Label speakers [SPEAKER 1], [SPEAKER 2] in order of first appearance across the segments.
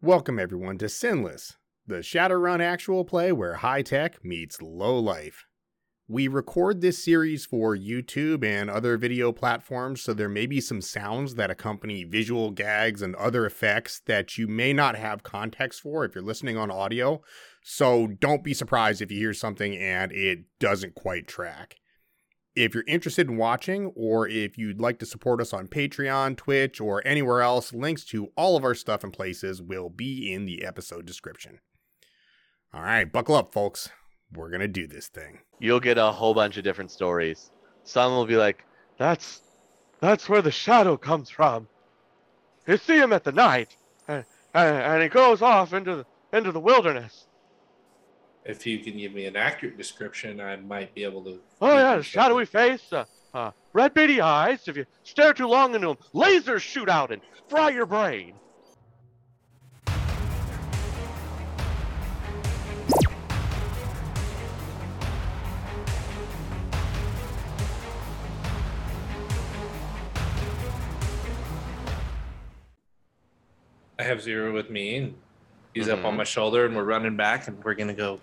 [SPEAKER 1] Welcome, everyone, to Sinless, the Shadowrun actual play where high tech meets low life. We record this series for YouTube and other video platforms, so there may be some sounds that accompany visual gags and other effects that you may not have context for if you're listening on audio. So don't be surprised if you hear something and it doesn't quite track. If you're interested in watching, or if you'd like to support us on Patreon, Twitch, or anywhere else, links to all of our stuff and places will be in the episode description. All right, buckle up, folks. We're going to do this thing.
[SPEAKER 2] you'll get a whole bunch of different stories. Some will be like, "That's that's where the shadow comes from. You see him at the night, and, and, and he goes off into the, into the wilderness.
[SPEAKER 3] If you can give me an accurate description, I might be able to.
[SPEAKER 2] Oh yeah, a shadowy face, uh, uh, red beady eyes. If you stare too long into him, lasers shoot out and fry your brain."
[SPEAKER 3] I have zero with me, and he's up
[SPEAKER 2] Mm-hmm.
[SPEAKER 3] on my shoulder, and we're running back, and we're gonna go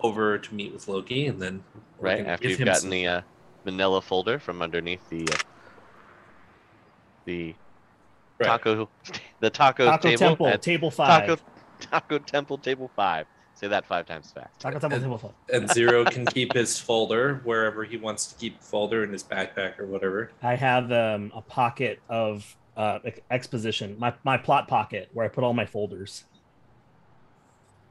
[SPEAKER 3] over to meet with Loki, and then we're
[SPEAKER 2] Right
[SPEAKER 3] gonna
[SPEAKER 2] after
[SPEAKER 3] give
[SPEAKER 2] you've
[SPEAKER 3] him
[SPEAKER 2] gotten
[SPEAKER 3] some-
[SPEAKER 2] the uh, Manila folder from underneath the uh, the
[SPEAKER 3] Right.
[SPEAKER 2] taco the taco,
[SPEAKER 4] Taco
[SPEAKER 2] table
[SPEAKER 4] Temple,
[SPEAKER 2] at
[SPEAKER 4] Table 5.
[SPEAKER 2] Taco, Taco Temple Table Five. Say that five times fast.
[SPEAKER 4] Taco Temple, Table 5.
[SPEAKER 3] and zero can keep his folder wherever he wants to keep the folder in his backpack or whatever.
[SPEAKER 4] I have um, a pocket of uh, ex- exposition, my, my plot pocket, where I put all my folders.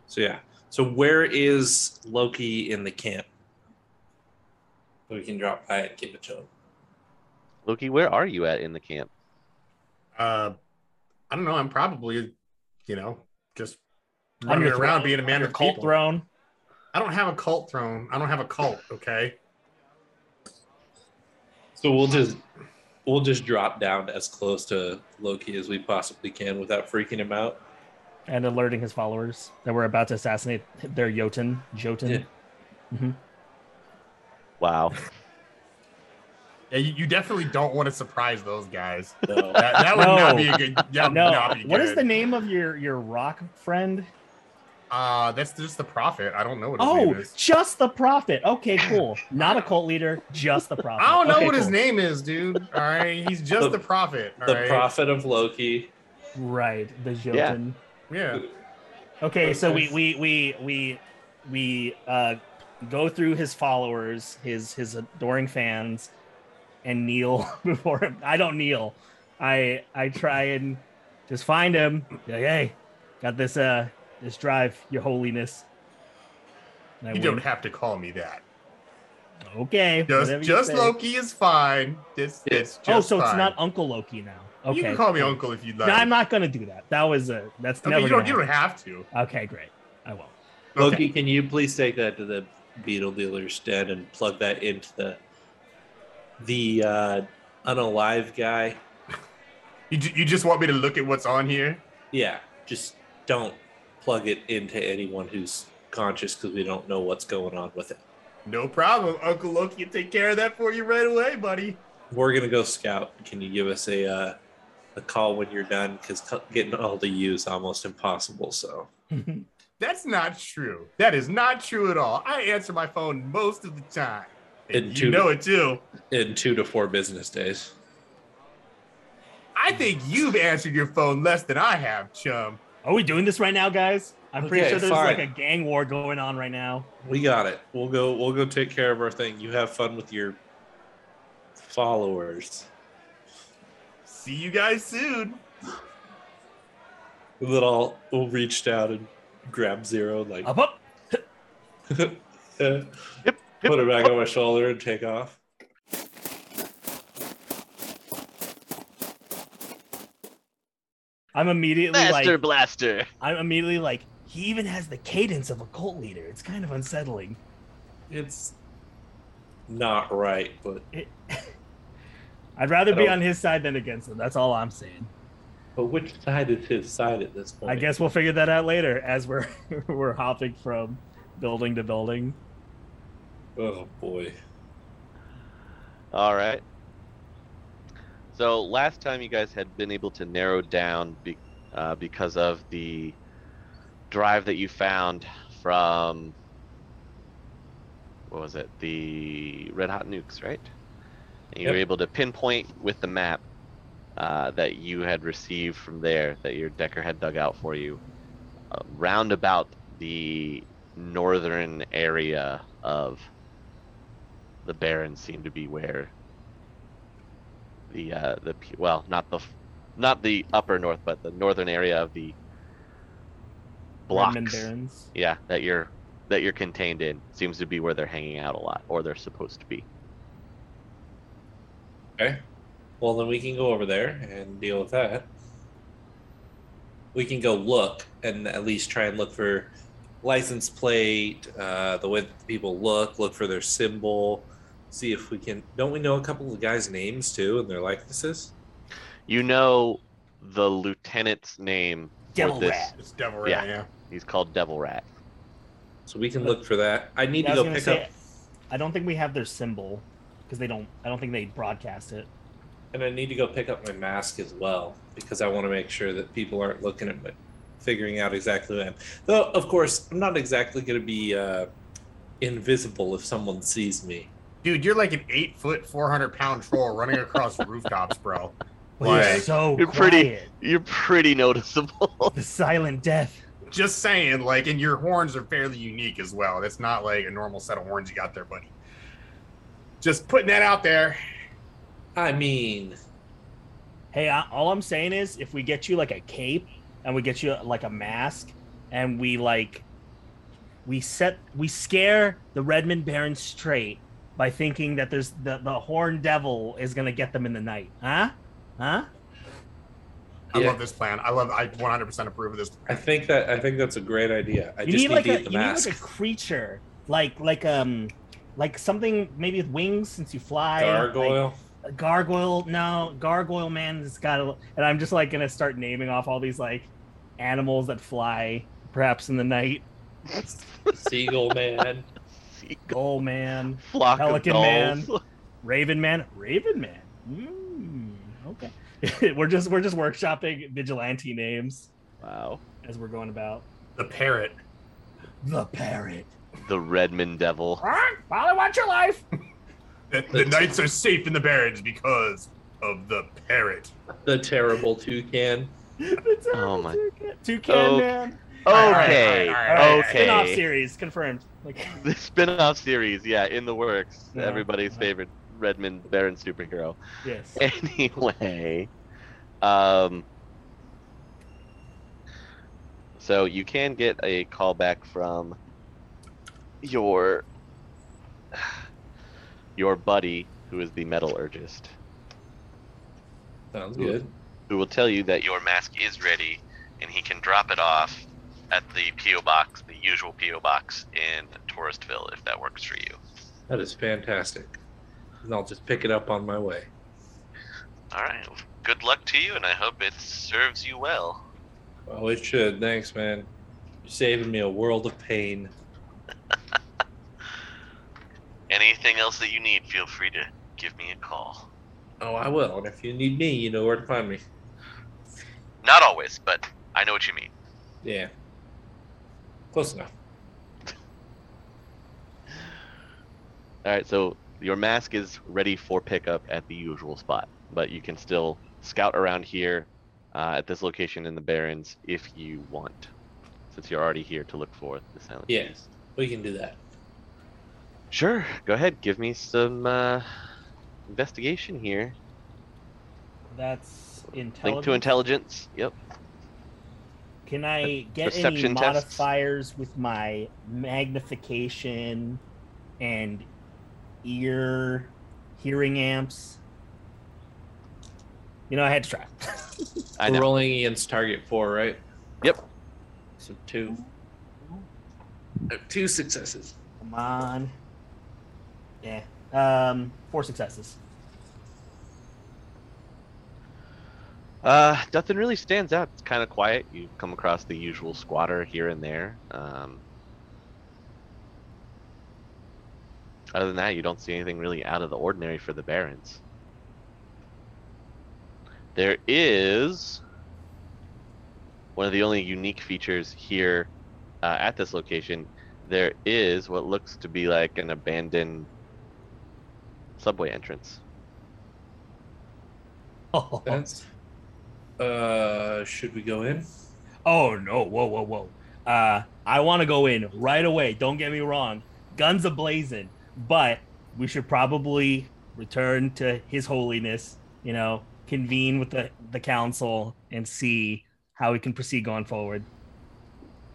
[SPEAKER 3] So yeah. So where is Loki in the camp? We can drop by and give it to him.
[SPEAKER 2] Loki, where are you at in the camp?
[SPEAKER 1] Uh, I don't know. I'm probably, you know, just
[SPEAKER 4] On
[SPEAKER 1] running
[SPEAKER 4] your
[SPEAKER 1] around
[SPEAKER 4] throne,
[SPEAKER 1] being a
[SPEAKER 4] on
[SPEAKER 1] man
[SPEAKER 4] your
[SPEAKER 1] of
[SPEAKER 4] cult
[SPEAKER 1] people.
[SPEAKER 4] throne.
[SPEAKER 1] I don't have a cult throne. I don't have a cult. Okay.
[SPEAKER 3] So we'll just we'll just drop down as close to Loki as we possibly can without freaking him out.
[SPEAKER 4] And alerting his followers that we're about to assassinate their Jotun. Jotun.
[SPEAKER 3] Yeah.
[SPEAKER 2] Wow.
[SPEAKER 1] Yeah, you, you definitely don't want to surprise those guys.
[SPEAKER 3] No.
[SPEAKER 1] That, that would not
[SPEAKER 4] No.
[SPEAKER 1] be a good. That would
[SPEAKER 4] No,
[SPEAKER 1] not be
[SPEAKER 4] what is
[SPEAKER 1] good.
[SPEAKER 4] the name of your, your rock friend?
[SPEAKER 1] Uh, that's just the prophet. I don't know what his
[SPEAKER 4] Oh,
[SPEAKER 1] name is.
[SPEAKER 4] just the prophet. Okay, cool. Not a cult leader, just the prophet.
[SPEAKER 1] I don't know
[SPEAKER 4] Okay,
[SPEAKER 1] what his
[SPEAKER 4] cool.
[SPEAKER 1] name is, dude. All right, he's just the,
[SPEAKER 3] The-
[SPEAKER 1] prophet. All
[SPEAKER 3] the
[SPEAKER 1] right,
[SPEAKER 3] prophet of Loki.
[SPEAKER 4] Right, the Jotun.
[SPEAKER 1] yeah.
[SPEAKER 4] Okay, so we we we we we uh, go through his followers, his his adoring fans, and kneel before him. I don't kneel. I I try and just find him. Be Like, hey, got this uh this drive, your holiness. And I
[SPEAKER 1] You don't
[SPEAKER 4] wink.
[SPEAKER 1] have to call me that.
[SPEAKER 4] okay. whatever
[SPEAKER 1] Just,
[SPEAKER 4] you
[SPEAKER 1] just
[SPEAKER 4] say.
[SPEAKER 1] Loki is fine. It's, it's just
[SPEAKER 4] Oh, so it's
[SPEAKER 1] fine.
[SPEAKER 4] not Uncle Loki now. Okay.
[SPEAKER 1] You can call me
[SPEAKER 4] cool.
[SPEAKER 1] uncle if you'd
[SPEAKER 4] No,
[SPEAKER 1] like.
[SPEAKER 4] I'm not gonna do that. That was a that's
[SPEAKER 1] I mean,
[SPEAKER 4] never.
[SPEAKER 1] you don't.
[SPEAKER 4] gonna
[SPEAKER 1] You don't have to.
[SPEAKER 4] happen. Okay, great. I won't.
[SPEAKER 1] Okay.
[SPEAKER 3] Loki, can you please take that to the beetle dealer's den and plug that into the the uh, unalive guy?
[SPEAKER 1] You, ju- you just want me to look at what's on here?
[SPEAKER 3] Yeah, just don't plug it into anyone who's conscious because we don't know what's going on with it.
[SPEAKER 1] No problem. Uncle Loki will take care of that for you right away, buddy.
[SPEAKER 3] We're gonna go scout. Can you give us a uh, a call when you're done? Because getting all the you is almost impossible. So
[SPEAKER 1] That's not true. That is not true at all. I answer my phone most of the time. And
[SPEAKER 3] And
[SPEAKER 1] you
[SPEAKER 3] two-
[SPEAKER 1] know it too.
[SPEAKER 3] in two to four business days.
[SPEAKER 1] I think you've answered your phone less than I have, chum.
[SPEAKER 4] Are we doing this right now, guys? I'm pretty
[SPEAKER 3] Okay,
[SPEAKER 4] sure there's
[SPEAKER 3] fine.
[SPEAKER 4] like a gang war going on right now.
[SPEAKER 3] We got it. We'll go. We'll go take care of our thing. You have fun with your followers.
[SPEAKER 1] See you guys soon.
[SPEAKER 3] And then I'll we'll reach down and grab Zero and like
[SPEAKER 4] Up, up.
[SPEAKER 3] put it back on my shoulder and take off.
[SPEAKER 4] I'm immediately
[SPEAKER 2] Master
[SPEAKER 4] like,
[SPEAKER 2] Blaster.
[SPEAKER 4] I'm immediately like, he even has the cadence of a cult leader. It's kind of unsettling.
[SPEAKER 3] It's not right, but
[SPEAKER 4] I'd rather
[SPEAKER 3] I
[SPEAKER 4] be
[SPEAKER 3] don't-
[SPEAKER 4] on his side than against him. That's all I'm saying.
[SPEAKER 3] but which side is his side at this point?
[SPEAKER 4] I guess we'll figure that out later as we're we're hopping from building to building.
[SPEAKER 3] Oh boy.
[SPEAKER 2] All right. So last time you guys had been able to narrow down be, uh, because of the drive that you found from what was it? The Red Hot Nukes, right? And you were
[SPEAKER 3] Yep.
[SPEAKER 2] able to pinpoint with the map uh, that you had received from there that your Decker had dug out for you, uh, round about the northern area of the Barrens seemed to be where the uh, the p- well not the f- not the upper north but the northern area of the
[SPEAKER 4] Redmond
[SPEAKER 2] blocks
[SPEAKER 4] Barons.
[SPEAKER 2] yeah that you're that you're contained in seems to be where they're hanging out a lot or they're supposed to be
[SPEAKER 3] Okay. Well, then we can go over there and deal with that. We can go look and at least try and look for license plate, uh, the way that people look, look for their symbol, see if we can. Don't we know a couple of guys' names too and their likenesses?
[SPEAKER 2] you know the lieutenant's name
[SPEAKER 4] Devil
[SPEAKER 2] this-
[SPEAKER 4] Rat.
[SPEAKER 5] It's Devil
[SPEAKER 2] Yeah.
[SPEAKER 5] Rat, yeah.
[SPEAKER 2] he's called devil rat
[SPEAKER 3] So we can look for that. I need
[SPEAKER 4] Yeah, I
[SPEAKER 3] to
[SPEAKER 4] was
[SPEAKER 3] go
[SPEAKER 4] gonna
[SPEAKER 3] pick
[SPEAKER 4] say,
[SPEAKER 3] up,
[SPEAKER 4] I don't think we have their symbol because they don't. I don't think they broadcast it.
[SPEAKER 3] and I need to go pick up my mask as well because I want to make sure that people aren't looking at my, figuring out exactly who I am. Though, of course, I'm not exactly going to be uh, invisible if someone sees me.
[SPEAKER 5] Dude, you're like an eight foot, 400 pound troll running across rooftops, bro.
[SPEAKER 4] Well,
[SPEAKER 5] Like-
[SPEAKER 4] you're so
[SPEAKER 2] You're
[SPEAKER 4] quiet.
[SPEAKER 2] pretty- you're pretty noticeable
[SPEAKER 4] The silent death.
[SPEAKER 5] Just saying, like, and your horns are fairly unique as well. It's not like a normal set of horns you got there, buddy. Just putting that out there.
[SPEAKER 3] I mean,
[SPEAKER 4] Hey, I, all I'm saying is, if we get you like a cape and we get you like a mask and we like, we set, we scare the Redmond Baron straight by thinking that there's the the Horn Devil is gonna get them in the night, huh? Huh?
[SPEAKER 5] I
[SPEAKER 3] Yeah.
[SPEAKER 5] love this plan. I love. I 100% approve of this.
[SPEAKER 3] I think that I think that's a great idea. I
[SPEAKER 4] you
[SPEAKER 3] just
[SPEAKER 4] need,
[SPEAKER 3] need,
[SPEAKER 4] like
[SPEAKER 3] to
[SPEAKER 4] a
[SPEAKER 3] get the
[SPEAKER 4] you need
[SPEAKER 3] mask.
[SPEAKER 4] like a creature, like like um, like something maybe with wings since you fly. like-
[SPEAKER 3] Gargoyle.
[SPEAKER 4] a gargoyle no gargoyle man has got to and i'm just like gonna start naming off all these like animals that fly perhaps in the night
[SPEAKER 3] Seagull man.
[SPEAKER 2] Seagull,
[SPEAKER 4] goal man
[SPEAKER 2] flock
[SPEAKER 4] Pelican
[SPEAKER 2] of dolls.
[SPEAKER 4] raven man raven man mm, okay we're just we're just workshopping vigilante names
[SPEAKER 2] wow
[SPEAKER 4] as we're going about
[SPEAKER 5] The parrot.
[SPEAKER 4] the parrot
[SPEAKER 2] the redmond devil
[SPEAKER 4] Rawr, Polly, watch your life
[SPEAKER 5] The, the knights are safe in the barrens because of the parrot.
[SPEAKER 3] The terrible toucan.
[SPEAKER 4] The terrible
[SPEAKER 2] Oh my-
[SPEAKER 4] toucan, toucan
[SPEAKER 2] Oh,
[SPEAKER 4] man
[SPEAKER 5] all right,
[SPEAKER 2] okay
[SPEAKER 5] all right, all right.
[SPEAKER 2] okay
[SPEAKER 4] spin-off series confirmed like
[SPEAKER 2] the spin-off series yeah in the works
[SPEAKER 4] Yeah,
[SPEAKER 2] everybody's
[SPEAKER 4] yeah.
[SPEAKER 2] favorite redmond baron superhero
[SPEAKER 4] yes
[SPEAKER 2] anyway um so you can get a call back from your your buddy who is the metallurgist
[SPEAKER 3] Sounds
[SPEAKER 2] Ooh.
[SPEAKER 3] good.
[SPEAKER 2] who will tell you that your mask is ready and he can drop it off at the PO box, the usual PO box in Touristville if that works for you.
[SPEAKER 3] That is fantastic. And I'll just pick it up on my way.
[SPEAKER 2] All right. Good luck to you and I hope it serves you well.
[SPEAKER 3] Oh, it should. Thanks, man. You're saving me a world of pain.
[SPEAKER 2] Anything else that you need, feel free to give me a call.
[SPEAKER 3] Oh, I will. And if you need me, you know where to find me.
[SPEAKER 2] Not always, but I know what you mean.
[SPEAKER 3] Yeah. Close enough.
[SPEAKER 2] All right, so your mask is ready for pickup at the usual spot, but you can still scout around here uh, at this location in the Barrens if you want, since you're already here to look for the silent.
[SPEAKER 3] Yeah.
[SPEAKER 2] keys.
[SPEAKER 3] We can do that.
[SPEAKER 2] Sure. Go ahead. Give me some uh, investigation here.
[SPEAKER 4] that's
[SPEAKER 2] Link to intelligence. Yep.
[SPEAKER 4] Can I get any
[SPEAKER 2] perception tests?
[SPEAKER 4] modifiers with my magnification and ear hearing amps? You know, I had to try.
[SPEAKER 2] I
[SPEAKER 3] We're
[SPEAKER 2] know.
[SPEAKER 3] rolling against target four, right?
[SPEAKER 2] Yep.
[SPEAKER 3] So two. Oh. Uh, Two successes.
[SPEAKER 4] Come on. Yeah. Um, four successes.
[SPEAKER 2] Uh, nothing really stands out. It's kind of quiet. You come across the usual squatter here and there. Um, other than that, you don't see anything really out of the ordinary for the Barons. There is one of the only unique features here uh, at this location, there is what looks to be like an abandoned subway entrance.
[SPEAKER 4] Oh,
[SPEAKER 3] That's. Uh, should we go in?
[SPEAKER 4] oh no! Whoa, whoa, whoa! Uh, I want to go in right away. Don't get me wrong, guns a blazing. But we should probably return to His Holiness. You know, convene with the the council and see how we can proceed going forward.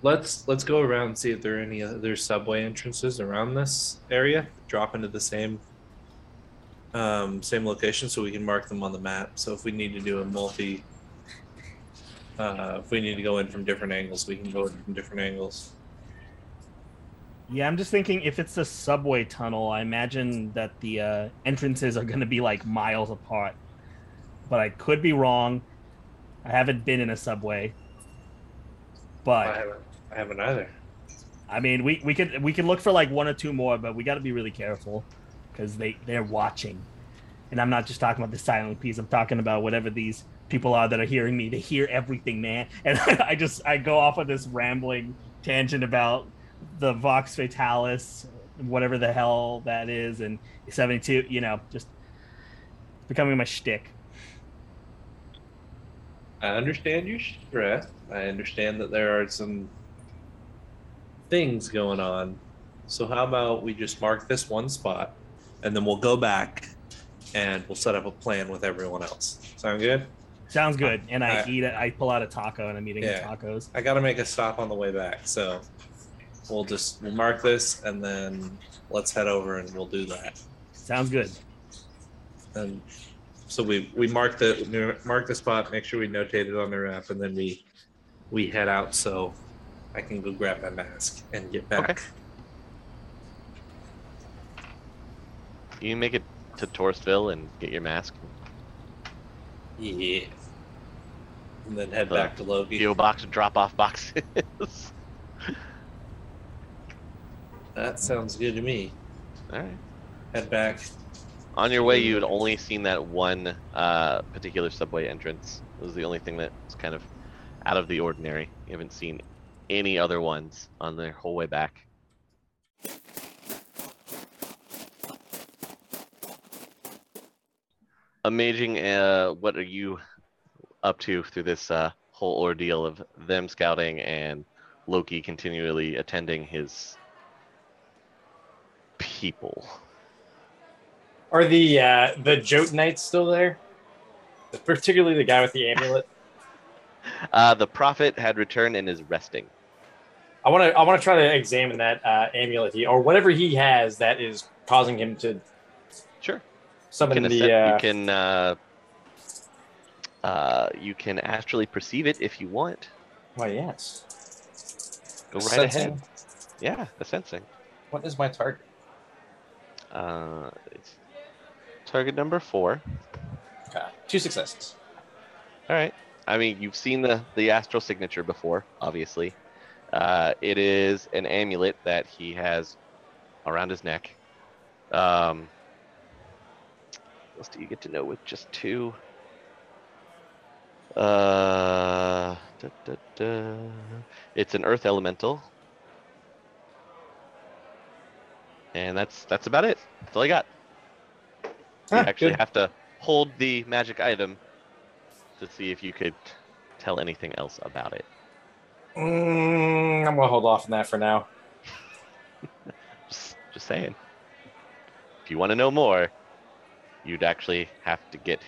[SPEAKER 3] Let's let's go around and see if there are any other subway entrances around this area. Drop into the same um, same location so we can mark them on the map. So if we need to do a multi, uh, if we need to go in from different angles, we can go in from different angles.
[SPEAKER 4] Yeah, I'm just thinking if it's a subway tunnel, I imagine that the uh, entrances are going to be like miles apart. But I could be wrong. I haven't been in a subway.
[SPEAKER 3] I
[SPEAKER 4] But
[SPEAKER 3] haven't I haven't either.
[SPEAKER 4] I mean, we, we could we could look for like one or two more, but we got to be really careful because they they're watching. And I'm not just talking about the silent piece. I'm talking about whatever these people are that are hearing me. They hear everything, man. And I just I go off on this rambling tangent about the Vox Fatalis, whatever the hell that is, and 72. You know, just becoming my shtick.
[SPEAKER 3] I understand your stress. I understand that there are some things going on. So how about we just mark this one spot and then we'll go back and we'll set up a plan with everyone else. Sound good?
[SPEAKER 4] Sounds good. And I
[SPEAKER 3] I-
[SPEAKER 4] eat it. I pull out a taco and I'm eating
[SPEAKER 3] Yeah.
[SPEAKER 4] tacos.
[SPEAKER 3] I gotta make a stop on the way back, so we'll just we'll mark this and then let's head over and we'll do that.
[SPEAKER 4] Sounds good.
[SPEAKER 3] And so we we mark the mark the spot, make sure we notate it on the wrap, and then we we head out so I can go grab my mask and get back.
[SPEAKER 2] Okay. You make it to Torresville and get your mask,
[SPEAKER 3] Yeah. And then head
[SPEAKER 2] The
[SPEAKER 3] back to Logie.
[SPEAKER 2] PO box, drop off boxes.
[SPEAKER 3] That sounds good to me.
[SPEAKER 2] All right.
[SPEAKER 3] Head back.
[SPEAKER 2] On your way, you had only seen that one uh, particular subway entrance. It was the only thing that was kind of out of the ordinary. You haven't seen any other ones on their whole way back. Amazing. Uh, what are you up to through this uh, whole ordeal of them scouting and Loki continually attending his people?
[SPEAKER 6] Are the uh, the Jotunites still there? Particularly the guy with the amulet.
[SPEAKER 2] Uh, the prophet had returned and is resting.
[SPEAKER 6] I want to I want to try to examine that uh, amulet he, or whatever he has that is causing him to
[SPEAKER 2] Sure. You
[SPEAKER 6] summon
[SPEAKER 2] can,
[SPEAKER 6] the.
[SPEAKER 2] accept-
[SPEAKER 6] Uh,
[SPEAKER 2] you can, uh, uh, you can actually perceive it if you want.
[SPEAKER 6] Why yes.
[SPEAKER 2] Go right
[SPEAKER 6] Sensing.
[SPEAKER 2] ahead. Yeah, the sensing.
[SPEAKER 6] What is my target?
[SPEAKER 2] Uh, it's target number four.
[SPEAKER 6] Okay. Uh, Two successes.
[SPEAKER 2] All right. I mean, you've seen the the astral signature before, obviously. Uh, it is an amulet that he has around his neck. Um, what else do you get to know with just two? Uh, da, da, da. It's an earth elemental, and that's that's about it. That's all I got. You
[SPEAKER 6] Ah,
[SPEAKER 2] actually
[SPEAKER 6] good.
[SPEAKER 2] have to hold the magic item to see if you could tell anything else about it.
[SPEAKER 6] Mm, I'm gonna hold off on that for now.
[SPEAKER 2] Just, just saying. If you want to know more, you'd actually have to get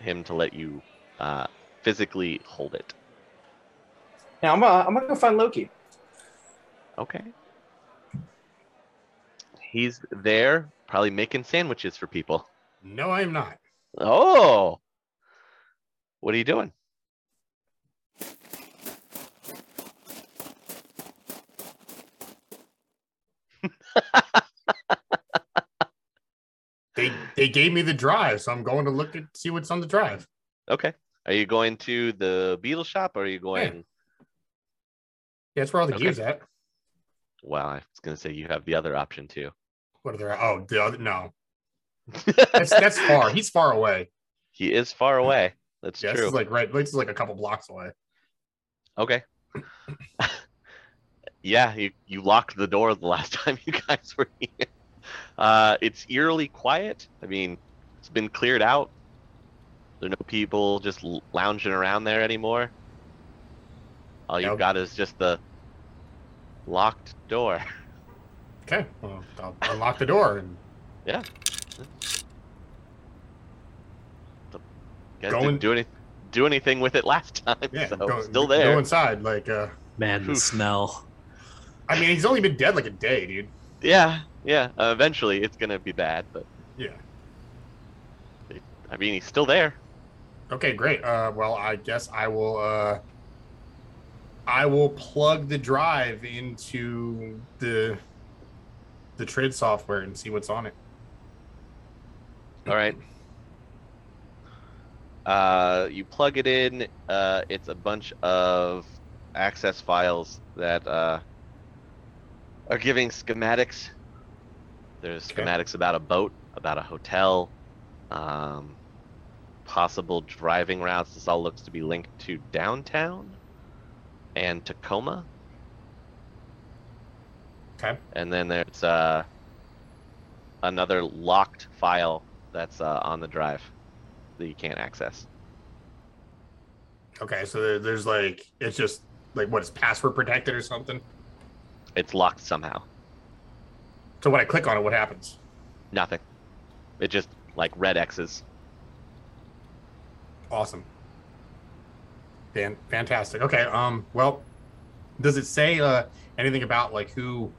[SPEAKER 2] him to let you uh, physically hold it.
[SPEAKER 6] Now I'm gonna, I'm gonna go find Loki.
[SPEAKER 2] Okay. He's there, probably making sandwiches for people.
[SPEAKER 5] No, I'm not.
[SPEAKER 2] Oh, what are you doing?
[SPEAKER 5] They they gave me the drive, so I'm going to look at see what's on the drive.
[SPEAKER 2] Okay. Are you going to the beetle shop or are you going?
[SPEAKER 5] Yeah, that's where all the
[SPEAKER 2] Okay.
[SPEAKER 5] gear's at.
[SPEAKER 2] Well, I was going to say you have the other option too.
[SPEAKER 5] What are there? Oh, the other, no, that's that's far. He's far away.
[SPEAKER 2] He is far away. That's
[SPEAKER 5] Yeah, this
[SPEAKER 2] true.
[SPEAKER 5] is like right. This is like a couple blocks away.
[SPEAKER 2] Okay. yeah, you, you locked the door the last time you guys were here. Uh, it's eerily quiet. I mean, it's been cleared out. There are no people just l- lounging around there anymore. All you've
[SPEAKER 1] Nope.
[SPEAKER 2] got is just the locked door.
[SPEAKER 1] Okay, well, I'll unlock the door and
[SPEAKER 2] You guys
[SPEAKER 1] Go in-
[SPEAKER 2] didn't do, any, do anything with it last time,
[SPEAKER 1] yeah,
[SPEAKER 2] so
[SPEAKER 1] go,
[SPEAKER 2] it's still
[SPEAKER 1] Go
[SPEAKER 2] there.
[SPEAKER 1] inside. Like, uh,
[SPEAKER 7] Man, the
[SPEAKER 2] Oof.
[SPEAKER 7] smell.
[SPEAKER 1] I mean, he's only been dead like a day, dude.
[SPEAKER 2] Yeah, yeah. Uh, eventually, it's gonna be bad, but
[SPEAKER 1] Yeah.
[SPEAKER 2] I mean, he's still there.
[SPEAKER 1] Okay, great. Uh, well, I guess I will. Uh, I will plug the drive into the the trade software and see what's on it.
[SPEAKER 2] All right. Uh, you plug it in. Uh, it's a bunch of access files that uh, are giving schematics. There's
[SPEAKER 1] Okay.
[SPEAKER 2] schematics about a boat, about a hotel, um, possible driving routes. This all looks to be linked to downtown and Tacoma.
[SPEAKER 1] Okay.
[SPEAKER 2] And then there's uh, another locked file that's uh, on the drive that you can't access.
[SPEAKER 1] Okay, so there, there's like it's just like what is password protected or something.
[SPEAKER 2] It's locked somehow.
[SPEAKER 1] So when I click on it, what happens?
[SPEAKER 2] Nothing. It just like red X's.
[SPEAKER 1] Awesome. Fan- fantastic. Okay. Um. Well, does it say uh anything about like who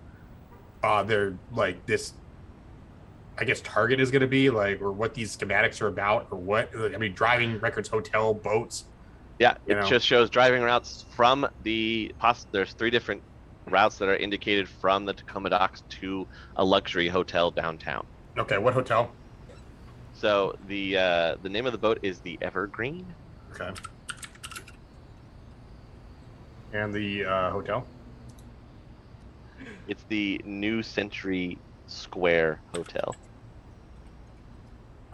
[SPEAKER 1] uh they're like this? I guess target is going to be like, or what these schematics are about, or what? like, I mean, driving records, hotel, boats.
[SPEAKER 2] Yeah,
[SPEAKER 1] You
[SPEAKER 2] it
[SPEAKER 1] know.
[SPEAKER 2] just shows driving routes from the poss- there's three different routes that are indicated from the Tacoma docks to a luxury hotel downtown.
[SPEAKER 1] Okay, what hotel?
[SPEAKER 2] So the uh, the name of the boat is the Evergreen.
[SPEAKER 1] Okay. And the uh, hotel.
[SPEAKER 2] It's the New Century Square Hotel.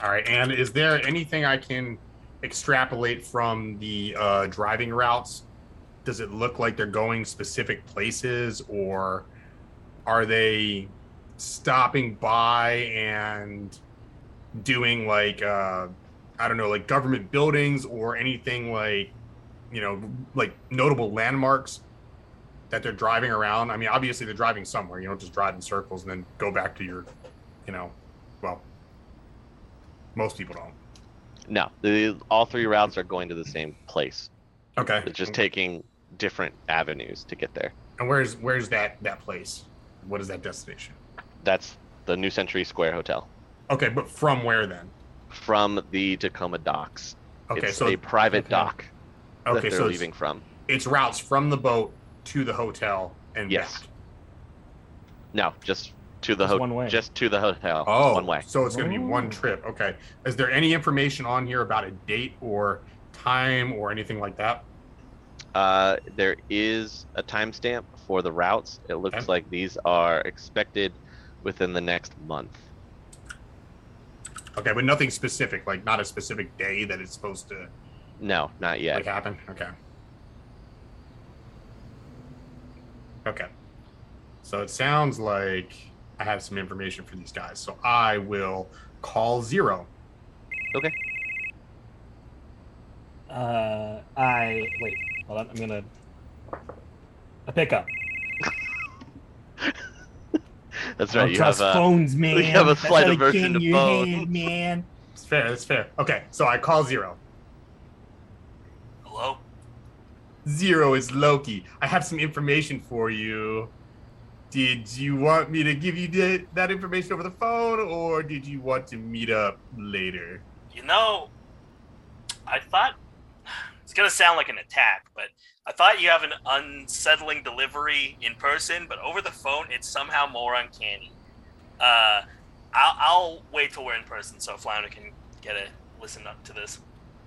[SPEAKER 1] All right. And is there anything I can extrapolate from the uh, driving routes? Does it look like they're going specific places or are they stopping by and doing like, uh, I don't know, like government buildings or anything like, you know, like notable landmarks that they're driving around? I mean, obviously they're driving somewhere. You don't just drive in circles and then go back to your, you know, well, most people don't.
[SPEAKER 2] No, the, all three routes are going to the same place.
[SPEAKER 1] Okay.
[SPEAKER 2] It's just taking different avenues to get there.
[SPEAKER 1] and where's where's that that place? What is that destination?
[SPEAKER 2] That's the New Century Square Hotel
[SPEAKER 1] Okay, but from where then?
[SPEAKER 2] from the Tacoma docks.
[SPEAKER 1] Okay,
[SPEAKER 2] it's
[SPEAKER 1] so
[SPEAKER 2] a private
[SPEAKER 8] okay.
[SPEAKER 2] dock that
[SPEAKER 1] okay,
[SPEAKER 2] they're
[SPEAKER 1] so
[SPEAKER 2] leaving
[SPEAKER 1] it's,
[SPEAKER 2] from.
[SPEAKER 1] it's routes from the boat to the hotel and
[SPEAKER 2] Yes.
[SPEAKER 1] back.
[SPEAKER 2] No, just to the
[SPEAKER 8] It's one way.
[SPEAKER 2] hotel. Just to the hotel.
[SPEAKER 1] Oh,
[SPEAKER 2] One way.
[SPEAKER 1] So it's going to be one
[SPEAKER 8] Ooh.
[SPEAKER 1] trip. Okay. Is there any information on here about a date or time or anything like that?
[SPEAKER 2] Uh, there is a timestamp for the routes. It looks
[SPEAKER 1] Okay.
[SPEAKER 2] like these are expected within the next month.
[SPEAKER 1] Okay, but nothing specific, like not a specific day that it's supposed to
[SPEAKER 2] No, not yet.
[SPEAKER 1] like happen. Okay. Okay. So it sounds like I have some information for these guys. So I will call zero.
[SPEAKER 8] Uh, I wait. Hold on. I'm gonna a pickup.
[SPEAKER 2] That's
[SPEAKER 8] I
[SPEAKER 2] right.
[SPEAKER 8] don't
[SPEAKER 2] You
[SPEAKER 8] trust
[SPEAKER 2] have uh,
[SPEAKER 8] phones, man.
[SPEAKER 2] you have a
[SPEAKER 8] That's
[SPEAKER 2] slight
[SPEAKER 8] how they
[SPEAKER 2] aversion
[SPEAKER 8] get
[SPEAKER 2] to
[SPEAKER 8] in your
[SPEAKER 2] phones.
[SPEAKER 8] hand, man.
[SPEAKER 1] It's fair. That's fair. Okay. So I call zero.
[SPEAKER 8] Hello.
[SPEAKER 1] Zero is Loki. I have some information for you. Did you want me to give you that- that information over the phone, or did you want to meet up later?
[SPEAKER 4] You know, I thought it's gonna sound like an attack, but I thought you have an unsettling delivery in person, but over the phone, it's somehow more uncanny. Uh, I'll, I'll wait till we're in person so Flounder can get a listen up to this.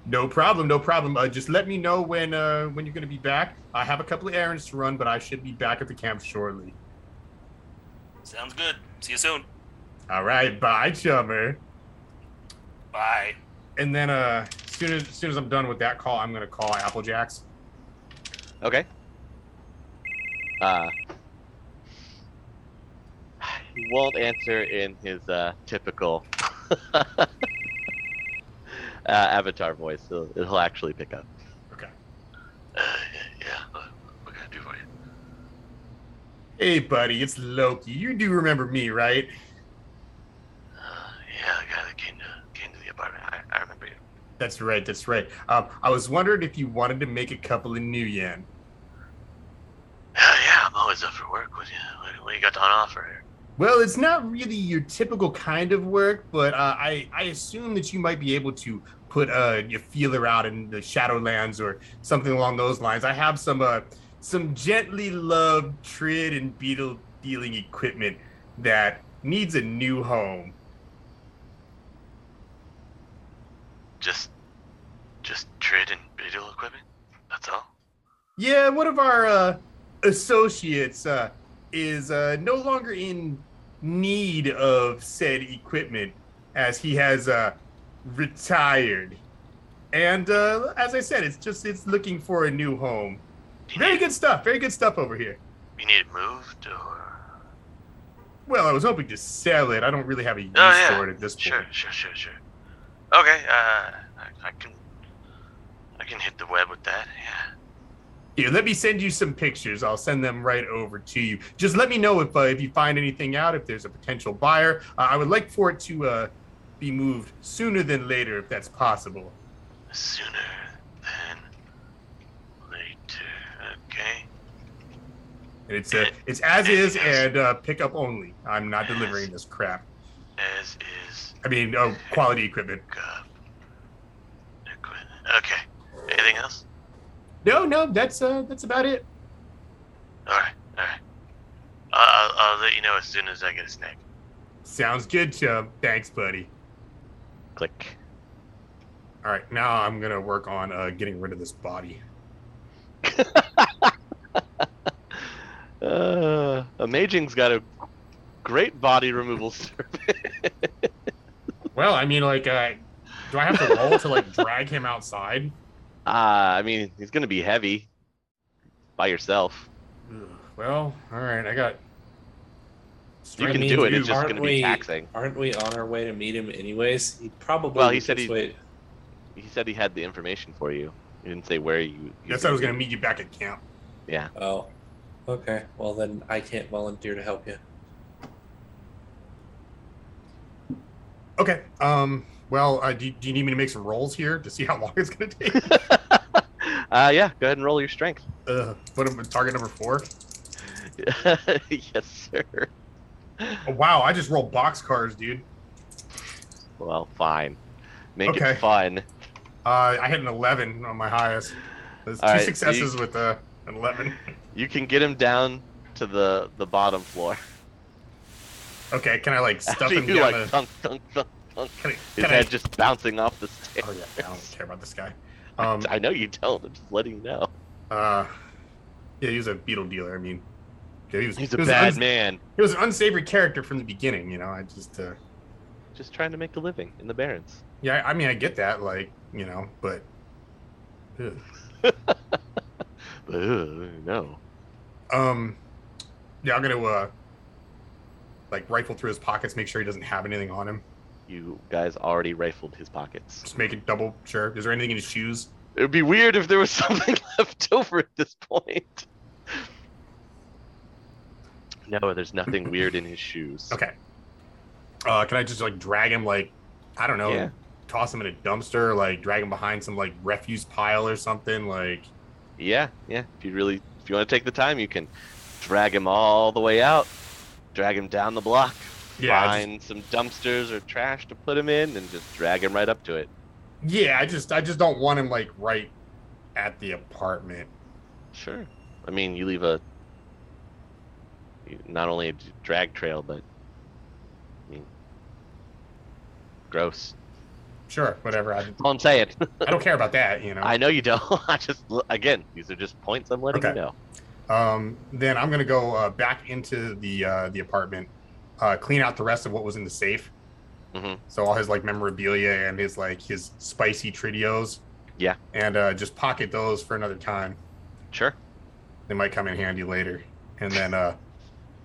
[SPEAKER 1] No problem, no problem. Uh, just let me know when uh, when you're gonna be back. I have a couple of errands to run, but I should be back at the camp shortly.
[SPEAKER 4] Sounds good. See you soon.
[SPEAKER 1] All right, bye, chummer.
[SPEAKER 4] Bye.
[SPEAKER 1] And then uh, soon as soon as I'm done with that call, I'm gonna call Applejacks.
[SPEAKER 2] Okay. Uh, he won't answer in his uh, typical uh, avatar voice. He'll, he'll actually pick up.
[SPEAKER 9] Okay.
[SPEAKER 2] Uh, yeah, what, what can I do for you?
[SPEAKER 1] Hey, buddy, it's Loki. You do remember me, right?
[SPEAKER 2] Uh, yeah, the guy that came to, came to the apartment. I, I remember you.
[SPEAKER 1] That's right. That's right. Um, I was wondering if you wanted to make a couple of new yen.
[SPEAKER 2] Yeah, Uh, yeah, I'm always up for work with you. What, what you got on offer here?
[SPEAKER 1] Well, it's not really your typical kind of work, but uh, I I assume that you might be able to put uh, your feeler out in the Shadowlands or something along those lines. I have some uh some gently loved trid and beetle dealing equipment that needs a new home.
[SPEAKER 2] Just, just trade and beetle equipment. That's all.
[SPEAKER 1] Yeah, one of our uh, associates uh, is uh, no longer in need of said equipment as he has uh, retired. And uh, as I said, it's just it's looking for a new home.
[SPEAKER 2] Do you
[SPEAKER 1] Very
[SPEAKER 2] need,
[SPEAKER 1] good stuff. Very good stuff over here.
[SPEAKER 2] You need it moved or?
[SPEAKER 1] Well, I was hoping to sell it. I don't really have a use
[SPEAKER 2] Oh, yeah.
[SPEAKER 1] for it at this point.
[SPEAKER 2] Sure, sure, sure, sure. Okay, uh, I, I can, I can hit the web with that. Yeah.
[SPEAKER 1] Here, let me send you some pictures. I'll send them right over to you. Just let me know if uh, if you find anything out. If there's a potential buyer, uh, I would like for it to uh, be moved sooner than later, if that's possible.
[SPEAKER 2] Sooner than later. Okay.
[SPEAKER 1] And it's uh, it's as is and uh, pickup only. I'm not delivering this crap.
[SPEAKER 2] As is
[SPEAKER 1] I mean, uh, quality equipment.
[SPEAKER 2] up. Equipment. Okay. Anything else?
[SPEAKER 1] No, no, that's uh, that's about it.
[SPEAKER 2] All right, all right. I'll, I'll, I'll let you know as soon as I get a snack.
[SPEAKER 1] Sounds good, Chub. Thanks, buddy.
[SPEAKER 2] Click.
[SPEAKER 1] All right, now I'm gonna work on uh, getting rid of this body.
[SPEAKER 2] Uh, Amazing's got a great body removal service.
[SPEAKER 1] Well, I mean, like, uh, do I have to roll to like drag him outside?
[SPEAKER 2] Ah, I mean, he's gonna be heavy by yourself.
[SPEAKER 1] Ugh, Well, all right, I got.
[SPEAKER 2] You
[SPEAKER 3] I
[SPEAKER 2] can
[SPEAKER 3] mean,
[SPEAKER 2] do it.
[SPEAKER 3] you-
[SPEAKER 2] It's just
[SPEAKER 3] aren't
[SPEAKER 2] gonna
[SPEAKER 3] we-
[SPEAKER 2] be taxing.
[SPEAKER 3] Aren't we on our way to meet him anyways? He probably
[SPEAKER 2] Well, he
[SPEAKER 3] would
[SPEAKER 2] said
[SPEAKER 3] just
[SPEAKER 2] he-
[SPEAKER 3] wait.
[SPEAKER 2] He said he had the information for you. He didn't say where you. you
[SPEAKER 1] Guess I was gonna meet you back at camp.
[SPEAKER 2] Yeah.
[SPEAKER 3] Oh, okay. Well, then I can't volunteer to help you.
[SPEAKER 1] Okay. Um. Well, uh, do, do you need me to make some rolls here to see how long it's gonna take?
[SPEAKER 2] uh, yeah. Go ahead and roll your strength.
[SPEAKER 1] uh, what am I- target number four?
[SPEAKER 2] yes, sir.
[SPEAKER 1] Oh, wow, I just rolled box cars, dude.
[SPEAKER 2] Well, fine. Make
[SPEAKER 1] Okay.
[SPEAKER 2] it fun.
[SPEAKER 1] Uh, I hit an eleven on my highest. There's two
[SPEAKER 2] All right, so
[SPEAKER 1] successes with uh, an eleven.
[SPEAKER 2] You can get him down to the the bottom floor.
[SPEAKER 1] Okay, can I like stuff
[SPEAKER 2] After
[SPEAKER 1] him
[SPEAKER 2] you
[SPEAKER 1] down
[SPEAKER 2] like
[SPEAKER 1] the?
[SPEAKER 2] thunk, thunk, thunk, thunk.
[SPEAKER 1] Can I,
[SPEAKER 2] His
[SPEAKER 1] can I-
[SPEAKER 2] head just bouncing off the stairs.
[SPEAKER 1] Oh yeah, I don't care about this guy. Um.
[SPEAKER 2] I know you don't. I'm just letting you know.
[SPEAKER 1] Uh. Yeah, he was a beetle dealer. I mean, yeah, he was.
[SPEAKER 2] He's
[SPEAKER 1] he
[SPEAKER 2] a
[SPEAKER 1] was
[SPEAKER 2] bad
[SPEAKER 1] uns-
[SPEAKER 2] man,
[SPEAKER 1] He was an unsavory character from the beginning. You know, I just. Uh,
[SPEAKER 2] just trying to make a living in the Barrens.
[SPEAKER 1] Yeah, I mean, I get that, like, you know, but Ugh.
[SPEAKER 2] But, uh, no.
[SPEAKER 1] um, yeah, I'm gonna uh, like rifle through his pockets, make sure he doesn't have anything on him.
[SPEAKER 2] You guys already rifled his pockets.
[SPEAKER 1] Just make it double sure. Is there anything in his shoes?
[SPEAKER 2] It would be weird if there was something left over at this point. No, there's nothing weird in his shoes.
[SPEAKER 1] Okay. Uh, can I just like drag him, like, I don't know,
[SPEAKER 2] Yeah.
[SPEAKER 1] toss him in a dumpster, like drag him behind some like refuse pile or something, like.
[SPEAKER 2] Yeah, yeah. If you really, if you want to take the time, you can drag him all the way out, drag him down the block,
[SPEAKER 1] Yeah, I just-
[SPEAKER 2] find some dumpsters or trash to put him in, and just drag him right up to it.
[SPEAKER 1] yeah, I just, I just don't want him like right at the apartment.
[SPEAKER 2] Sure. I mean, you leave a you- not only a d- drag trail, but I mean, gross.
[SPEAKER 1] Sure, whatever. I,
[SPEAKER 2] That's all I'm saying.
[SPEAKER 1] I don't care about that, you know.
[SPEAKER 2] I know you don't. I just again, these are just points I'm letting you
[SPEAKER 1] Okay.
[SPEAKER 2] know.
[SPEAKER 1] Um, then I'm gonna go uh, back into the uh, the apartment, uh, clean out the rest of what was in the safe.
[SPEAKER 2] Mhm.
[SPEAKER 1] So all his like memorabilia and his like his spicy tridios.
[SPEAKER 2] Yeah.
[SPEAKER 1] And uh, just pocket those for another time.
[SPEAKER 2] Sure.
[SPEAKER 1] They might come in handy later. And then uh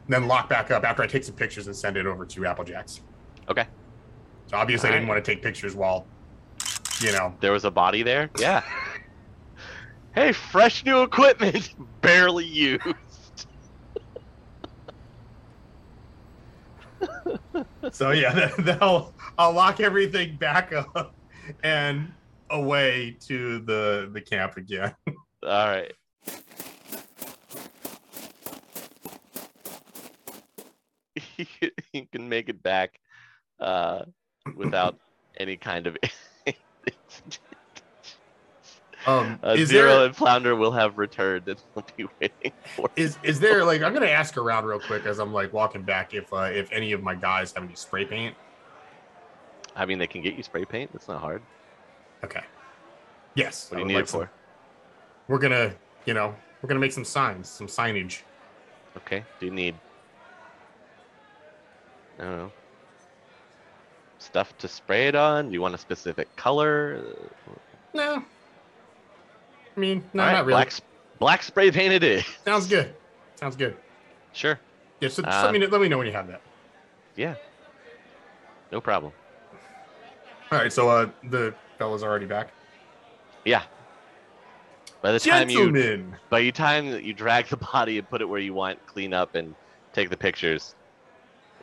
[SPEAKER 1] then lock back up after I take some pictures and send it over to Applejacks.
[SPEAKER 2] Okay.
[SPEAKER 1] So obviously I didn't want to take pictures while you know
[SPEAKER 2] There was a body there? Yeah. hey, fresh new equipment. Barely used.
[SPEAKER 1] so yeah, that, that'll I'll lock everything back up and away to the the camp again.
[SPEAKER 2] All right. you can make it back uh, without any kind of.
[SPEAKER 1] Um,
[SPEAKER 2] uh,
[SPEAKER 1] is
[SPEAKER 2] Zero
[SPEAKER 1] there
[SPEAKER 2] and Flounder will have returned and will be waiting for
[SPEAKER 1] is is there like I'm gonna ask around real quick as I'm like walking back if uh, if any of my guys have any spray paint.
[SPEAKER 2] I mean, they can get you spray paint. That's not hard.
[SPEAKER 1] Okay. Yes. I
[SPEAKER 2] What do you
[SPEAKER 1] would
[SPEAKER 2] need
[SPEAKER 1] like
[SPEAKER 2] it
[SPEAKER 1] some-
[SPEAKER 2] for?
[SPEAKER 1] We're gonna you know we're gonna make some signs, some signage.
[SPEAKER 2] Okay. Do you need? I don't know. Stuff to spray it on? Do you want a specific color? Uh,
[SPEAKER 1] No. I mean, no,
[SPEAKER 2] alright,
[SPEAKER 1] not really.
[SPEAKER 2] Black, s- black spray paint it is.
[SPEAKER 1] Sounds good. Sounds good.
[SPEAKER 2] Sure.
[SPEAKER 1] Yeah. So just
[SPEAKER 2] Uh,
[SPEAKER 1] let me know, let me know when you have that.
[SPEAKER 2] Yeah. No problem.
[SPEAKER 1] All right. So uh, the fella's already back.
[SPEAKER 2] Yeah. By the time you
[SPEAKER 1] Gentlemen.
[SPEAKER 2] by the time that you drag the body and put it where you want, clean up and take the pictures,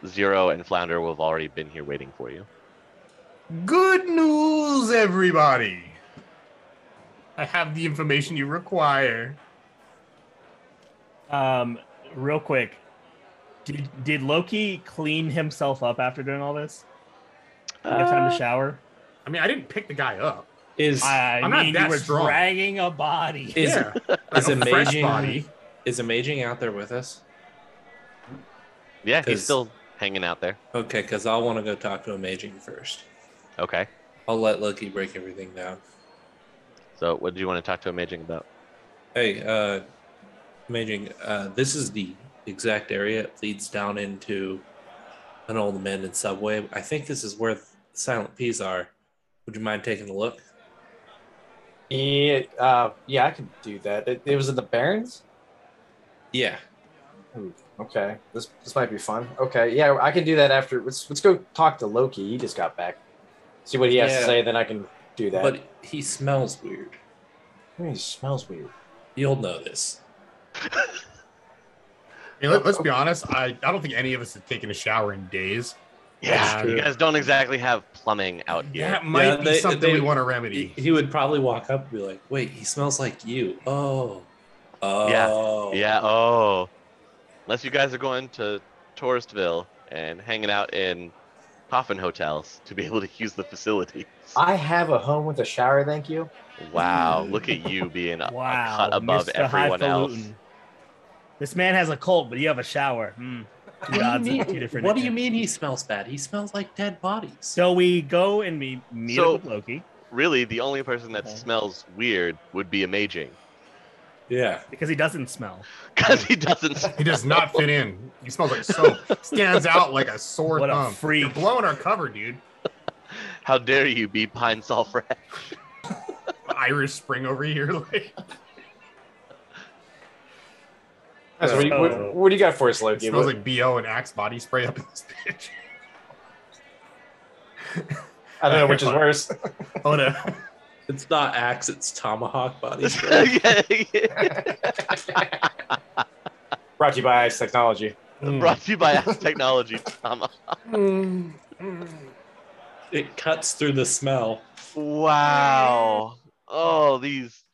[SPEAKER 2] Zero and Flounder will have already been here waiting for you.
[SPEAKER 1] Good news, everybody. I have the information you require.
[SPEAKER 4] Um, real quick, did did Loki clean himself up after doing all this? Did he have
[SPEAKER 1] Uh,
[SPEAKER 4] time to
[SPEAKER 3] Uh,
[SPEAKER 4] shower?
[SPEAKER 1] I mean, I didn't pick the guy up.
[SPEAKER 3] Is
[SPEAKER 4] I
[SPEAKER 1] I'm not
[SPEAKER 4] mean,
[SPEAKER 1] that
[SPEAKER 4] you were
[SPEAKER 1] strong.
[SPEAKER 4] dragging a body.
[SPEAKER 3] Is-
[SPEAKER 1] yeah,
[SPEAKER 3] is
[SPEAKER 1] like a fresh
[SPEAKER 3] amazing-
[SPEAKER 1] body.
[SPEAKER 3] is Amaging out there with us?
[SPEAKER 2] Yeah, he's
[SPEAKER 3] Is-
[SPEAKER 2] still hanging out there.
[SPEAKER 3] Okay, because I want to go talk to Amaging first.
[SPEAKER 2] Okay.
[SPEAKER 3] I'll let Loki break everything down.
[SPEAKER 2] So what do you want to talk to Amaging about?
[SPEAKER 3] Hey, uh, Amaging, uh, this is the exact area. It leads down into an old abandoned subway. I think this is where Silent Peas are. Would you mind taking a look?
[SPEAKER 6] Yeah, uh, yeah, I could do that. It, it was in the Barrens.
[SPEAKER 3] Yeah.
[SPEAKER 6] Okay, this this might be fun. Okay, yeah, I can do that after. Let's let's go talk to Loki. He just got back. See what he has
[SPEAKER 3] Yeah.
[SPEAKER 6] to say, then I can do that.
[SPEAKER 3] But he smells weird.
[SPEAKER 6] Hmm, he smells weird.
[SPEAKER 3] You'll know this.
[SPEAKER 1] Yeah, let, us be honest. I, I don't think any of us have taken a shower in days.
[SPEAKER 2] Yeah, you
[SPEAKER 1] true.
[SPEAKER 2] guys don't exactly have plumbing out here.
[SPEAKER 1] That might
[SPEAKER 3] Yeah,
[SPEAKER 1] be
[SPEAKER 3] they-
[SPEAKER 1] something
[SPEAKER 3] they-
[SPEAKER 1] we want to
[SPEAKER 3] He,
[SPEAKER 1] remedy.
[SPEAKER 3] he would probably walk up and be like, wait, he smells like you. Oh. Oh.
[SPEAKER 2] Yeah, oh. Unless you guys are going to Touristville and hanging out in coffin hotels to be able to use the facilities.
[SPEAKER 6] I have a home with a shower. Thank you.
[SPEAKER 2] Wow, look at you being a- a
[SPEAKER 4] Wow,
[SPEAKER 2] cut above
[SPEAKER 4] Mr.
[SPEAKER 2] everyone else.
[SPEAKER 4] Highfalutin. This man has a cold, but you have a shower. Hmm. Two
[SPEAKER 3] What
[SPEAKER 4] gods
[SPEAKER 3] do
[SPEAKER 4] and
[SPEAKER 3] you
[SPEAKER 4] two
[SPEAKER 3] mean,
[SPEAKER 4] different
[SPEAKER 3] what do you
[SPEAKER 4] attempts.
[SPEAKER 3] mean he smells bad? He smells like dead bodies.
[SPEAKER 4] So we go and we meet
[SPEAKER 2] So-
[SPEAKER 4] up with Loki
[SPEAKER 2] Really, the only person that
[SPEAKER 4] Okay.
[SPEAKER 2] smells weird would be Amaging.
[SPEAKER 3] Yeah.
[SPEAKER 4] because he doesn't smell.
[SPEAKER 2] Because he doesn't. s-
[SPEAKER 1] He does not fit in. He smells like soap. Stands out like a sore
[SPEAKER 4] What a
[SPEAKER 1] thumb.
[SPEAKER 4] freak.
[SPEAKER 1] You're blowing our cover, dude.
[SPEAKER 2] How dare you be Pine Sulphur?
[SPEAKER 1] Irish Spring over here. Like,
[SPEAKER 6] So what, do you,
[SPEAKER 3] Oh.
[SPEAKER 6] what, what do you got for us,
[SPEAKER 1] it
[SPEAKER 6] Loki?
[SPEAKER 1] smells
[SPEAKER 6] What-
[SPEAKER 1] like BO and Axe body spray up in this bitch.
[SPEAKER 6] I don't know which is worse.
[SPEAKER 1] Oh no.
[SPEAKER 3] It's not axe, it's tomahawk body. spray.
[SPEAKER 2] Yeah, yeah.
[SPEAKER 6] Brought to you by Ice Technology.
[SPEAKER 2] Brought to you by Axe Technology, Tom.
[SPEAKER 3] it cuts through the smell.
[SPEAKER 2] Wow. Oh, these.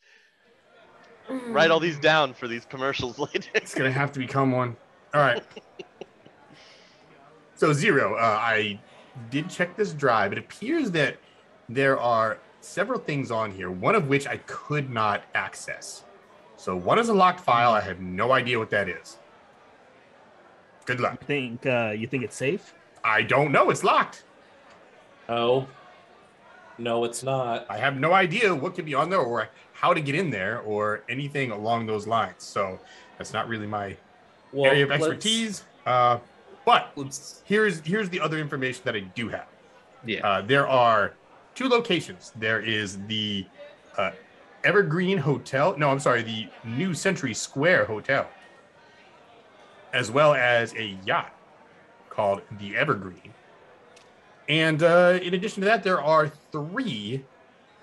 [SPEAKER 2] Write all these down for these commercials later.
[SPEAKER 1] It's gonna have to become one. All right. so zero. Uh, I did check this drive. It appears that there are several things on here. One of which I could not access. So one is a locked file. I have no idea what that is. Good luck.
[SPEAKER 4] You think uh, you think it's safe?
[SPEAKER 1] I don't know. It's locked.
[SPEAKER 3] Oh. No, it's not.
[SPEAKER 1] I have no idea what could be on there or how to get in there or anything along those lines. So that's not really my
[SPEAKER 3] Well,
[SPEAKER 1] area of
[SPEAKER 3] let's-
[SPEAKER 1] expertise. Uh, but
[SPEAKER 3] let's-
[SPEAKER 1] here's here's the other information that I do have.
[SPEAKER 3] yeah.
[SPEAKER 1] Uh, there are two locations. There is the uh, Evergreen Hotel. No, I'm sorry, the New Century Square Hotel, as well as a yacht called the Evergreen. And uh, in addition to that, there are three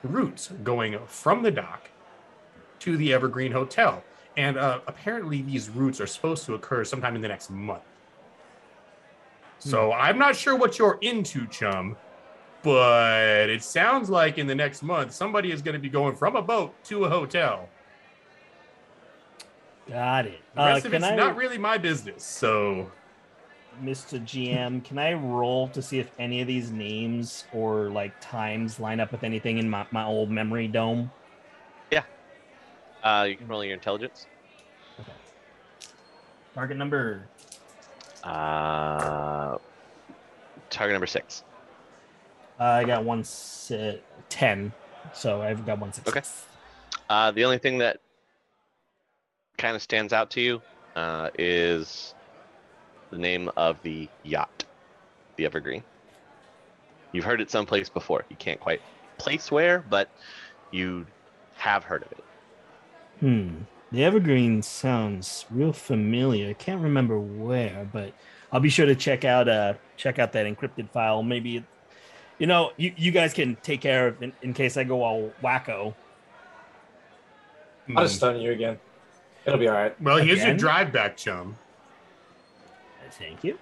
[SPEAKER 1] routes going from the dock to the Evergreen Hotel. And uh, apparently, these routes are supposed to occur sometime in the next month. Hmm. So I'm not sure what you're into, chum, but it sounds like in the next month, somebody is going to be going from a boat to a hotel.
[SPEAKER 4] Got it.
[SPEAKER 1] The rest
[SPEAKER 4] Uh,
[SPEAKER 1] of
[SPEAKER 4] can
[SPEAKER 1] it's
[SPEAKER 4] I,
[SPEAKER 1] not really my business. So
[SPEAKER 4] Mr. GM, can I roll to see if any of these names or like times line up with anything in my, my old memory dome?
[SPEAKER 2] Uh, you can roll your intelligence.
[SPEAKER 4] Target number.
[SPEAKER 2] Uh, target number six.
[SPEAKER 4] Uh, I got one si- ten, so I've got one success.
[SPEAKER 2] Uh, the only thing that kind of stands out to you uh, is the name of the yacht, the Evergreen. You've heard it someplace before. You can't quite place where, but you have heard of it.
[SPEAKER 4] Hmm. The Evergreen sounds real familiar. I can't remember where, but I'll be sure to check out uh check out that encrypted file. Maybe, it, you know, you, you guys can take care of in, in case I go all wacko.
[SPEAKER 6] I'll just stun you again. It'll be all right.
[SPEAKER 1] hmm. Well, here's your
[SPEAKER 4] Again?
[SPEAKER 1] drive back, chum.
[SPEAKER 4] Thank you.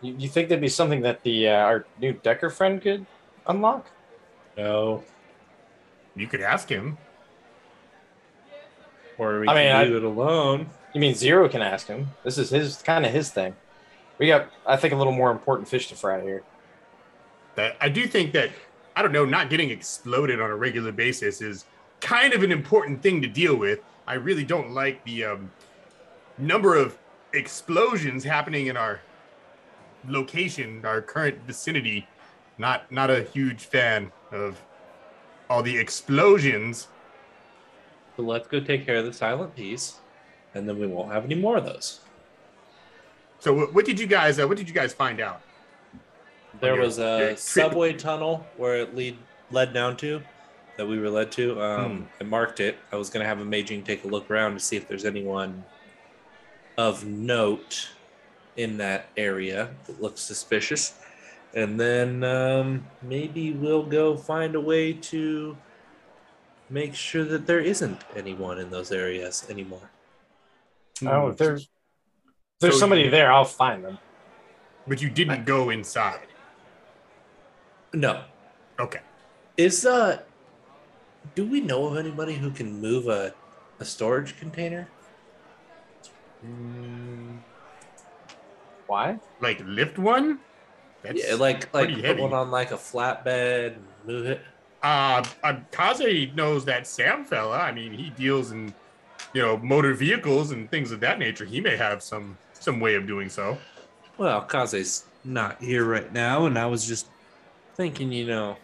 [SPEAKER 6] You, you think there'd be something that the uh, our new Decker friend could unlock?
[SPEAKER 3] No,
[SPEAKER 1] You could ask him.
[SPEAKER 3] or we
[SPEAKER 6] I mean,
[SPEAKER 3] can
[SPEAKER 6] I-
[SPEAKER 3] leave it alone.
[SPEAKER 6] You mean Zero can ask him? This is his kind of his thing. We got, I think, a little more important fish to fry here.
[SPEAKER 1] That I do think that I don't know, not getting exploded on a regular basis is kind of an important thing to deal with. I really don't like the um, number of explosions happening in our location, our current vicinity. Not not a huge fan of all the explosions.
[SPEAKER 3] So let's go take care of the silent piece, and then we won't have any more of those.
[SPEAKER 1] So what, what did you guys uh, what did you guys find out?
[SPEAKER 3] There
[SPEAKER 1] Your-
[SPEAKER 3] was
[SPEAKER 1] your
[SPEAKER 3] a
[SPEAKER 1] trip-
[SPEAKER 3] subway tunnel where it lead led down to that we were led to. Um, I marked it. I was gonna have a maging take a look around to see if there's anyone of note in that area that looks suspicious, and then um, maybe we'll go find a way to make sure that there isn't anyone in those areas anymore. Hmm.
[SPEAKER 6] Oh, if there's if there's
[SPEAKER 1] So-
[SPEAKER 6] somebody there, I'll find them.
[SPEAKER 1] But you didn't go inside.
[SPEAKER 3] No,
[SPEAKER 1] Okay.
[SPEAKER 3] Is uh do we know of anybody who can move a, a storage container?
[SPEAKER 6] Why?
[SPEAKER 1] Like lift one? That's
[SPEAKER 3] yeah, like like
[SPEAKER 1] pretty
[SPEAKER 3] put
[SPEAKER 1] heavy.
[SPEAKER 3] one on like a flatbed and move it.
[SPEAKER 1] uh, uh Kaze knows that Sam fella. I mean, he deals in you know motor vehicles and things of that nature. He may have some some way of doing so.
[SPEAKER 3] Well, Kaze's not here right now, and I was just thinking, you know,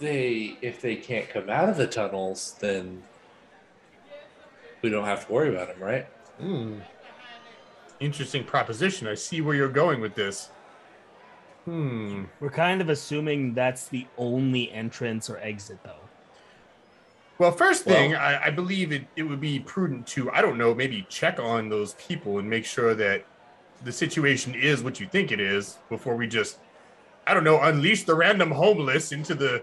[SPEAKER 3] they if they can't come out of the tunnels, then we don't have to worry about them, right?
[SPEAKER 1] Hmm. Interesting proposition. I see where you're going with this. Hmm.
[SPEAKER 4] We're kind of assuming that's the only entrance or exit, though.
[SPEAKER 1] Well, first thing, I, I believe it, it would be prudent to, I don't know, maybe check on those people and make sure that the situation is what you think it is before we just, I don't know, unleash the random homeless into the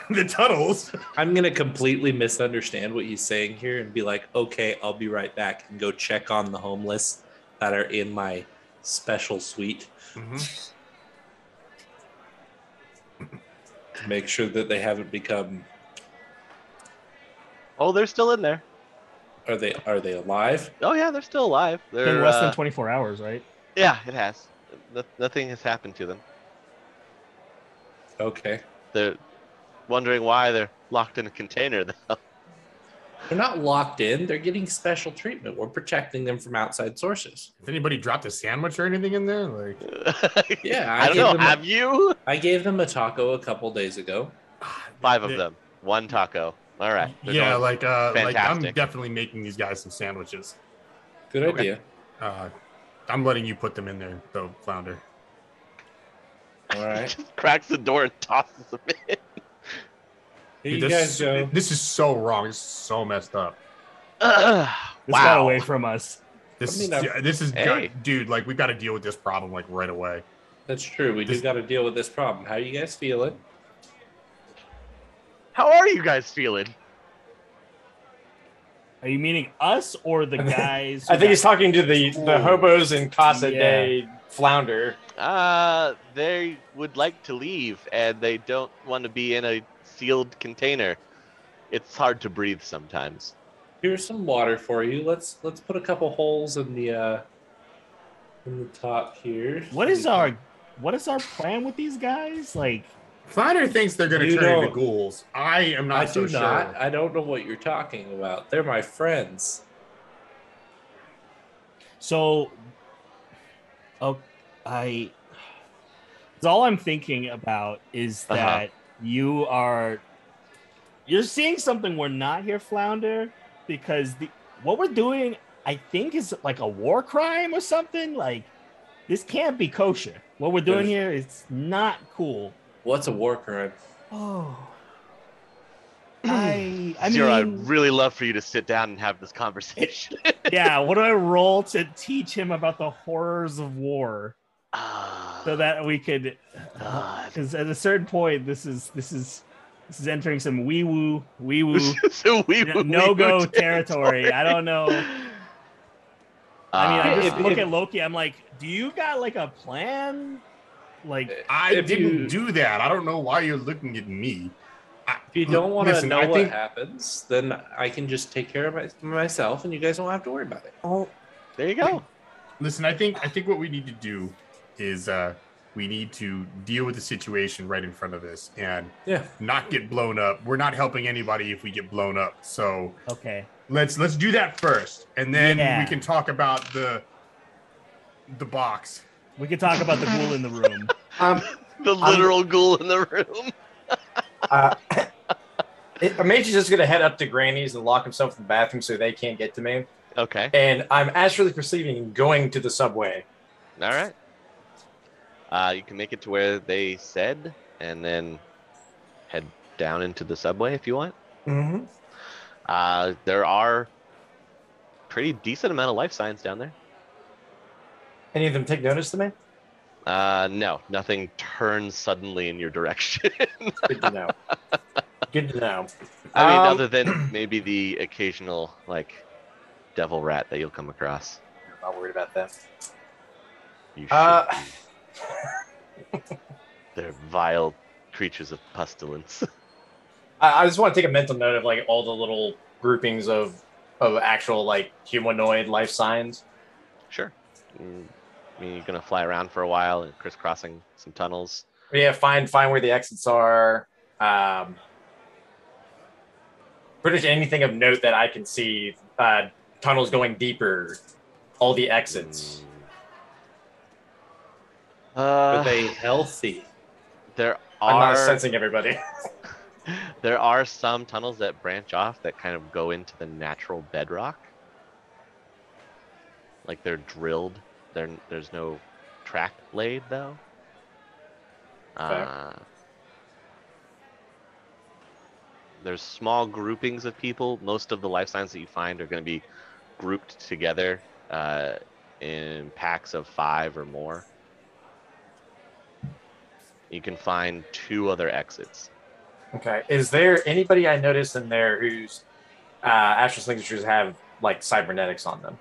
[SPEAKER 1] the tunnels.
[SPEAKER 3] I'm gonna completely misunderstand what he's saying here and be like, okay, I'll be right back and go check on the homeless that are in my special suite
[SPEAKER 1] Mm-hmm.
[SPEAKER 3] to make sure that they haven't become
[SPEAKER 2] Oh, they're still in there.
[SPEAKER 3] are they are they alive?
[SPEAKER 2] Oh yeah, they're still alive. They're
[SPEAKER 4] In less
[SPEAKER 2] uh,
[SPEAKER 4] than 24 hours, right?
[SPEAKER 2] yeah, it has. No- nothing has happened to them.
[SPEAKER 3] Okay.
[SPEAKER 2] They're wondering why they're locked in a container. Though.
[SPEAKER 3] They're not locked in, they're getting special treatment. We're protecting them from outside sources.
[SPEAKER 1] Has anybody dropped a sandwich or anything in there? Like,
[SPEAKER 3] Yeah,
[SPEAKER 2] I, don't
[SPEAKER 3] gave
[SPEAKER 2] know.
[SPEAKER 3] them a-
[SPEAKER 2] Have you?
[SPEAKER 3] I gave them a taco a couple days ago.
[SPEAKER 2] Five of
[SPEAKER 1] They-
[SPEAKER 2] them. One taco. All right. They're
[SPEAKER 1] yeah,
[SPEAKER 2] doing-
[SPEAKER 1] like, uh, like I'm
[SPEAKER 2] fantastic.
[SPEAKER 1] definitely making these guys some sandwiches.
[SPEAKER 3] Good
[SPEAKER 2] Okay.
[SPEAKER 3] idea.
[SPEAKER 1] Uh, I'm letting you put them in there, though, Flounder.
[SPEAKER 3] All right.
[SPEAKER 2] Just cracks the door and tosses them in.
[SPEAKER 3] Here you
[SPEAKER 1] Dude,
[SPEAKER 3] guys
[SPEAKER 1] this,
[SPEAKER 3] go.
[SPEAKER 1] this is so wrong. It's so messed up.
[SPEAKER 4] This got away from us.
[SPEAKER 1] This
[SPEAKER 3] I mean,
[SPEAKER 1] is
[SPEAKER 3] I've-
[SPEAKER 1] yeah, this is
[SPEAKER 2] Hey.
[SPEAKER 1] gut- dude. Like we've got to deal with this problem like right away.
[SPEAKER 3] That's true. We do
[SPEAKER 1] This-
[SPEAKER 3] got to deal with this problem. How you guys feeling?
[SPEAKER 2] How are you guys feeling?
[SPEAKER 4] Are you meaning us or the guys?
[SPEAKER 6] I
[SPEAKER 4] who
[SPEAKER 6] think he's
[SPEAKER 4] got-
[SPEAKER 6] talking to the, the hobos in Casa
[SPEAKER 4] Yeah.
[SPEAKER 6] de Flounder.
[SPEAKER 2] Uh, they would like to leave, and they don't want to be in a sealed container. It's hard to breathe sometimes.
[SPEAKER 3] Here's some water for you. Let's let's put a couple holes in the uh in the top here.
[SPEAKER 4] What is our what is our plan with these guys? Like
[SPEAKER 1] Flounder thinks they're going to
[SPEAKER 3] You
[SPEAKER 1] turn into
[SPEAKER 3] don't-
[SPEAKER 1] ghouls. I am not
[SPEAKER 3] I
[SPEAKER 1] so
[SPEAKER 3] do
[SPEAKER 1] sure.
[SPEAKER 3] not. I don't know what you're talking about. They're my friends.
[SPEAKER 4] so oh I it's all I'm thinking about is
[SPEAKER 2] Uh-huh.
[SPEAKER 4] that you are you're seeing something we're not here, Flounder, because the what we're doing I think is like a war crime or something. Like this can't be kosher. What we're doing here is not cool.
[SPEAKER 3] What's a war crime?
[SPEAKER 4] Oh. I I
[SPEAKER 2] Zero,
[SPEAKER 4] mean,
[SPEAKER 2] I'd really love for you to sit down and have this conversation.
[SPEAKER 4] yeah, what do I roll to teach him about the horrors of war
[SPEAKER 2] Ah,
[SPEAKER 4] so that we could
[SPEAKER 2] God.
[SPEAKER 4] cuz at a certain point this is this is this is entering some wee woo wee woo
[SPEAKER 2] so we we-
[SPEAKER 4] no go
[SPEAKER 2] we-
[SPEAKER 4] territory. Uh, I don't know. I mean, I
[SPEAKER 2] Ah.
[SPEAKER 4] just
[SPEAKER 3] If-
[SPEAKER 4] look
[SPEAKER 3] if-
[SPEAKER 4] at Loki. I'm like, "Do you got like a plan?" Like
[SPEAKER 1] I
[SPEAKER 3] If
[SPEAKER 1] didn't
[SPEAKER 3] you-
[SPEAKER 1] do that. I don't know why you're looking at me.
[SPEAKER 3] If you don't want to
[SPEAKER 1] Listen,
[SPEAKER 3] know
[SPEAKER 1] I
[SPEAKER 3] what
[SPEAKER 1] think-
[SPEAKER 3] happens, then I can just take care of my, myself, and you guys don't have to worry about it.
[SPEAKER 2] there you go.
[SPEAKER 1] Listen, I think I think what we need to do is uh we need to deal with the situation right in front of us and
[SPEAKER 3] Yeah.
[SPEAKER 1] not get blown up. We're not helping anybody if we get blown up. So
[SPEAKER 4] okay.
[SPEAKER 1] let's let's do that first, and then
[SPEAKER 4] Yeah.
[SPEAKER 1] we can talk about the the box.
[SPEAKER 4] We could talk about the ghoul in the room.
[SPEAKER 6] Um,
[SPEAKER 2] The literal ghoul in the room.
[SPEAKER 6] uh, it, Amage's just gonna head up to Granny's and lock himself in the bathroom so they can't get to me.
[SPEAKER 2] Okay.
[SPEAKER 6] And I'm actually perceiving going to the subway.
[SPEAKER 2] All right. Uh, you can make it to where they said, and then head down into the subway if you want.
[SPEAKER 6] Mm-hmm.
[SPEAKER 2] Uh, there are pretty decent amount of life signs down there.
[SPEAKER 6] Any of them take notice to me?
[SPEAKER 2] Uh, no, nothing turns suddenly in your direction.
[SPEAKER 6] Good to know. Good to know.
[SPEAKER 2] I mean,
[SPEAKER 6] Um,
[SPEAKER 2] other than maybe the occasional like devil rat that you'll come across.
[SPEAKER 6] I'm not worried about that.
[SPEAKER 2] You should
[SPEAKER 6] Uh,
[SPEAKER 2] be. They're vile creatures of pestilence.
[SPEAKER 6] I, I just want to take a mental note of like all the little groupings of of actual like humanoid life signs.
[SPEAKER 2] sure. Mm, I mean, you're gonna fly around for a while and crisscrossing some tunnels.
[SPEAKER 6] Yeah, find find where the exits are. Um, pretty much anything of note that I can see. Uh, tunnels going deeper. All the exits.
[SPEAKER 2] Mm. Uh,
[SPEAKER 3] Are they healthy?
[SPEAKER 2] there
[SPEAKER 6] I'm
[SPEAKER 2] are
[SPEAKER 6] not sensing everybody.
[SPEAKER 2] there are some tunnels that branch off that kind of go into the natural bedrock. Like they're drilled. There, there's no track laid though.
[SPEAKER 6] Fair.
[SPEAKER 2] Uh, there's small groupings of people. Most of the life signs that you find are going to be grouped together uh, in packs of five or more. You can find two other exits.
[SPEAKER 6] okay. Is there anybody I noticed in there whose uh, astral signatures have like cybernetics on them?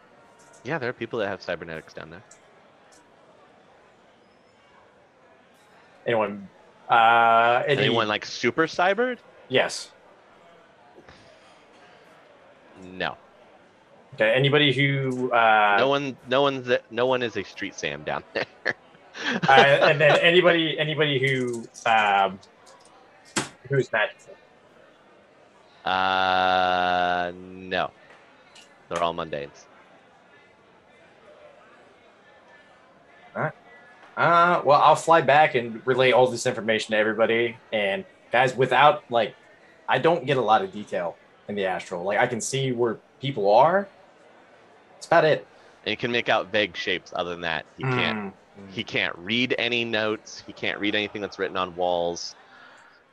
[SPEAKER 2] Yeah, there are people that have cybernetics down there.
[SPEAKER 6] Anyone? Uh, any-
[SPEAKER 2] Anyone like super cybered?
[SPEAKER 6] Yes.
[SPEAKER 2] No.
[SPEAKER 6] Okay. Anybody who uh,
[SPEAKER 2] no one no one's a- no one is a street Sam down there.
[SPEAKER 6] uh, and then anybody anybody who um, who's magical.
[SPEAKER 2] uh no. They're all mundanes.
[SPEAKER 6] Uh, well, I'll fly back and relay all this information to everybody. And guys, without like, I don't get a lot of detail in the astral. Like, I can see where people are. That's about it.
[SPEAKER 2] And you can make out vague shapes other than that.
[SPEAKER 6] Hmm.
[SPEAKER 2] He can't he can't read any notes. He can't read anything that's written on walls.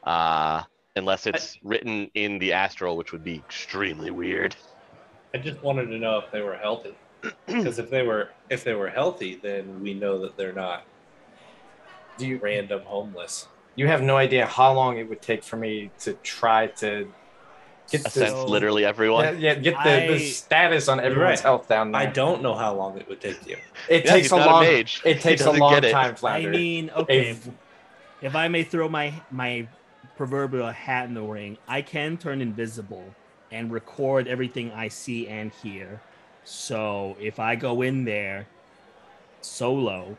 [SPEAKER 2] Uh unless it's written in the astral, which would be extremely weird.
[SPEAKER 3] I just wanted to know if they were healthy. Because if they were if they were healthy, then we know that they're not
[SPEAKER 6] Do you
[SPEAKER 3] random homeless.
[SPEAKER 6] you have no idea how long it would take for me to try to get the,
[SPEAKER 2] Ascends
[SPEAKER 4] So-
[SPEAKER 2] literally everyone.
[SPEAKER 6] yeah, yeah, get the,
[SPEAKER 4] I-
[SPEAKER 6] the status on everyone's
[SPEAKER 3] right.
[SPEAKER 6] health down there.
[SPEAKER 3] I don't know how long it would take you.
[SPEAKER 6] It
[SPEAKER 2] Yeah,
[SPEAKER 6] takes
[SPEAKER 2] he's
[SPEAKER 6] a
[SPEAKER 2] not
[SPEAKER 6] long.
[SPEAKER 2] mage.
[SPEAKER 6] It
[SPEAKER 2] He
[SPEAKER 6] takes a
[SPEAKER 2] doesn't
[SPEAKER 6] long
[SPEAKER 2] get it.
[SPEAKER 6] time,
[SPEAKER 4] I
[SPEAKER 6] Flounder.
[SPEAKER 4] mean, okay.
[SPEAKER 6] If-
[SPEAKER 4] If I may throw my my proverbial hat in the ring, I can turn invisible and record everything I see and hear. So if I go in there solo,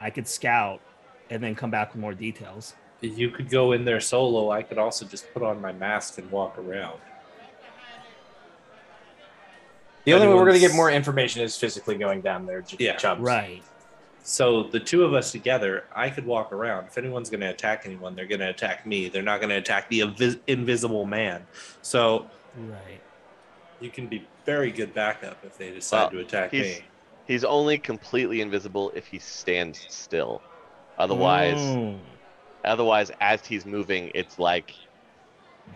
[SPEAKER 4] I could scout and then come back with more details.
[SPEAKER 3] You could go in there solo. I could also just put on my mask and walk around.
[SPEAKER 6] the only way we're gonna
[SPEAKER 3] Anyone's-
[SPEAKER 6] get more information is physically going down there. J-
[SPEAKER 3] Yeah.
[SPEAKER 6] Chubbs.
[SPEAKER 4] Right.
[SPEAKER 3] So the two of us together, I could walk around. If anyone's going to attack anyone, they're going to attack me. They're not going to attack the invis- invisible man. So
[SPEAKER 4] Right.
[SPEAKER 3] you can be very good backup if they decide
[SPEAKER 2] Well,
[SPEAKER 3] to attack
[SPEAKER 2] he's-
[SPEAKER 3] me.
[SPEAKER 2] He's only completely invisible if he stands still. Otherwise,
[SPEAKER 4] Mm.
[SPEAKER 2] otherwise, as he's moving, it's like,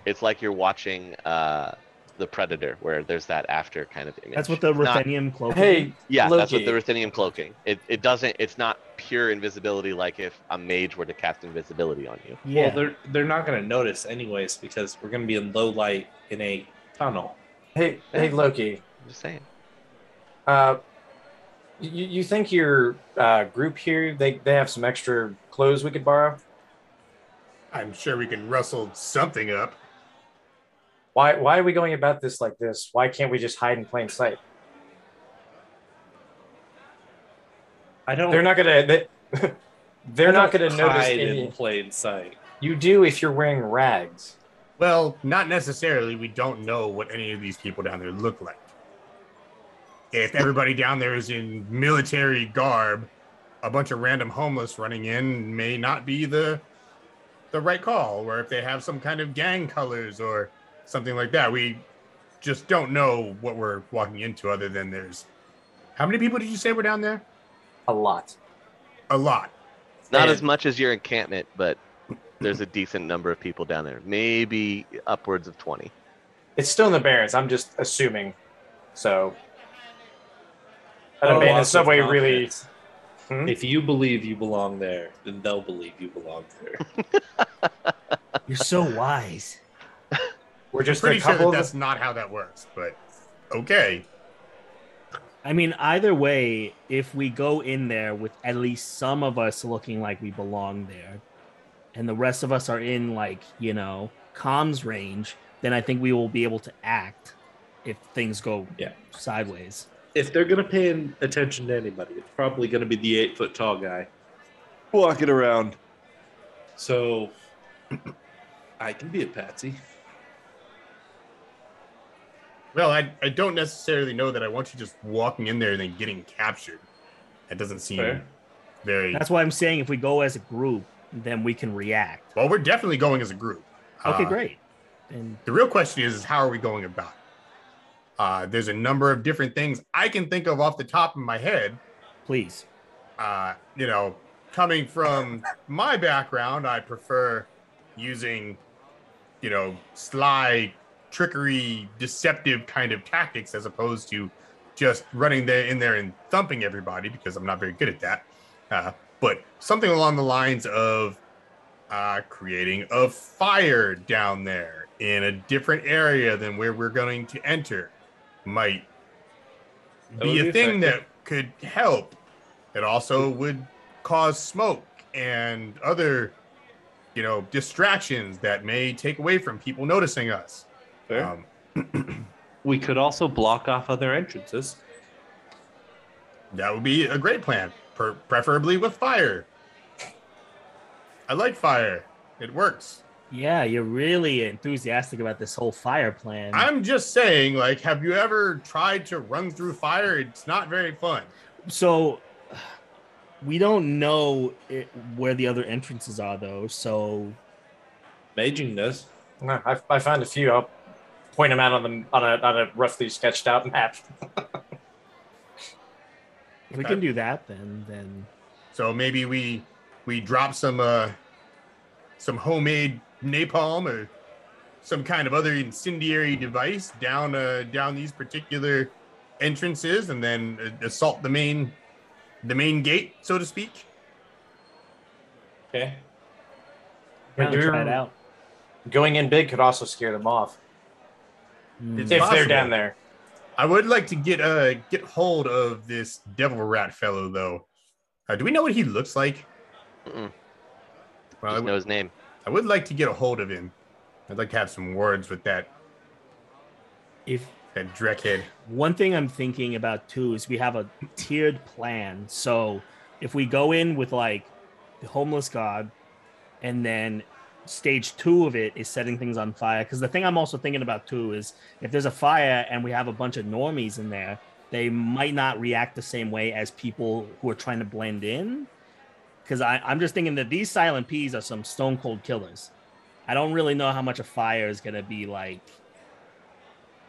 [SPEAKER 2] it's like you're watching uh, the Predator, where there's that after kind of image.
[SPEAKER 4] That's what the
[SPEAKER 2] It's not-
[SPEAKER 4] ruthenium cloak.
[SPEAKER 6] Hey,
[SPEAKER 2] Yeah, that's what
[SPEAKER 6] Loki.
[SPEAKER 2] the ruthenium cloaking. It, it doesn't. It's not pure invisibility like if a mage were to cast invisibility on you.
[SPEAKER 4] yeah.
[SPEAKER 3] Well, they're they're not going to notice anyways because we're going to be in low light in a tunnel.
[SPEAKER 6] hey, hey, Loki.
[SPEAKER 2] I'm just saying.
[SPEAKER 6] Uh, you, you think your uh, group here they, they have some extra clothes we could borrow?
[SPEAKER 1] I'm sure we can rustle something up.
[SPEAKER 6] Why why are we going about this like this? Why can't we just hide in plain sight?
[SPEAKER 3] I don't.
[SPEAKER 6] They're not gonna they,
[SPEAKER 3] I
[SPEAKER 6] they're not
[SPEAKER 3] don't
[SPEAKER 6] gonna notice
[SPEAKER 3] hide
[SPEAKER 6] any.
[SPEAKER 3] in plain sight.
[SPEAKER 6] You do if you're wearing rags.
[SPEAKER 1] Well, not necessarily. We don't know what any of these people down there look like. If everybody down there is in military garb, a bunch of random homeless running in may not be the the right call. Or if they have some kind of gang colors or something like that, we just don't know what we're walking into. Other than there's how many people did you say were down there?
[SPEAKER 6] A lot.
[SPEAKER 1] A lot.
[SPEAKER 2] Not
[SPEAKER 6] And-
[SPEAKER 2] as much as your encampment, but there's a decent number of people down there. Maybe upwards of twenty.
[SPEAKER 6] It's still in the Barrens. I'm just assuming. So
[SPEAKER 3] Oh,
[SPEAKER 6] an abandoned
[SPEAKER 3] lots of
[SPEAKER 6] subway really.
[SPEAKER 3] confidence.
[SPEAKER 6] Hmm?
[SPEAKER 3] If you believe you belong there, then they'll believe you belong there.
[SPEAKER 4] You're so wise.
[SPEAKER 6] We're just a
[SPEAKER 1] Pretty sure
[SPEAKER 6] couple
[SPEAKER 1] that
[SPEAKER 6] of
[SPEAKER 1] that's not how that works, but okay.
[SPEAKER 4] I mean, either way, if we go in there with at least some of us looking like we belong there, and the rest of us are in like you know comms range, then I think we will be able to act if things go
[SPEAKER 3] Yeah.
[SPEAKER 4] sideways.
[SPEAKER 3] if they're gonna pay an- attention to anybody, it's probably gonna be the eight foot tall guy walking around. So I can be a patsy.
[SPEAKER 1] Well, I, I don't necessarily know that I want you just walking in there and then getting captured. That doesn't seem
[SPEAKER 3] Fair.
[SPEAKER 1] very.
[SPEAKER 4] That's why I'm saying if we go as a group, then we can react.
[SPEAKER 1] well, we're definitely going as a group.
[SPEAKER 4] Okay,
[SPEAKER 1] Uh,
[SPEAKER 4] great. And
[SPEAKER 1] The real question is, is how are we going about it? Uh, there's a number of different things I can think of off the top of my head.
[SPEAKER 4] please,
[SPEAKER 1] Uh, you know, coming from my background, I prefer using, you know, sly, trickery, deceptive kind of tactics as opposed to just running there in there and thumping everybody because I'm not very good at that. Uh, but something along the lines of uh, creating a fire down there in a different area than where we're going to enter might
[SPEAKER 3] That
[SPEAKER 1] be
[SPEAKER 3] would
[SPEAKER 1] a
[SPEAKER 3] be
[SPEAKER 1] thing
[SPEAKER 3] effective.
[SPEAKER 1] that could help. It also would cause smoke and other, you know, distractions that may take away from people noticing us. Um,
[SPEAKER 3] Uh, we could also block off other entrances.
[SPEAKER 1] That would be a great plan, per- preferably with fire. I like fire. It works.
[SPEAKER 4] yeah, you're really enthusiastic about this whole fire plan.
[SPEAKER 1] I'm just saying, like, have you ever tried to run through fire? It's not very fun.
[SPEAKER 4] so we don't know it, where the other entrances are though so
[SPEAKER 3] Maging does.
[SPEAKER 6] No, I, I found a few. I'll point them out on the on a on a roughly sketched out map.
[SPEAKER 4] if we can do that then then
[SPEAKER 1] So maybe we we drop some uh some homemade napalm or some kind of other incendiary device down uh, down these particular entrances and then uh, assault the main the main gate, so to speak.
[SPEAKER 3] Okay.
[SPEAKER 6] But
[SPEAKER 4] Kinda try it
[SPEAKER 6] you're-
[SPEAKER 4] out.
[SPEAKER 6] Going in big could also scare them off
[SPEAKER 1] It's
[SPEAKER 6] if they're
[SPEAKER 1] possible.
[SPEAKER 6] down there.
[SPEAKER 1] I would like to get uh get hold of this devil rat fellow though. Uh, do we know what he looks like?
[SPEAKER 2] Mm-mm.
[SPEAKER 1] Well, I
[SPEAKER 2] Just
[SPEAKER 1] would-
[SPEAKER 2] know his name.
[SPEAKER 1] I would like to get a hold of him. I'd like to have some words with that
[SPEAKER 4] If
[SPEAKER 1] that dreckhead.
[SPEAKER 4] one thing I'm thinking about too is we have a tiered plan. So if we go in with like the homeless god, and then stage two of it is setting things on fire. Because the thing I'm also thinking about too is if there's a fire and we have a bunch of normies in there, they might not react the same way as people who are trying to blend in. Because I'm just thinking that these silent peas are some stone cold killers. I don't really know how much a fire is going to be like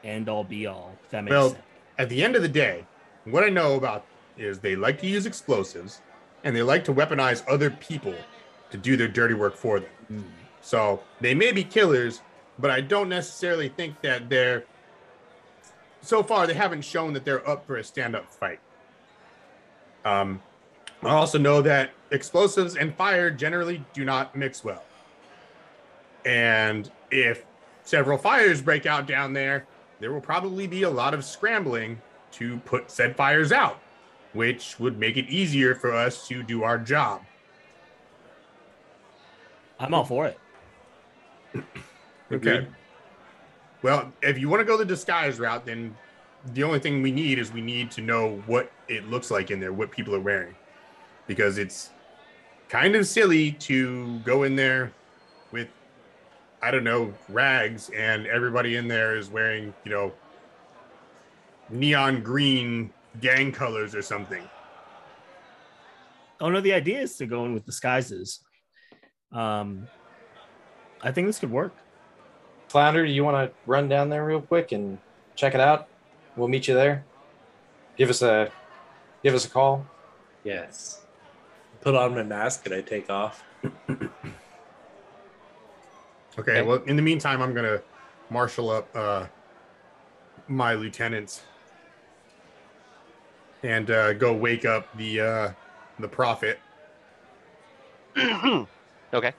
[SPEAKER 4] end all be all. If that makes
[SPEAKER 1] Well,
[SPEAKER 4] sense.
[SPEAKER 1] At the end of the day, what I know about is they like to use explosives and they like to weaponize other people to do their dirty work for them. So they may be killers, but I don't necessarily think that they're. So far, they haven't shown that they're up for a stand-up fight. Um, I also know that explosives and fire generally do not mix well. And if several fires break out down there, there will probably be a lot of scrambling to put said fires out, which would make it easier for us to do our job.
[SPEAKER 4] I'm all for it.
[SPEAKER 1] Okay. Well, if you want to go the disguise route, then the only thing we need is we need to know what it looks like in there, what people are wearing, because it's kind of silly to go in there with, I don't know, rags, and everybody in there is wearing, you know, neon green gang colors or something.
[SPEAKER 4] Oh no, the idea is to go in with disguises. Um, I think this could work.
[SPEAKER 6] Flounder, you want to run down there real quick and check it out? We'll meet you there. Give us a give us a call.
[SPEAKER 3] Yes. Put on my mask and I take off.
[SPEAKER 1] Okay. Well, in the meantime, I'm gonna marshal up uh, my lieutenants and uh, go wake up the uh, the prophet.
[SPEAKER 2] Okay.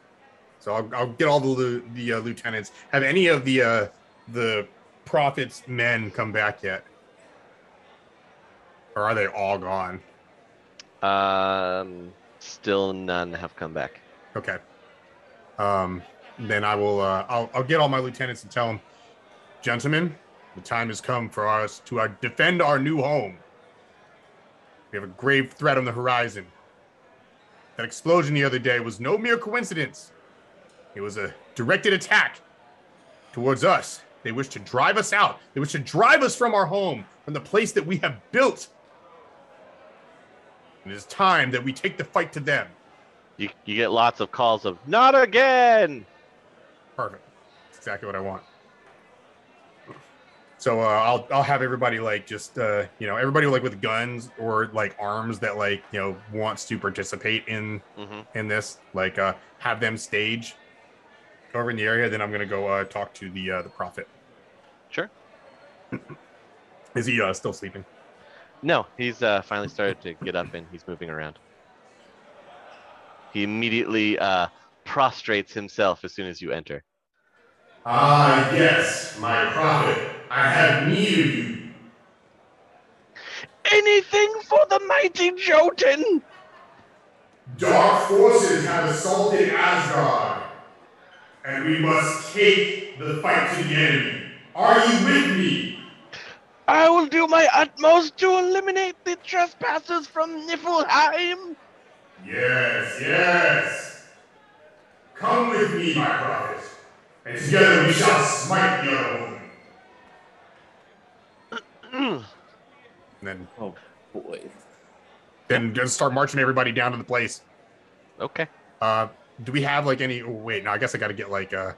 [SPEAKER 1] So I'll, I'll get all the lu- the uh, lieutenants. Have any of the uh, the prophet's men come back yet, or are they all gone?
[SPEAKER 2] Um, still none have come back.
[SPEAKER 1] Okay. Um, then I will. Uh, I'll, I'll get all my lieutenants and tell them, gentlemen, the time has come for us to uh, defend our new home. We have a grave threat on the horizon. That explosion the other day was no mere coincidence. It was a directed attack towards us. They wish to drive us out. They wish to drive us from our home, from the place that we have built. It is time that we take the fight to them.
[SPEAKER 2] You, you get lots of calls of not again.
[SPEAKER 1] Perfect. That's exactly what I want. So uh, I'll I'll have everybody like just uh, you know everybody like with guns or like arms that like you know wants to participate in
[SPEAKER 2] hmm
[SPEAKER 1] in this like uh, have them stage over in the area. Then I'm gonna go uh, talk to the uh, the prophet.
[SPEAKER 2] Sure.
[SPEAKER 1] Is he uh, still sleeping?
[SPEAKER 2] No, he's uh, finally started to get up and he's moving around. He immediately uh, prostrates himself as soon as you enter.
[SPEAKER 1] Ah yes, my prophet. I have need of you.
[SPEAKER 2] Anything for the mighty Jotun!
[SPEAKER 1] Dark forces have assaulted Asgard, and we must take the fight to the enemy. Are you with me?
[SPEAKER 2] I will do my utmost to eliminate the trespassers from Niflheim!
[SPEAKER 1] Yes, yes. Come with me, my prophet, and together we shall smite the other woman. Then,
[SPEAKER 3] Oh boy.
[SPEAKER 1] then just start marching everybody down to the place.
[SPEAKER 2] okay.
[SPEAKER 1] Uh, do we have like any? oh, Wait, no, I guess I got to get like uh,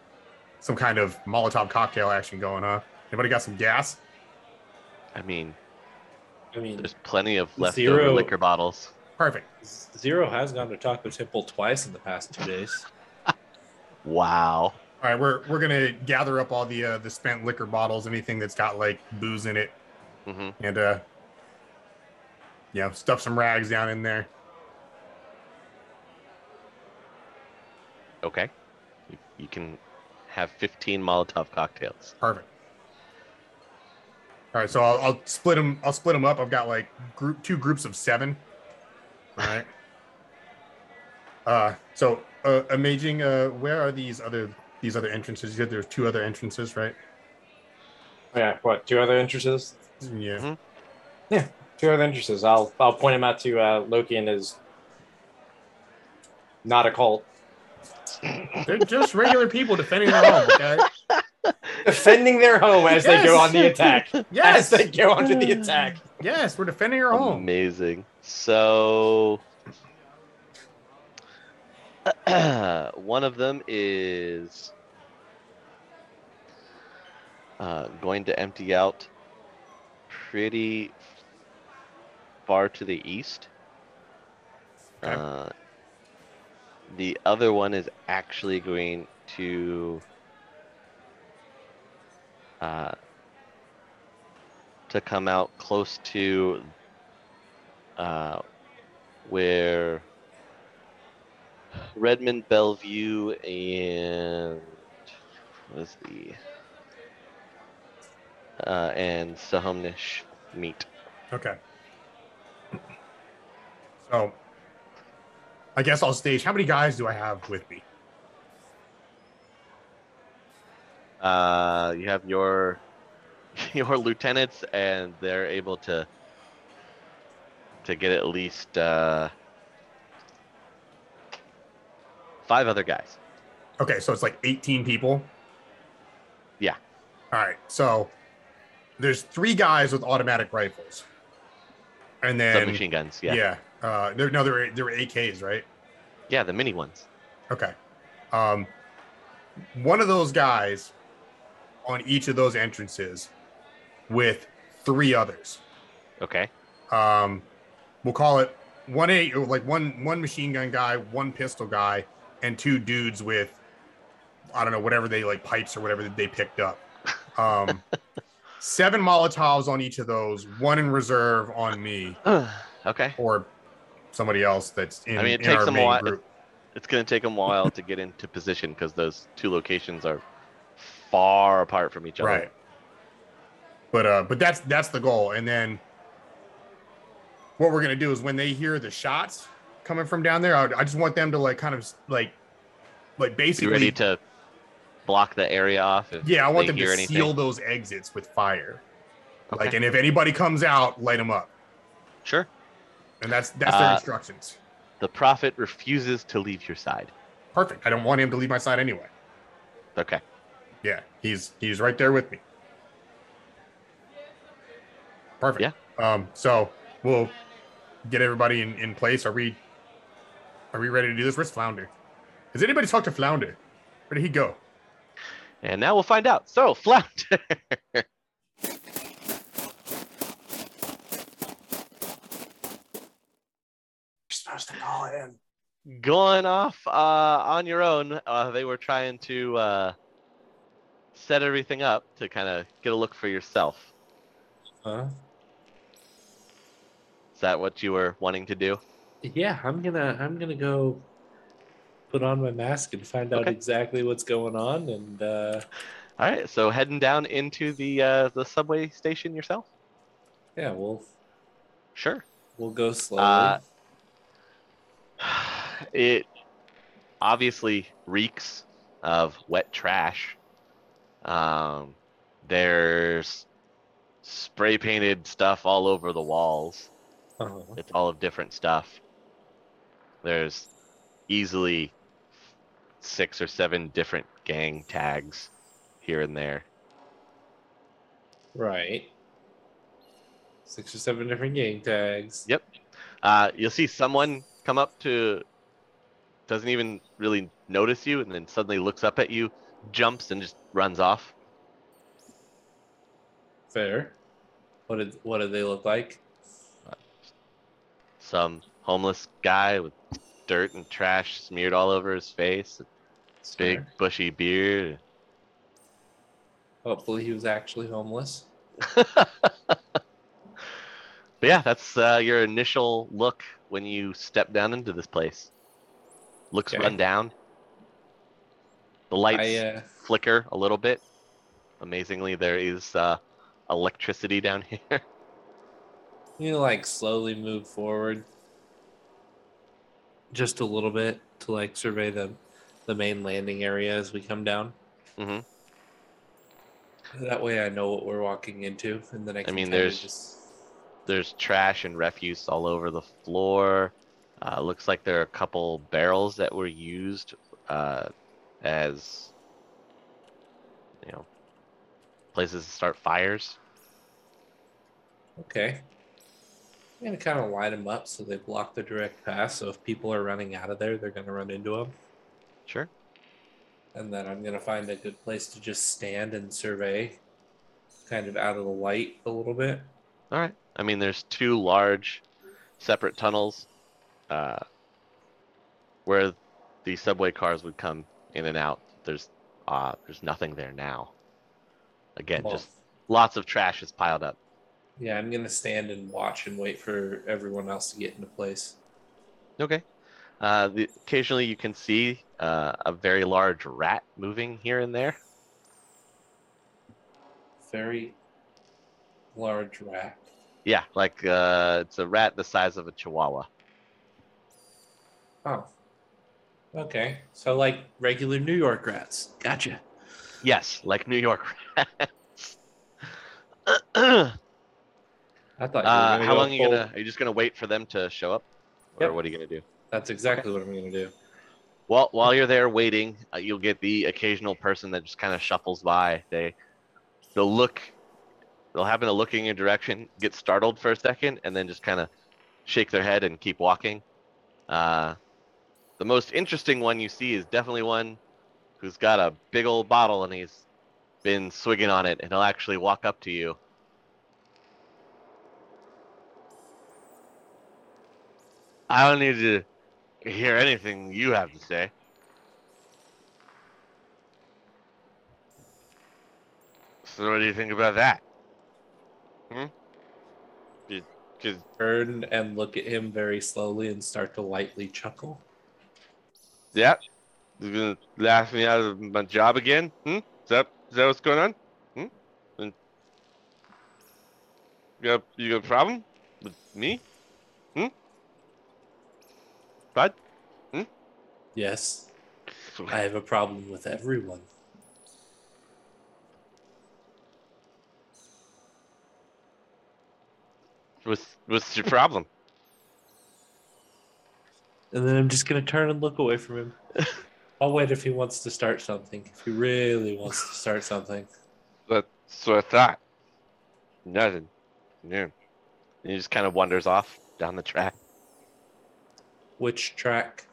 [SPEAKER 1] some kind of Molotov cocktail action going, huh? Anybody got some gas?
[SPEAKER 2] I mean,
[SPEAKER 3] I mean,
[SPEAKER 2] there's plenty of leftover
[SPEAKER 3] Zero.
[SPEAKER 2] liquor bottles.
[SPEAKER 1] Perfect.
[SPEAKER 3] Zero has gone to Taco Temple twice in the past two days.
[SPEAKER 2] Wow.
[SPEAKER 1] All right, we're we're gonna gather up all the uh, the spent liquor bottles, anything that's got like booze in it,
[SPEAKER 2] hmm
[SPEAKER 1] and uh, yeah, stuff some rags down in there.
[SPEAKER 2] Okay. You, you can have 15 Molotov cocktails.
[SPEAKER 1] Perfect. All right, so I'll, I'll split them. I'll split them up. I've got like group two groups of seven. All right. uh, so uh, amazing. Uh, where are these other these other entrances? You said there's two other entrances, right?
[SPEAKER 6] Yeah, what? Two other entrances?
[SPEAKER 1] Yeah.
[SPEAKER 6] Two other entrances. I'll I'll point him out to uh, Loki and his not a cult.
[SPEAKER 1] They're just regular people defending their home. Okay.
[SPEAKER 6] Defending their home as they go
[SPEAKER 1] Yes.
[SPEAKER 6] on the attack. As
[SPEAKER 1] Yes.
[SPEAKER 6] they go onto the attack.
[SPEAKER 1] Yes, we're defending our home.
[SPEAKER 2] Amazing. So, one of them is uh, going to empty out pretty far to the east.
[SPEAKER 1] Okay.
[SPEAKER 2] Uh, the other one is actually going to uh, to come out close to uh, where Redmond, Bellevue, and what is the uh, and Sahomnish meet.
[SPEAKER 1] Okay. So, I guess I'll stage. How many guys do I have with me?
[SPEAKER 2] Uh, you have your your lieutenants, and they're able to to get at least uh, five other guys.
[SPEAKER 1] Okay, so it's like 18 people.
[SPEAKER 2] Yeah.
[SPEAKER 1] All right. So there's three guys with automatic rifles. And then
[SPEAKER 2] Submachine guns.
[SPEAKER 1] yeah.
[SPEAKER 2] Yeah. yeah,
[SPEAKER 1] Uh there no there there were AKs, right?
[SPEAKER 2] the mini ones.
[SPEAKER 1] Okay. Um one of those guys on each of those entrances with three others.
[SPEAKER 2] Okay.
[SPEAKER 1] Um we'll call it one eight or like one one machine gun guy, one pistol guy, and two dudes with I don't know, whatever they like pipes or whatever that they picked up. Um, seven Molotovs on each of those, one in reserve on me
[SPEAKER 2] okay.
[SPEAKER 1] or somebody else that's in,
[SPEAKER 2] I mean, it
[SPEAKER 1] in
[SPEAKER 2] takes
[SPEAKER 1] our
[SPEAKER 2] them a
[SPEAKER 1] main
[SPEAKER 2] while-
[SPEAKER 1] group.
[SPEAKER 2] It's gonna take them a while to get into position because those two locations are far apart from each other.
[SPEAKER 1] Right. But uh, but that's that's the goal. And then what we're gonna do is when they hear the shots coming from down there, I, I just want them to like kind of like like
[SPEAKER 2] Be
[SPEAKER 1] basically
[SPEAKER 2] ready to block the area off. If
[SPEAKER 1] yeah, I want
[SPEAKER 2] they
[SPEAKER 1] them to
[SPEAKER 2] hear anything.
[SPEAKER 1] seal those exits with fire. Like,
[SPEAKER 2] Okay.
[SPEAKER 1] and if anybody comes out, light them up.
[SPEAKER 2] Sure.
[SPEAKER 1] And that's that's their
[SPEAKER 2] Uh,
[SPEAKER 1] instructions.
[SPEAKER 2] The prophet refuses to leave your side.
[SPEAKER 1] Perfect. I don't want him to leave my side anyway.
[SPEAKER 2] Okay.
[SPEAKER 1] Yeah, he's he's right there with me. Perfect.
[SPEAKER 2] Yeah.
[SPEAKER 1] Um. So we'll get everybody in in place. Are we? Are we ready to do this? Where's Flounder? Has anybody talked to Flounder? Where did he go?
[SPEAKER 2] And now we'll find out. So, Flounder.
[SPEAKER 6] You're supposed to call him.
[SPEAKER 2] going off uh, on your own. Uh, they were trying to uh, set everything up to kind of get a look for yourself.
[SPEAKER 3] Huh?
[SPEAKER 2] Is that what you were wanting to do?
[SPEAKER 3] Yeah, I'm gonna I'm gonna go put on my mask and find out
[SPEAKER 2] Okay.
[SPEAKER 3] exactly what's going on and uh
[SPEAKER 2] All right. So heading down into the uh, the subway station yourself.
[SPEAKER 3] yeah, we'll
[SPEAKER 2] Sure.
[SPEAKER 3] we'll go slowly.
[SPEAKER 2] Uh, It obviously reeks of wet trash. Um, there's spray painted stuff all over the walls.
[SPEAKER 3] Uh-huh.
[SPEAKER 2] It's all of different stuff. There's easily six or seven different gang tags here and there.
[SPEAKER 3] Right. Six or seven different gang tags.
[SPEAKER 2] Yep. Uh, you'll see someone come up to, doesn't even really notice you, and then suddenly looks up at you, jumps, and just runs off.
[SPEAKER 3] Fair. What did what do they look like?
[SPEAKER 2] Some homeless guy with dirt and trash smeared all over his face. Big bushy beard.
[SPEAKER 3] Hopefully, he was actually homeless.
[SPEAKER 2] but yeah, that's uh, your initial look when you step down into this place. Looks
[SPEAKER 3] Okay.
[SPEAKER 2] run down. The lights
[SPEAKER 3] I, uh,
[SPEAKER 2] flicker a little bit. Amazingly, there is uh, electricity down here.
[SPEAKER 3] you know, like slowly move forward just a little bit to like survey the the main landing area as we come down.
[SPEAKER 2] Mhm.
[SPEAKER 3] That way, I know what we're walking into, and then I can.
[SPEAKER 2] mean,
[SPEAKER 3] kinda
[SPEAKER 2] there's-
[SPEAKER 3] just
[SPEAKER 2] There's trash and refuse all over the floor. Uh, looks like there are a couple barrels that were used uh, as, you know, places to start fires.
[SPEAKER 3] okay. I'm gonna kind of line them up so they block the direct path. So if people are running out of there, they're gonna run into them.
[SPEAKER 2] Sure.
[SPEAKER 3] and then I'm gonna find a good place to just stand and survey, kind of out of the light a little bit.
[SPEAKER 2] All right. I mean, there's two large, separate tunnels, uh, where the subway cars would come in and out. There's, uh, there's nothing there now. Again,
[SPEAKER 3] Well,
[SPEAKER 2] just lots of trash is piled up.
[SPEAKER 3] yeah, I'm gonna stand and watch and wait for everyone else to get into place.
[SPEAKER 2] Okay. Uh, the, occasionally, you can see uh, a very large rat moving here and there.
[SPEAKER 3] Very large rat.
[SPEAKER 2] Yeah, like uh, it's a rat the size of a chihuahua.
[SPEAKER 3] Oh. Okay. So like regular New York rats. Gotcha.
[SPEAKER 2] Yes, like New York rats. uh,
[SPEAKER 3] I thought. you were gonna
[SPEAKER 2] how
[SPEAKER 3] go
[SPEAKER 2] long are you
[SPEAKER 3] full-
[SPEAKER 2] gonna? Are you just gonna wait for them to show up, or
[SPEAKER 3] Yep.
[SPEAKER 2] what are you gonna do?
[SPEAKER 3] That's exactly what I'm gonna do.
[SPEAKER 2] Well, while you're there waiting, uh, you'll get the occasional person that just kind of shuffles by. They, they'll look, they'll happen to look in your direction, get startled for a second, and then just kind of shake their head and keep walking. Uh, the most interesting one you see is definitely one who's got a big old bottle and he's been swigging on it, and he'll actually walk up to you. I don't need to hear anything you have to say. So what do you think about that? Hmm? Did, did-
[SPEAKER 3] Turn and look at him very slowly and start to lightly chuckle.
[SPEAKER 2] yep. You're gonna laugh me out of my job again? Hmm? Is that, is that what's going on? Hmm? And- you, got, you got a problem with me? Hmm? Bud?
[SPEAKER 3] Yes, I have a problem with everyone.
[SPEAKER 2] What's, what's your problem?
[SPEAKER 3] and then I'm just gonna turn and look away from him. I'll wait if he wants to start something. If he really wants to start something,
[SPEAKER 2] That's what I thought. Nothing. Yeah. And he just kind of wanders off down the track.
[SPEAKER 3] which track?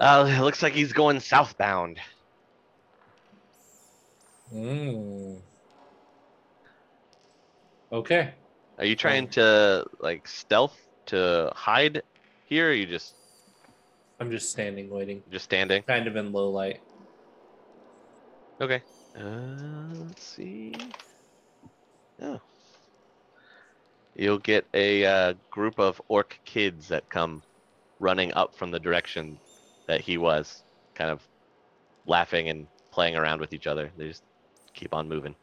[SPEAKER 2] Uh, it looks like he's going southbound.
[SPEAKER 3] Mm. Okay.
[SPEAKER 2] Are you trying to like stealth to hide here? Or are you just
[SPEAKER 3] I'm just standing waiting,
[SPEAKER 2] just standing?
[SPEAKER 3] kind of in low light.
[SPEAKER 2] Okay. Uh, let's see. Oh. You'll get a uh, group of orc kids that come running up from the direction that he was, kind of laughing and playing around with each other. They just keep on moving,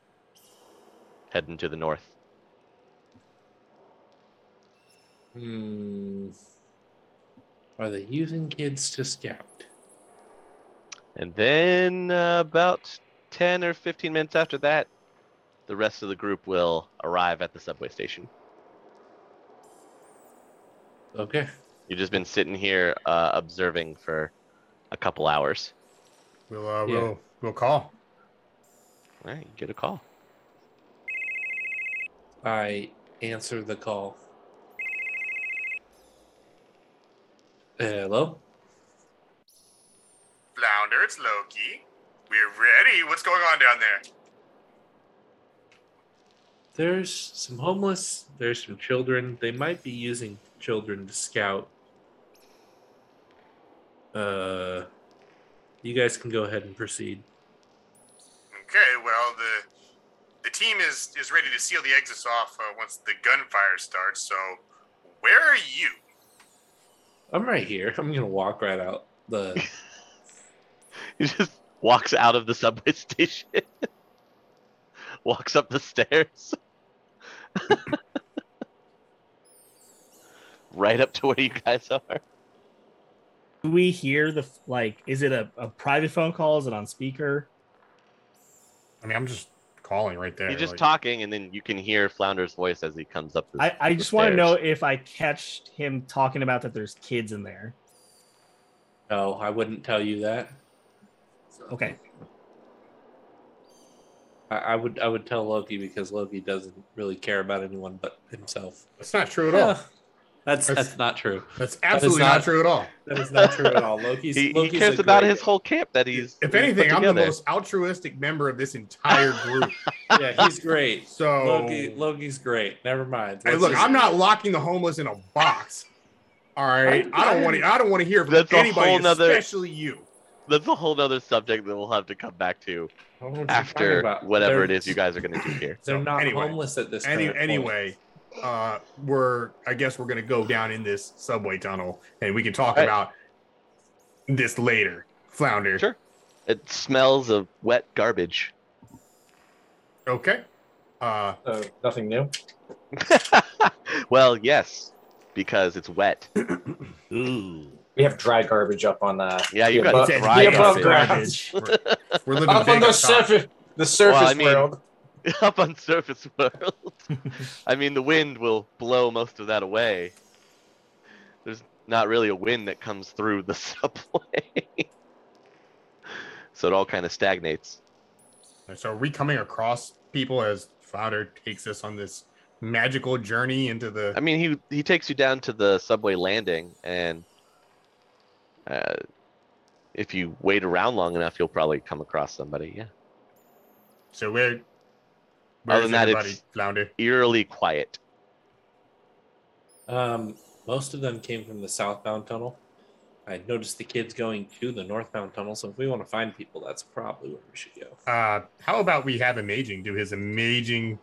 [SPEAKER 2] heading to the north.
[SPEAKER 3] Hmm. Are they using kids to scout?
[SPEAKER 2] And then uh, about 10 or 15 minutes after that, the rest of the group will arrive at the subway station.
[SPEAKER 3] Okay.
[SPEAKER 2] You've just been sitting here uh, observing for a couple hours.
[SPEAKER 1] We'll uh,
[SPEAKER 3] Yeah.
[SPEAKER 1] we'll we'll call.
[SPEAKER 2] All right, you get a call.
[SPEAKER 3] I answer the call. Hello.
[SPEAKER 10] Flounder, it's Loki. We're ready. What's going on down there?
[SPEAKER 3] There's some homeless. There's some children. They might be using children to scout. Uh, You guys can go ahead and proceed.
[SPEAKER 10] Okay, well the the team is is ready to seal the exits off uh, once the gunfire starts. So where are you?
[SPEAKER 3] I'm right here. I'm gonna walk right out the
[SPEAKER 2] He just walks out of the subway station, walks up the stairs, right up to where you guys are.
[SPEAKER 4] Do we hear the f- like? Is it a, a private phone call? Is it on speaker?
[SPEAKER 1] I mean, I'm just calling right there.
[SPEAKER 2] You're just
[SPEAKER 1] like,
[SPEAKER 2] talking, and then you can hear Flounder's voice as he comes up. The,
[SPEAKER 4] I, I
[SPEAKER 2] the
[SPEAKER 4] just want to
[SPEAKER 2] stairs.
[SPEAKER 4] know if I catch him talking about that there's kids in there.
[SPEAKER 3] No, I wouldn't tell you that.
[SPEAKER 4] Okay.
[SPEAKER 3] I, I would I would tell Loki because Loki doesn't really care about anyone but himself.
[SPEAKER 1] That's not true at all.
[SPEAKER 3] Yeah. That's
[SPEAKER 1] That's-
[SPEAKER 3] that's not true.
[SPEAKER 1] That's absolutely not,
[SPEAKER 3] not-
[SPEAKER 1] true at all.
[SPEAKER 3] That is not true at all. Loki's
[SPEAKER 2] He, he
[SPEAKER 3] Loki's
[SPEAKER 2] cares
[SPEAKER 3] a
[SPEAKER 2] about
[SPEAKER 3] great-
[SPEAKER 2] his whole camp that he's.
[SPEAKER 1] If
[SPEAKER 2] he's
[SPEAKER 1] anything,
[SPEAKER 2] put
[SPEAKER 1] I'm the
[SPEAKER 2] together.
[SPEAKER 1] most altruistic member of this entire group.
[SPEAKER 3] Yeah, he's great.
[SPEAKER 1] So
[SPEAKER 3] Loki Loki's great. Never mind.
[SPEAKER 1] Oh. Hey,
[SPEAKER 3] Let's
[SPEAKER 1] look,
[SPEAKER 3] just-
[SPEAKER 1] I'm not locking the homeless in a box. All right, I don't want to. I don't want to hear from
[SPEAKER 2] That's a
[SPEAKER 1] anybody,
[SPEAKER 2] whole nother-
[SPEAKER 1] especially you.
[SPEAKER 2] That's a whole other subject that we'll have to come back to
[SPEAKER 3] I don't know what you're talking
[SPEAKER 2] after
[SPEAKER 3] about.
[SPEAKER 2] whatever
[SPEAKER 3] They're-
[SPEAKER 2] it is you guys are going to do here.
[SPEAKER 3] They're not
[SPEAKER 1] Anyway.
[SPEAKER 3] homeless at this
[SPEAKER 1] Any,
[SPEAKER 3] current point.
[SPEAKER 1] anyway, uh, we're I guess we're gonna go down in this subway tunnel, and we can talk
[SPEAKER 2] Right.
[SPEAKER 1] about this later. Flounder.
[SPEAKER 2] Sure. It smells of wet garbage.
[SPEAKER 1] Okay. Uh,
[SPEAKER 6] So nothing new.
[SPEAKER 2] well, yes, because it's wet.
[SPEAKER 4] Ooh.
[SPEAKER 6] We have dry garbage up on uh,
[SPEAKER 2] Yeah, you
[SPEAKER 6] Yeah,
[SPEAKER 2] got
[SPEAKER 6] but-
[SPEAKER 2] dry
[SPEAKER 6] yeah, but-
[SPEAKER 2] garbage.
[SPEAKER 4] Garbage.
[SPEAKER 1] we're, we're living
[SPEAKER 6] up
[SPEAKER 1] big
[SPEAKER 6] on the
[SPEAKER 1] up top.
[SPEAKER 6] surface. The surface
[SPEAKER 2] I mean-
[SPEAKER 6] world.
[SPEAKER 2] up on surface world. I mean, the wind will blow most of that away. There's not really a wind that comes through the subway, so it all kind of stagnates.
[SPEAKER 1] So are we coming across people as Flounder takes us on this magical journey into the?
[SPEAKER 2] I mean, he he takes you down to the subway landing, and uh, if you wait around long enough, you'll probably come across somebody. Yeah,
[SPEAKER 1] so where?
[SPEAKER 2] Other
[SPEAKER 1] Where's
[SPEAKER 2] than that,
[SPEAKER 1] everybody,
[SPEAKER 2] it's-
[SPEAKER 1] Flounder?
[SPEAKER 2] eerily quiet.
[SPEAKER 3] Um, most of them came from the southbound tunnel. I noticed the kids going to the northbound tunnel, so if we want to find people, that's probably where we should go.
[SPEAKER 1] Uh, how about we have Amazing do his amazing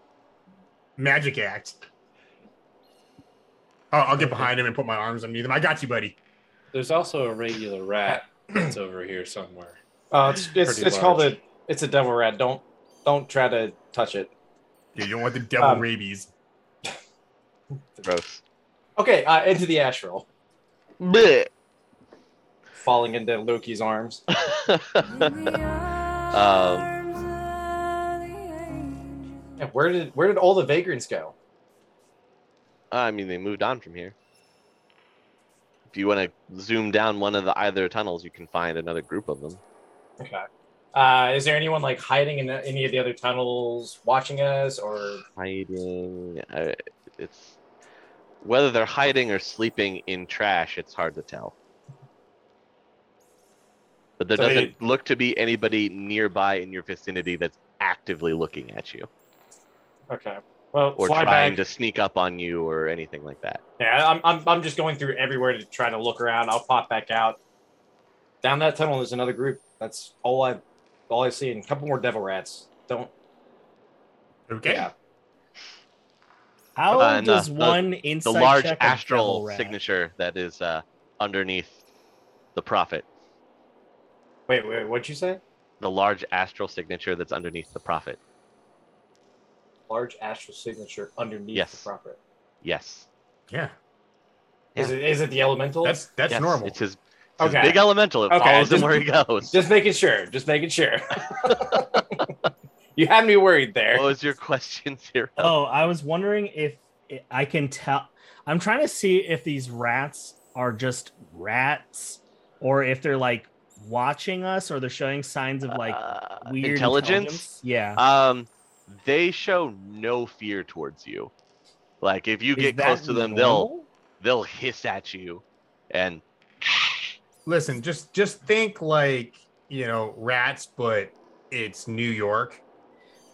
[SPEAKER 1] magic act? Oh, I'll get behind him and put my arms underneath him. I got you, buddy.
[SPEAKER 3] There's also a regular rat that's over here somewhere.
[SPEAKER 6] Uh, it's it's,
[SPEAKER 3] Pretty
[SPEAKER 6] it's called
[SPEAKER 3] large.
[SPEAKER 6] a it's a devil rat. Don't don't try to touch it.
[SPEAKER 1] You don't want the devil
[SPEAKER 6] Um,
[SPEAKER 1] rabies.
[SPEAKER 2] Gross.
[SPEAKER 6] Okay, uh, into the astral,
[SPEAKER 2] Blech.
[SPEAKER 6] falling into Loki's arms.
[SPEAKER 2] um,
[SPEAKER 6] Yeah, where did where did all the vagrants go?
[SPEAKER 2] I mean, they moved on from here. If you want to zoom down one of the either tunnels, you can find another group of them.
[SPEAKER 6] Okay. Uh, is there anyone like hiding in the, any of the other tunnels, watching us, or
[SPEAKER 2] Hiding, uh, it's whether they're hiding or sleeping in trash. It's hard to tell. But there
[SPEAKER 3] So they-
[SPEAKER 2] doesn't look to be anybody nearby in your vicinity that's actively looking at you
[SPEAKER 6] okay? Well,
[SPEAKER 2] or
[SPEAKER 6] fly
[SPEAKER 2] trying
[SPEAKER 6] back.
[SPEAKER 2] to sneak up on you or anything like that.
[SPEAKER 6] Yeah, I'm, I'm I'm just going through everywhere to try to look around. I'll pop back out. Down that tunnel there's another group. That's all I all I see, and a couple more devil rats. Don't
[SPEAKER 1] Okay.
[SPEAKER 6] Yeah.
[SPEAKER 4] How
[SPEAKER 2] Uh, and, uh,
[SPEAKER 4] does
[SPEAKER 2] the-
[SPEAKER 4] one
[SPEAKER 2] The
[SPEAKER 4] insight
[SPEAKER 2] large
[SPEAKER 4] check a devil
[SPEAKER 2] astral
[SPEAKER 4] rat?
[SPEAKER 2] signature that is uh, underneath the prophet.
[SPEAKER 6] wait. Wait, what'd you say?
[SPEAKER 2] the large astral signature that's underneath the prophet.
[SPEAKER 6] Large astral signature underneath
[SPEAKER 2] Yes.
[SPEAKER 6] the prophet.
[SPEAKER 2] Yes.
[SPEAKER 1] Yeah.
[SPEAKER 6] Is it is it the elemental?
[SPEAKER 1] That's that's
[SPEAKER 2] Yes,
[SPEAKER 1] normal.
[SPEAKER 2] It's his, it's his
[SPEAKER 6] okay.
[SPEAKER 2] big elemental. It
[SPEAKER 6] Okay,
[SPEAKER 2] follows him
[SPEAKER 6] just-
[SPEAKER 2] where he goes.
[SPEAKER 6] Just making sure. Just making sure. you had me worried there.
[SPEAKER 2] What was your question, Zero?
[SPEAKER 4] Oh, I was wondering if it- I can tell. I'm trying to see if these rats are just rats or if they're like watching us or they're showing signs of like
[SPEAKER 2] Uh,
[SPEAKER 4] weird
[SPEAKER 2] intelligence?
[SPEAKER 4] Yeah.
[SPEAKER 2] Um, they show no fear towards you. Like if you
[SPEAKER 4] Is
[SPEAKER 2] get
[SPEAKER 4] that
[SPEAKER 2] close to them,
[SPEAKER 4] normal?
[SPEAKER 2] they'll they'll hiss at you, and
[SPEAKER 1] Listen, just just think like you know rats, but it's New York.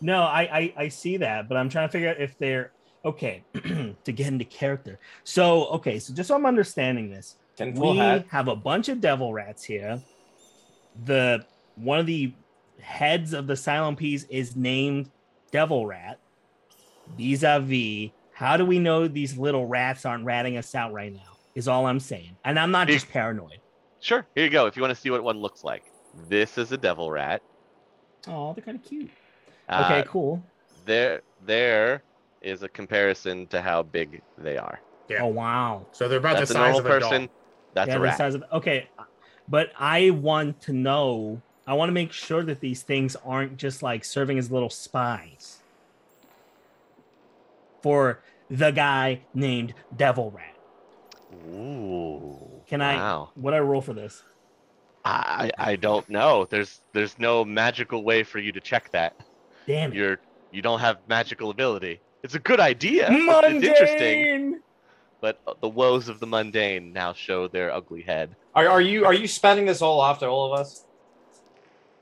[SPEAKER 4] No, I, I I see that, but I'm trying to figure out if they're okay to get into character. So okay, so just so I'm understanding this,
[SPEAKER 6] Tinfoil
[SPEAKER 4] we
[SPEAKER 6] hat.
[SPEAKER 4] have a bunch of devil rats here. the one of the heads of the Cylon Peas is named Devil Rat. Vis-a-vis, how do we know these little rats aren't ratting us out right now? Is all I'm saying, and I'm not just paranoid.
[SPEAKER 2] Sure, here you go. If you want to see what one looks like, this is a devil rat.
[SPEAKER 4] Oh, they're kind of cute.
[SPEAKER 2] Uh,
[SPEAKER 4] Okay, cool.
[SPEAKER 2] There, there is a comparison to how big they are.
[SPEAKER 1] yeah.
[SPEAKER 4] Oh wow.
[SPEAKER 1] So they're about
[SPEAKER 2] that's
[SPEAKER 1] the
[SPEAKER 2] a
[SPEAKER 1] size
[SPEAKER 2] normal
[SPEAKER 1] of a
[SPEAKER 2] person.
[SPEAKER 1] dog.
[SPEAKER 2] That's
[SPEAKER 4] yeah,
[SPEAKER 2] a
[SPEAKER 4] the
[SPEAKER 2] rat.
[SPEAKER 4] size of okay, but I want to know. I want to make sure that these things aren't just like serving as little spies for the guy named Devil Rat.
[SPEAKER 2] Ooh.
[SPEAKER 4] Can I-
[SPEAKER 2] Wow.
[SPEAKER 4] What I roll for this?
[SPEAKER 2] I, I I don't know. There's there's no magical way for you to check that.
[SPEAKER 4] Damn it!
[SPEAKER 2] You're you don't have magical ability. It's a good idea. It's interesting,
[SPEAKER 4] Mundane!
[SPEAKER 2] but the woes of the mundane now show their ugly head.
[SPEAKER 6] Are, are you are you spouting this all off to all of us?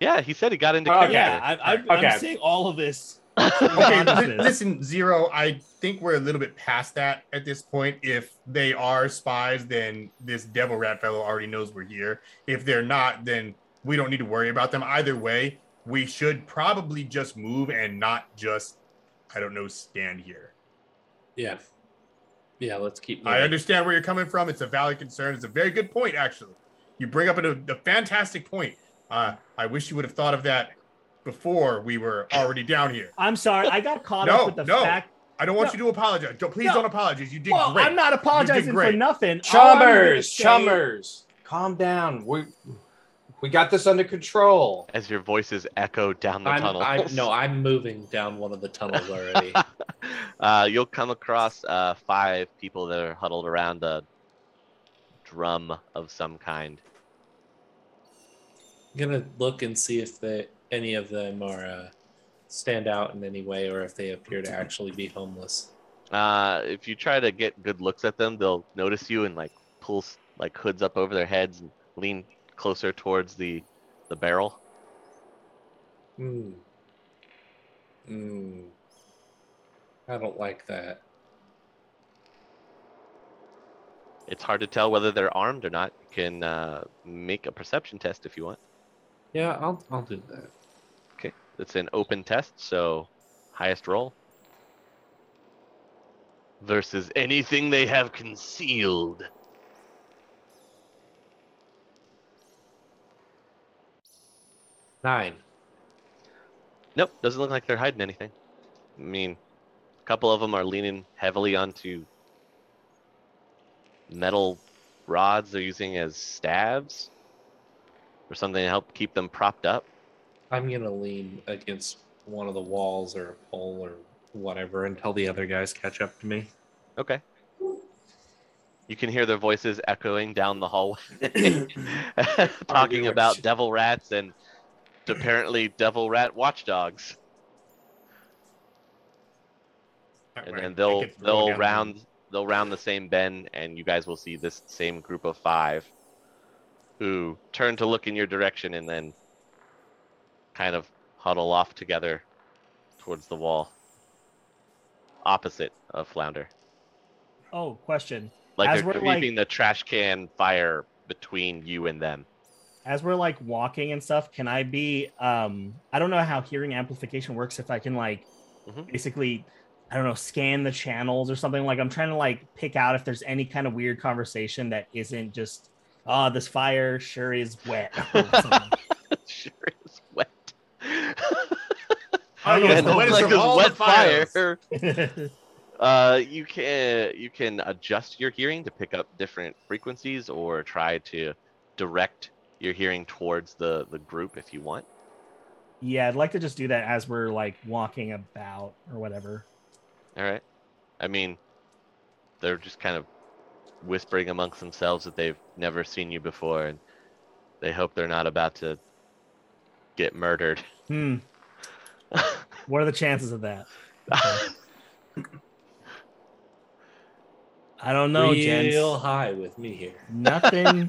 [SPEAKER 2] Yeah, he said he got into
[SPEAKER 6] Oh,
[SPEAKER 2] character.
[SPEAKER 4] Yeah, I, I,
[SPEAKER 6] Okay.
[SPEAKER 4] I'm saying all of this.
[SPEAKER 1] Okay, li-
[SPEAKER 4] Nonsense.
[SPEAKER 1] listen, Zero, I think we're a little bit past that at this point. If they are spies, then this devil rat fellow already knows we're here. If they're not, then we don't need to worry about them. Either way, we should probably just move and not just, I don't know, stand here.
[SPEAKER 3] Yeah. Yeah, let's keep
[SPEAKER 1] I
[SPEAKER 3] moving.
[SPEAKER 1] understand where you're coming from. It's a valid concern. It's a very good point, actually. You bring up a, a fantastic point. Uh, I wish you would have thought of that before we were already down here.
[SPEAKER 4] I'm sorry. I got caught
[SPEAKER 1] No,
[SPEAKER 4] up with the
[SPEAKER 1] no.
[SPEAKER 4] fact.
[SPEAKER 1] I don't want
[SPEAKER 4] No.
[SPEAKER 1] you to apologize. Don't, please
[SPEAKER 4] No.
[SPEAKER 1] don't apologize. You did
[SPEAKER 4] Well,
[SPEAKER 1] great.
[SPEAKER 4] I'm not apologizing for
[SPEAKER 1] great.
[SPEAKER 4] nothing. All I'm gonna
[SPEAKER 6] Chummers,
[SPEAKER 4] say-
[SPEAKER 6] chummers, calm down. We we got this under control.
[SPEAKER 2] As your voices echo down the
[SPEAKER 3] I'm,
[SPEAKER 2] tunnel.
[SPEAKER 3] I'm no, I'm moving down one of the tunnels already.
[SPEAKER 2] uh, you'll come across uh, five people that are huddled around a drum of some kind.
[SPEAKER 3] I'm gonna look and see if they, any of them are uh, stand out in any way, or if they appear to actually be homeless.
[SPEAKER 2] Uh, if you try to get good looks at them, they'll notice you and like pull s- like hoods up over their heads and lean closer towards the the barrel.
[SPEAKER 3] Hmm. Hmm. I don't like that.
[SPEAKER 2] It's hard to tell whether they're armed or not. You can uh, make a perception test if you want.
[SPEAKER 3] Yeah, I'll I'll do that.
[SPEAKER 2] It's an open test, so highest roll versus anything they have concealed.
[SPEAKER 3] Nine.
[SPEAKER 2] Nope, doesn't look like they're hiding anything. I mean, a couple of them are leaning heavily onto metal rods they're using as stabs or something to help keep them propped up.
[SPEAKER 3] I'm gonna lean against one of the walls or a pole or whatever until the other guys catch up to me.
[SPEAKER 2] Okay. You can hear their voices echoing down the hallway, talking
[SPEAKER 3] Arguing.
[SPEAKER 2] about devil rats and apparently devil rat watchdogs. And then they'll they'll round they'll round the same bend, and you guys will see this same group of five, who turn to look in your direction and then kind of huddle off together towards the wall, opposite of Flounder.
[SPEAKER 4] Oh, question.
[SPEAKER 2] Like
[SPEAKER 4] As
[SPEAKER 2] they're
[SPEAKER 4] we're, like-
[SPEAKER 2] keeping the trash can fire between you and them.
[SPEAKER 4] as we're like walking and stuff, can I be um I don't know how hearing amplification works if I can like
[SPEAKER 2] Mhm.
[SPEAKER 4] basically I don't know, scan the channels or something like I'm trying to like pick out if there's any kind of weird conversation that isn't just ah this fire sure is wet. or something.
[SPEAKER 2] sure is wet.
[SPEAKER 1] I don't know, it's
[SPEAKER 2] Yeah, it
[SPEAKER 1] the
[SPEAKER 2] looks
[SPEAKER 1] wettest
[SPEAKER 2] like
[SPEAKER 1] of
[SPEAKER 2] there's
[SPEAKER 1] all the
[SPEAKER 2] wet
[SPEAKER 1] fires.
[SPEAKER 2] fire. Uh, you can you can adjust your hearing to pick up different frequencies, or try to direct your hearing towards the the group if you want.
[SPEAKER 4] yeah, I'd like to just do that as we're like walking about or whatever.
[SPEAKER 2] All right. I mean, they're just kind of whispering amongst themselves that they've never seen you before, and they hope they're not about to get murdered.
[SPEAKER 4] Hmm. what are the chances of that? I don't know, gents.
[SPEAKER 3] Real high with me here.
[SPEAKER 4] nothing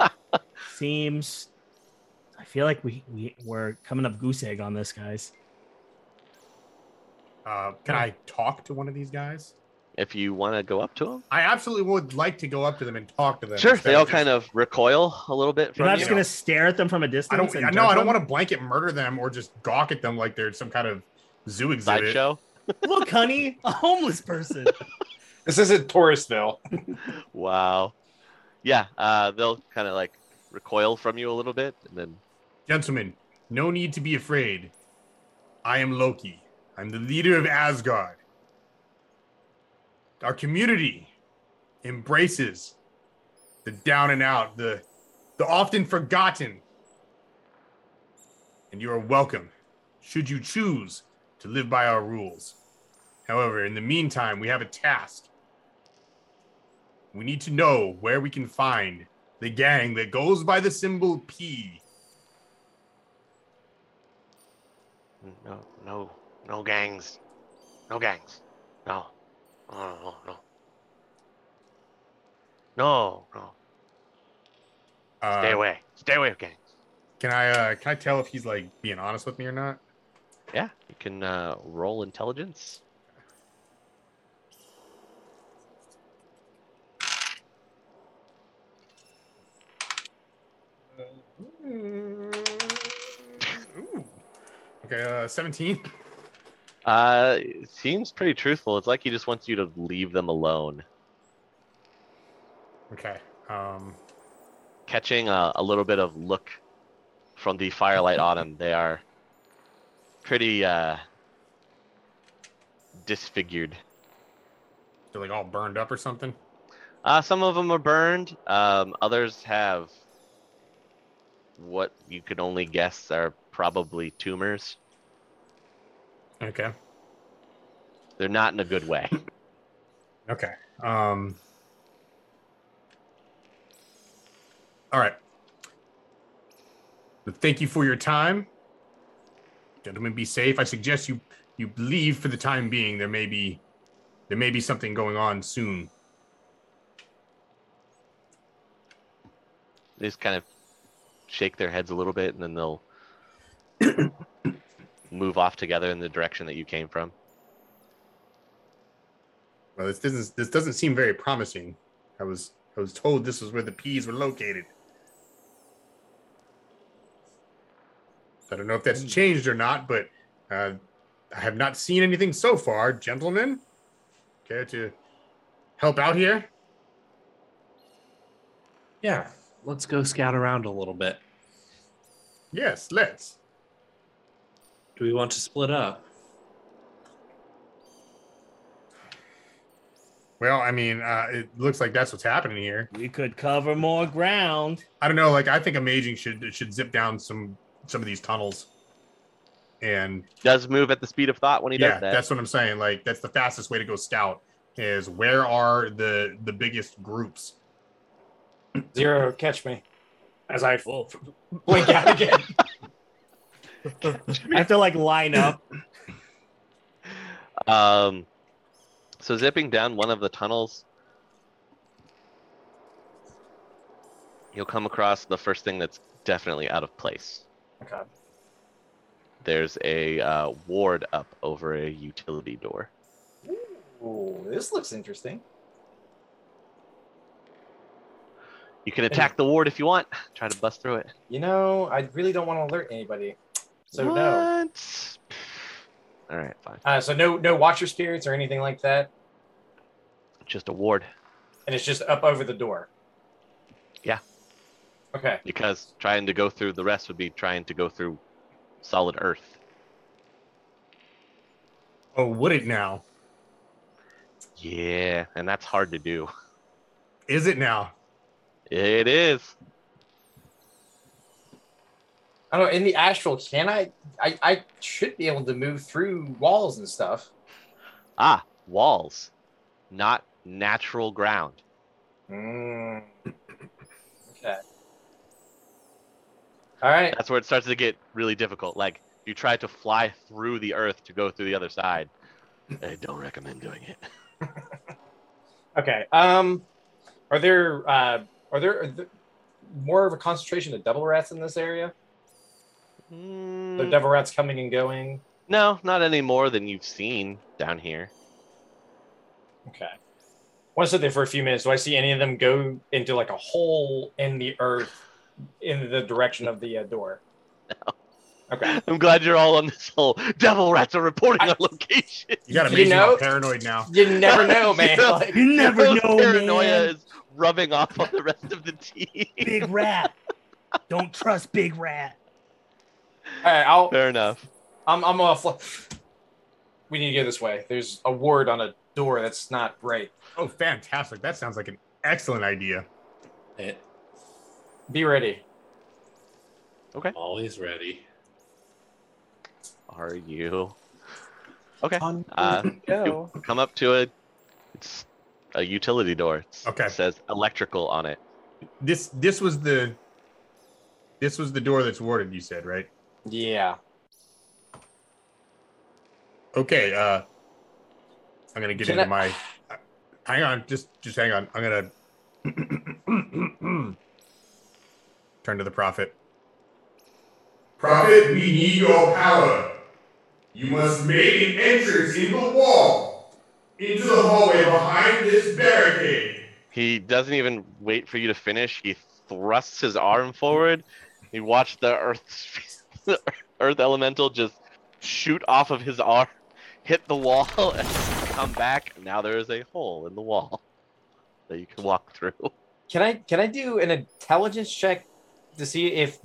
[SPEAKER 4] seems i feel like we, we we're coming up goose egg on this guys
[SPEAKER 1] Uh, can I talk to one of these guys?
[SPEAKER 2] if you want to go up to them.
[SPEAKER 1] I absolutely would like to go up to them and talk to them.
[SPEAKER 2] Sure.
[SPEAKER 1] instead
[SPEAKER 2] They all
[SPEAKER 1] of just-
[SPEAKER 2] kind of recoil a little bit
[SPEAKER 4] You're
[SPEAKER 2] from
[SPEAKER 4] not
[SPEAKER 2] you.
[SPEAKER 4] just gonna stare at them from a
[SPEAKER 1] I
[SPEAKER 4] distance.
[SPEAKER 1] don't.
[SPEAKER 4] and
[SPEAKER 1] I, no, I don't want
[SPEAKER 4] want
[SPEAKER 1] to blanket murder them or just gawk at them like they're some kind of zoo exhibit.
[SPEAKER 2] Sideshow.
[SPEAKER 4] to. Look, honey, a homeless person.
[SPEAKER 6] This isn't Touristville.
[SPEAKER 2] Wow. Yeah. Uh, they'll kind of like recoil from you a little bit, and then
[SPEAKER 1] Gentlemen, no need to be afraid. I am Loki. I'm the leader of Asgard. Our community embraces the down and out, the the often forgotten. And you are welcome should you choose to live by our rules. However, in the meantime, we have a task. We need to know where we can find the gang that goes by the symbol P
[SPEAKER 2] no, no, no gangs, no gangs, no, no, no, no, no, no.
[SPEAKER 1] Uh,
[SPEAKER 2] Stay away. Stay away from gangs.
[SPEAKER 1] Can I uh, can I tell if he's like being honest with me or not?
[SPEAKER 2] Yeah, you can uh, roll intelligence.
[SPEAKER 1] Ooh. Okay, uh, seventeen.
[SPEAKER 2] Uh, it seems pretty truthful. It's like he just wants you to leave them alone.
[SPEAKER 1] Okay. Um,
[SPEAKER 2] Catching a, a little bit of look from the firelight on him, they are pretty uh, disfigured.
[SPEAKER 1] they're like all burned up or something.
[SPEAKER 2] Uh, some of them are burned. Um, others have what you could only guess are probably tumors.
[SPEAKER 1] Okay.
[SPEAKER 2] They're not in a good way.
[SPEAKER 1] Okay. Um. All right. But thank you for your time, gentlemen. Be safe. I suggest you you leave for the time being. There may be there may be something going on soon.
[SPEAKER 2] They just kind of shake their heads a little bit, and then they'll move off together in the direction that you came from.
[SPEAKER 1] Well, this doesn't this doesn't seem very promising. I was I was told this was where the peas were located. I don't know if that's changed or not, but uh, I have not seen anything so far, gentlemen. Care to help out here?
[SPEAKER 3] Yeah, let's go scout around a little bit.
[SPEAKER 1] Yes, let's.
[SPEAKER 3] Do we want to split up?
[SPEAKER 1] Well, I mean, uh, it looks like that's what's happening here.
[SPEAKER 4] we could cover more ground.
[SPEAKER 1] I don't know. Like, I think amazing should should zip down some some of these tunnels, and
[SPEAKER 2] Does move at the speed of thought when he
[SPEAKER 1] yeah
[SPEAKER 2] does that.
[SPEAKER 1] that's what i'm saying like that's the fastest way to go scout is where are the the biggest groups
[SPEAKER 6] Zero, catch me. As I
[SPEAKER 4] Whoa.
[SPEAKER 6] blink out again.
[SPEAKER 4] I have to like line up.
[SPEAKER 2] Um, so zipping down one of the tunnels, you'll come across the first thing that's definitely out of place.
[SPEAKER 6] Okay.
[SPEAKER 2] There's a uh, ward up over a utility door.
[SPEAKER 6] Ooh, this looks interesting.
[SPEAKER 2] You can attack the ward if you want. Try to bust through it.
[SPEAKER 6] You know, I really don't want to alert anybody. So no.
[SPEAKER 2] what? All right, fine.
[SPEAKER 6] Uh, so no, no watcher spirits or anything like that.
[SPEAKER 2] Just a ward
[SPEAKER 6] And it's just up over the door.
[SPEAKER 2] Yeah.
[SPEAKER 6] Okay.
[SPEAKER 2] because trying to go through the rest would be trying to go through solid earth.
[SPEAKER 1] oh would it now
[SPEAKER 2] Yeah, and that's hard to do.
[SPEAKER 1] is it now
[SPEAKER 2] It is.
[SPEAKER 6] I don't know. In the astral, can I? I I should be able to move through walls and stuff.
[SPEAKER 2] Ah, walls, not natural ground.
[SPEAKER 6] Mm. Okay. All right.
[SPEAKER 2] That's where it starts to get really difficult. Like you try to fly through the earth to go through the other side. I don't recommend doing it.
[SPEAKER 6] Okay. Um, are there uh are there, are there more of a concentration of devil rats in this area? The
[SPEAKER 2] Mm,
[SPEAKER 6] devil rats coming and going.
[SPEAKER 2] no, not any more than you've seen down here.
[SPEAKER 6] Okay. I want to sit there for a few minutes. Do I see any of them go into like a hole in the earth in the direction of the uh, door? No. Okay.
[SPEAKER 2] I'm glad you're all on this whole devil rats are reporting
[SPEAKER 6] I-
[SPEAKER 2] on location.
[SPEAKER 1] You gotta
[SPEAKER 6] You
[SPEAKER 1] make me
[SPEAKER 6] know-
[SPEAKER 1] paranoid now.
[SPEAKER 6] You never know, man.
[SPEAKER 2] Yeah.
[SPEAKER 6] Like,
[SPEAKER 4] You never
[SPEAKER 2] Your
[SPEAKER 4] know,
[SPEAKER 2] Paranoia
[SPEAKER 4] man.
[SPEAKER 2] is rubbing off on the rest of the team.
[SPEAKER 4] Big rat. Don't trust big rat.
[SPEAKER 6] all right, I'll,
[SPEAKER 2] Fair enough.
[SPEAKER 6] I'm, I'm gonna fly. We need to go this way. There's a word on a door that's not right.
[SPEAKER 1] Oh, fantastic. That sounds like an excellent idea.
[SPEAKER 3] It-
[SPEAKER 6] Be ready.
[SPEAKER 3] always ready.
[SPEAKER 2] Are you? Okay.
[SPEAKER 6] On
[SPEAKER 2] Uh,
[SPEAKER 6] we go.
[SPEAKER 2] Come up to it. It's a utility door. It's-
[SPEAKER 1] Okay.
[SPEAKER 2] It says electrical on it.
[SPEAKER 1] This this was the this was the door that's warded, you said, right?
[SPEAKER 6] Yeah.
[SPEAKER 1] Okay, uh I'm gonna get
[SPEAKER 6] Can
[SPEAKER 1] into
[SPEAKER 6] I-
[SPEAKER 1] my uh, hang on, just just hang on. I'm gonna turn to the prophet.
[SPEAKER 10] Prophet, we need your power. You must make an entrance in the wall, into the hallway behind this barricade.
[SPEAKER 2] He doesn't even wait for you to finish. He thrusts his arm forward. He watched the earth, the earth elemental just shoot off of his arm, hit the wall, and come back. Now there is a hole in the wall that you can walk through.
[SPEAKER 6] Can I can I do an intelligence check to see if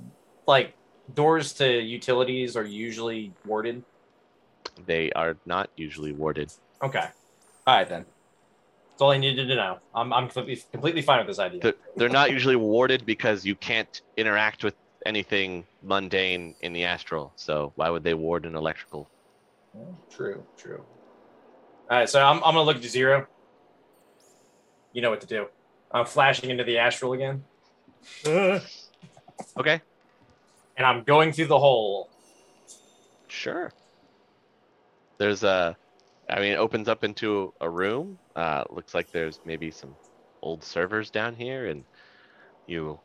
[SPEAKER 6] like doors to utilities are usually warded?
[SPEAKER 2] They are not usually warded.
[SPEAKER 6] Okay. All right then. That's all I needed to know. I'm I'm completely completely fine with this idea.
[SPEAKER 2] They're, they're not usually warded because you can't interact with anything mundane in the astral. So why would they ward an electrical?
[SPEAKER 6] True. True. All right, so I'm I'm gonna look to zero. You know what to do. I'm flashing into the astral again,
[SPEAKER 4] Uh,
[SPEAKER 2] Okay,
[SPEAKER 6] and I'm going through the hole.
[SPEAKER 2] sure. There's a, I mean, it opens up into a room. Uh, looks like there's maybe some old servers down here, and you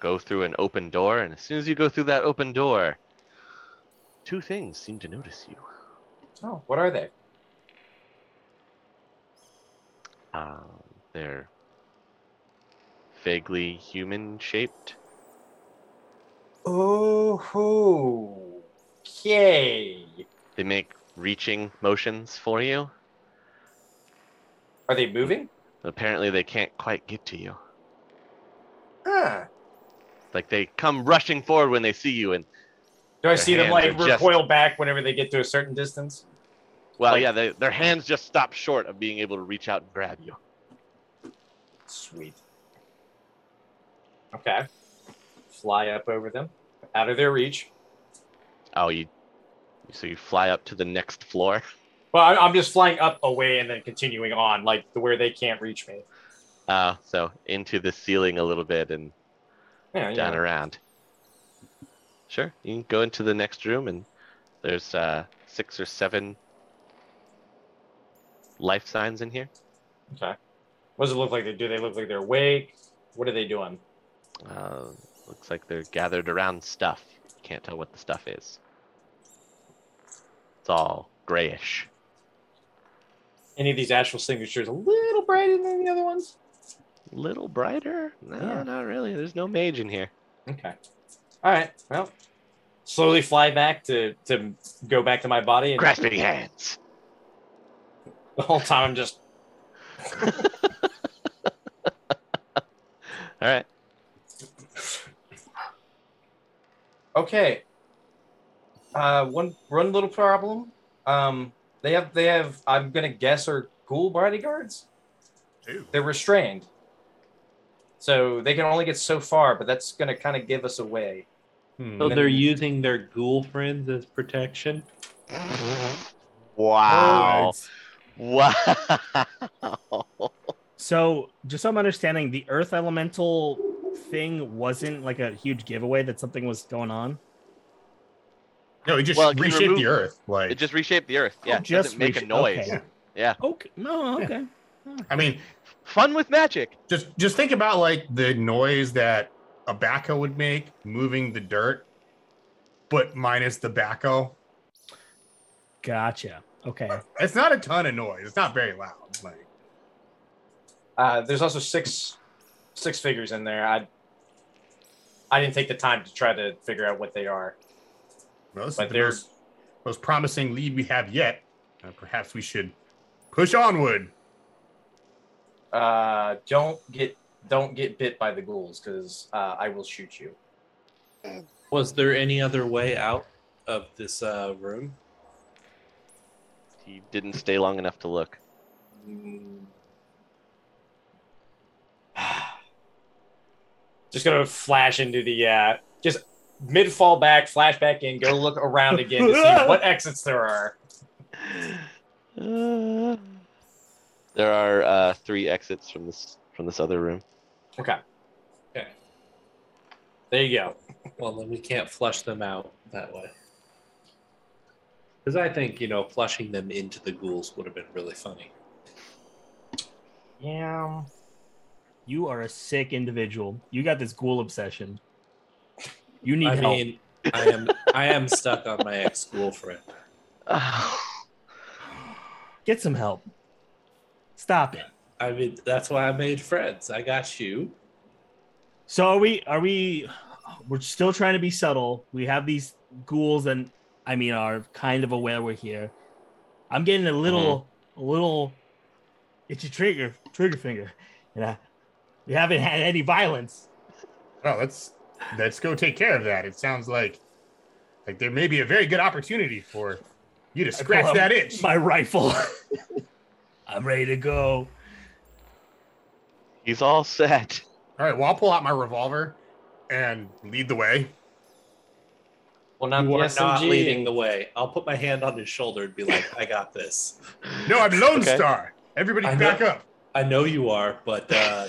[SPEAKER 2] go through an open door. And as soon as you go through that open door, two things seem to notice you.
[SPEAKER 6] Oh, what are they?
[SPEAKER 2] Uh, they're vaguely human shaped.
[SPEAKER 6] Oh, okay.
[SPEAKER 2] They make reaching motions for you.
[SPEAKER 6] Are they moving?
[SPEAKER 2] Apparently, they can't quite get to you.
[SPEAKER 6] Huh.
[SPEAKER 2] Like they come rushing forward when they see you, and
[SPEAKER 6] Do I
[SPEAKER 2] Their
[SPEAKER 6] see them
[SPEAKER 2] hands
[SPEAKER 6] like
[SPEAKER 2] are just-
[SPEAKER 6] recoil back whenever they get to a certain distance?
[SPEAKER 2] well,
[SPEAKER 6] Like-
[SPEAKER 2] yeah, they, their hands just stop short of being able to reach out and grab you.
[SPEAKER 6] Sweet. Okay. Fly up over them, out of their reach.
[SPEAKER 2] Oh, you. So you fly up to the next floor.
[SPEAKER 6] Well, I- I'm just flying up away and then continuing on, like to where they can't reach me.
[SPEAKER 2] Uh, so into the ceiling a little bit and
[SPEAKER 6] Yeah, yeah.
[SPEAKER 2] down around. Sure, you can go into the next room, and there's uh, six or seven life signs in here.
[SPEAKER 6] Okay. What does it look like? They Do they look like they're awake? What are they doing?
[SPEAKER 2] Uh, looks like they're gathered around stuff. Can't tell what the stuff is. It's all grayish.
[SPEAKER 6] Any of these astral signatures a little brighter than the other ones?
[SPEAKER 2] Little brighter? No,
[SPEAKER 6] Yeah.
[SPEAKER 2] not really. There's no mage in here.
[SPEAKER 6] Okay. All right. Well, slowly fly back to to go back to my body, and
[SPEAKER 2] Grasping hands.
[SPEAKER 6] the whole time I'm just
[SPEAKER 2] All right.
[SPEAKER 6] Okay. Uh, one one little problem. Um, they have they have. I'm gonna guess are ghoul bodyguards.
[SPEAKER 1] Ooh.
[SPEAKER 6] They're restrained, so they can only get so far. But that's gonna kind of give us away.
[SPEAKER 1] Hmm.
[SPEAKER 3] So they're using their ghoul friends as protection.
[SPEAKER 2] Wow. Wow.
[SPEAKER 4] so, just so I'm understanding, the earth elemental thing wasn't like a huge giveaway that something was going on.
[SPEAKER 1] No, it just
[SPEAKER 2] Well, it can
[SPEAKER 1] reshaped the
[SPEAKER 2] remove-
[SPEAKER 1] earth.
[SPEAKER 2] It
[SPEAKER 1] Like
[SPEAKER 2] just reshaped the earth. Yeah,
[SPEAKER 4] Oh,
[SPEAKER 2] it doesn't make
[SPEAKER 4] reach-
[SPEAKER 2] a noise.
[SPEAKER 4] Okay.
[SPEAKER 2] Yeah.
[SPEAKER 4] Okay. No. Okay.
[SPEAKER 1] I mean,
[SPEAKER 2] Fun with magic.
[SPEAKER 1] just just think about like the noise that a backhoe would make moving the dirt, but minus the backhoe.
[SPEAKER 4] Gotcha. Okay.
[SPEAKER 1] It's not a ton of noise. It's not very loud. Like
[SPEAKER 6] Uh, there's also six six figures in there. I I didn't take the time to try to figure out what they are.
[SPEAKER 1] Well, this
[SPEAKER 6] But
[SPEAKER 1] is the
[SPEAKER 6] there's-
[SPEAKER 1] most, most promising lead we have yet. Uh, perhaps we should push onward.
[SPEAKER 6] Uh, don't get don't get bit by the ghouls because uh, I will shoot you.
[SPEAKER 3] Was there any other way out of this uh, room?
[SPEAKER 2] He didn't stay long enough to look.
[SPEAKER 6] just gonna flash into the uh, just mid fall back, flash back in, go look around again to see what exits there are.
[SPEAKER 2] Uh, there are uh, three exits from this from this other room.
[SPEAKER 6] Okay.
[SPEAKER 3] Okay.
[SPEAKER 6] There you go.
[SPEAKER 3] Well, then we can't flush them out that way. Because I think, you know, flushing them into the ghouls would have been really funny.
[SPEAKER 6] Yeah.
[SPEAKER 4] You are a sick individual. You got this ghoul obsession. You need
[SPEAKER 3] I
[SPEAKER 4] help.
[SPEAKER 3] mean, I am I am stuck on my ex school friend.
[SPEAKER 4] Get some help. Stop it.
[SPEAKER 3] I mean, that's why I made friends. I got you.
[SPEAKER 4] So are we? Are we? We're still trying to be subtle. We have these ghouls, and I mean, are kind of aware we're here. I'm getting a little,
[SPEAKER 6] Mm-hmm.
[SPEAKER 4] a little itchy trigger, trigger finger, and I, we haven't had any violence.
[SPEAKER 1] Well, Oh, let's let's go take care of that. It sounds like like there may be a very good opportunity for you to
[SPEAKER 4] I pull
[SPEAKER 1] scratch
[SPEAKER 4] out
[SPEAKER 1] that itch.
[SPEAKER 4] My rifle. I'm ready to go.
[SPEAKER 2] He's all set.
[SPEAKER 1] All right, well, I'll pull out my revolver and lead the way.
[SPEAKER 6] Well, not
[SPEAKER 3] you
[SPEAKER 6] the
[SPEAKER 3] are not
[SPEAKER 6] SMG.
[SPEAKER 3] leading the way. I'll put my hand on his shoulder and be like, I got this.
[SPEAKER 1] No, I'm Lone
[SPEAKER 2] Okay.
[SPEAKER 1] Star. Everybody,
[SPEAKER 3] I know.
[SPEAKER 1] back up.
[SPEAKER 3] I know you are, but uh,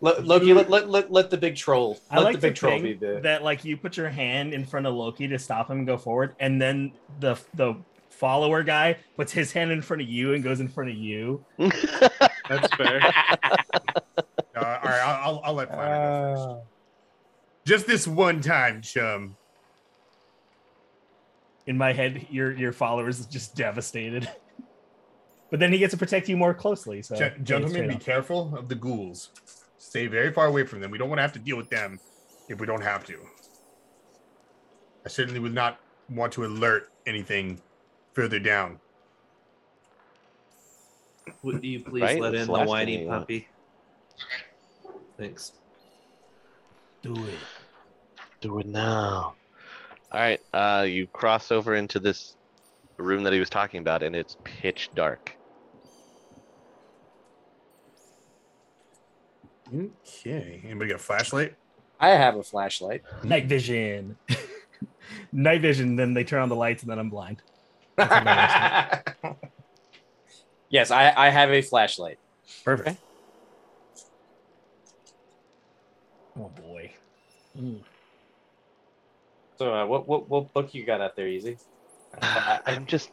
[SPEAKER 6] Let, Loki, let, let, let, let the big troll.
[SPEAKER 4] I
[SPEAKER 6] let
[SPEAKER 4] like
[SPEAKER 6] the big
[SPEAKER 4] to
[SPEAKER 6] troll
[SPEAKER 4] think
[SPEAKER 6] be the.
[SPEAKER 4] that like you put your hand in front of Loki to stop him and go forward, and then the the follower guy puts his hand in front of you and goes in front of you.
[SPEAKER 3] that's fair.
[SPEAKER 1] Uh, all right, I'll, I'll, I'll let
[SPEAKER 6] Uh,
[SPEAKER 1] Flannery go first. Just this one time, chum.
[SPEAKER 4] In my head, your your followers is just devastated. But then he gets to protect you more closely. So
[SPEAKER 1] Gen- gentlemen, be
[SPEAKER 4] It's
[SPEAKER 1] careful of the ghouls. Stay very far away from them. We don't want to have to deal with them if we don't have to. I certainly would not want to alert anything further down.
[SPEAKER 3] Would you please
[SPEAKER 2] Right?
[SPEAKER 3] let
[SPEAKER 2] That's
[SPEAKER 3] in
[SPEAKER 2] the
[SPEAKER 3] the
[SPEAKER 2] last
[SPEAKER 3] whiny
[SPEAKER 2] thing you want.
[SPEAKER 3] puppy? Thanks.
[SPEAKER 4] do it.
[SPEAKER 2] Do it now. All right. Uh, you cross over into this room that he was talking about, and it's pitch dark.
[SPEAKER 1] Okay. Anybody got a flashlight?
[SPEAKER 6] I have a flashlight.
[SPEAKER 4] Night vision. Night vision. Then they turn on the lights, and then I'm blind.
[SPEAKER 6] yes, I, I have a flashlight.
[SPEAKER 1] Perfect.
[SPEAKER 4] Oh boy.
[SPEAKER 6] So, uh, what, what what book you got out there, Easy?
[SPEAKER 2] Uh, I'm just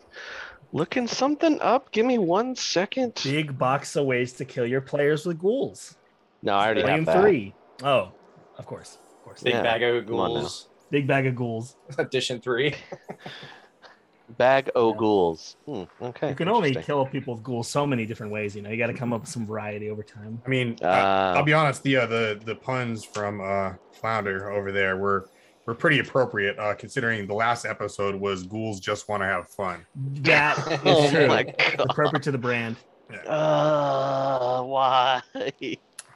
[SPEAKER 2] looking something up. Give me one second.
[SPEAKER 4] Big box of ways to kill your players with ghouls.
[SPEAKER 2] No, I already have
[SPEAKER 4] Volume
[SPEAKER 2] that.
[SPEAKER 4] three. Oh, of course, of course.
[SPEAKER 6] Big
[SPEAKER 2] Yeah,
[SPEAKER 6] Bag of
[SPEAKER 2] come on now.
[SPEAKER 6] Ghouls,
[SPEAKER 4] Big bag of ghouls.
[SPEAKER 6] Edition 3.
[SPEAKER 2] Bag o' ghouls. Hmm, okay.
[SPEAKER 4] you can only
[SPEAKER 2] interesting.
[SPEAKER 4] kill people with ghouls so many different ways. You know, you got to come up with some variety over time.
[SPEAKER 1] I mean,
[SPEAKER 2] Uh,
[SPEAKER 1] I- I'll be honest. The uh, the the puns from uh, Flounder over there were were pretty appropriate, uh, considering the last episode was ghouls just want to have fun.
[SPEAKER 4] That is
[SPEAKER 2] oh
[SPEAKER 4] true.
[SPEAKER 2] my god.
[SPEAKER 4] Appropriate to the brand.
[SPEAKER 2] Uh, why?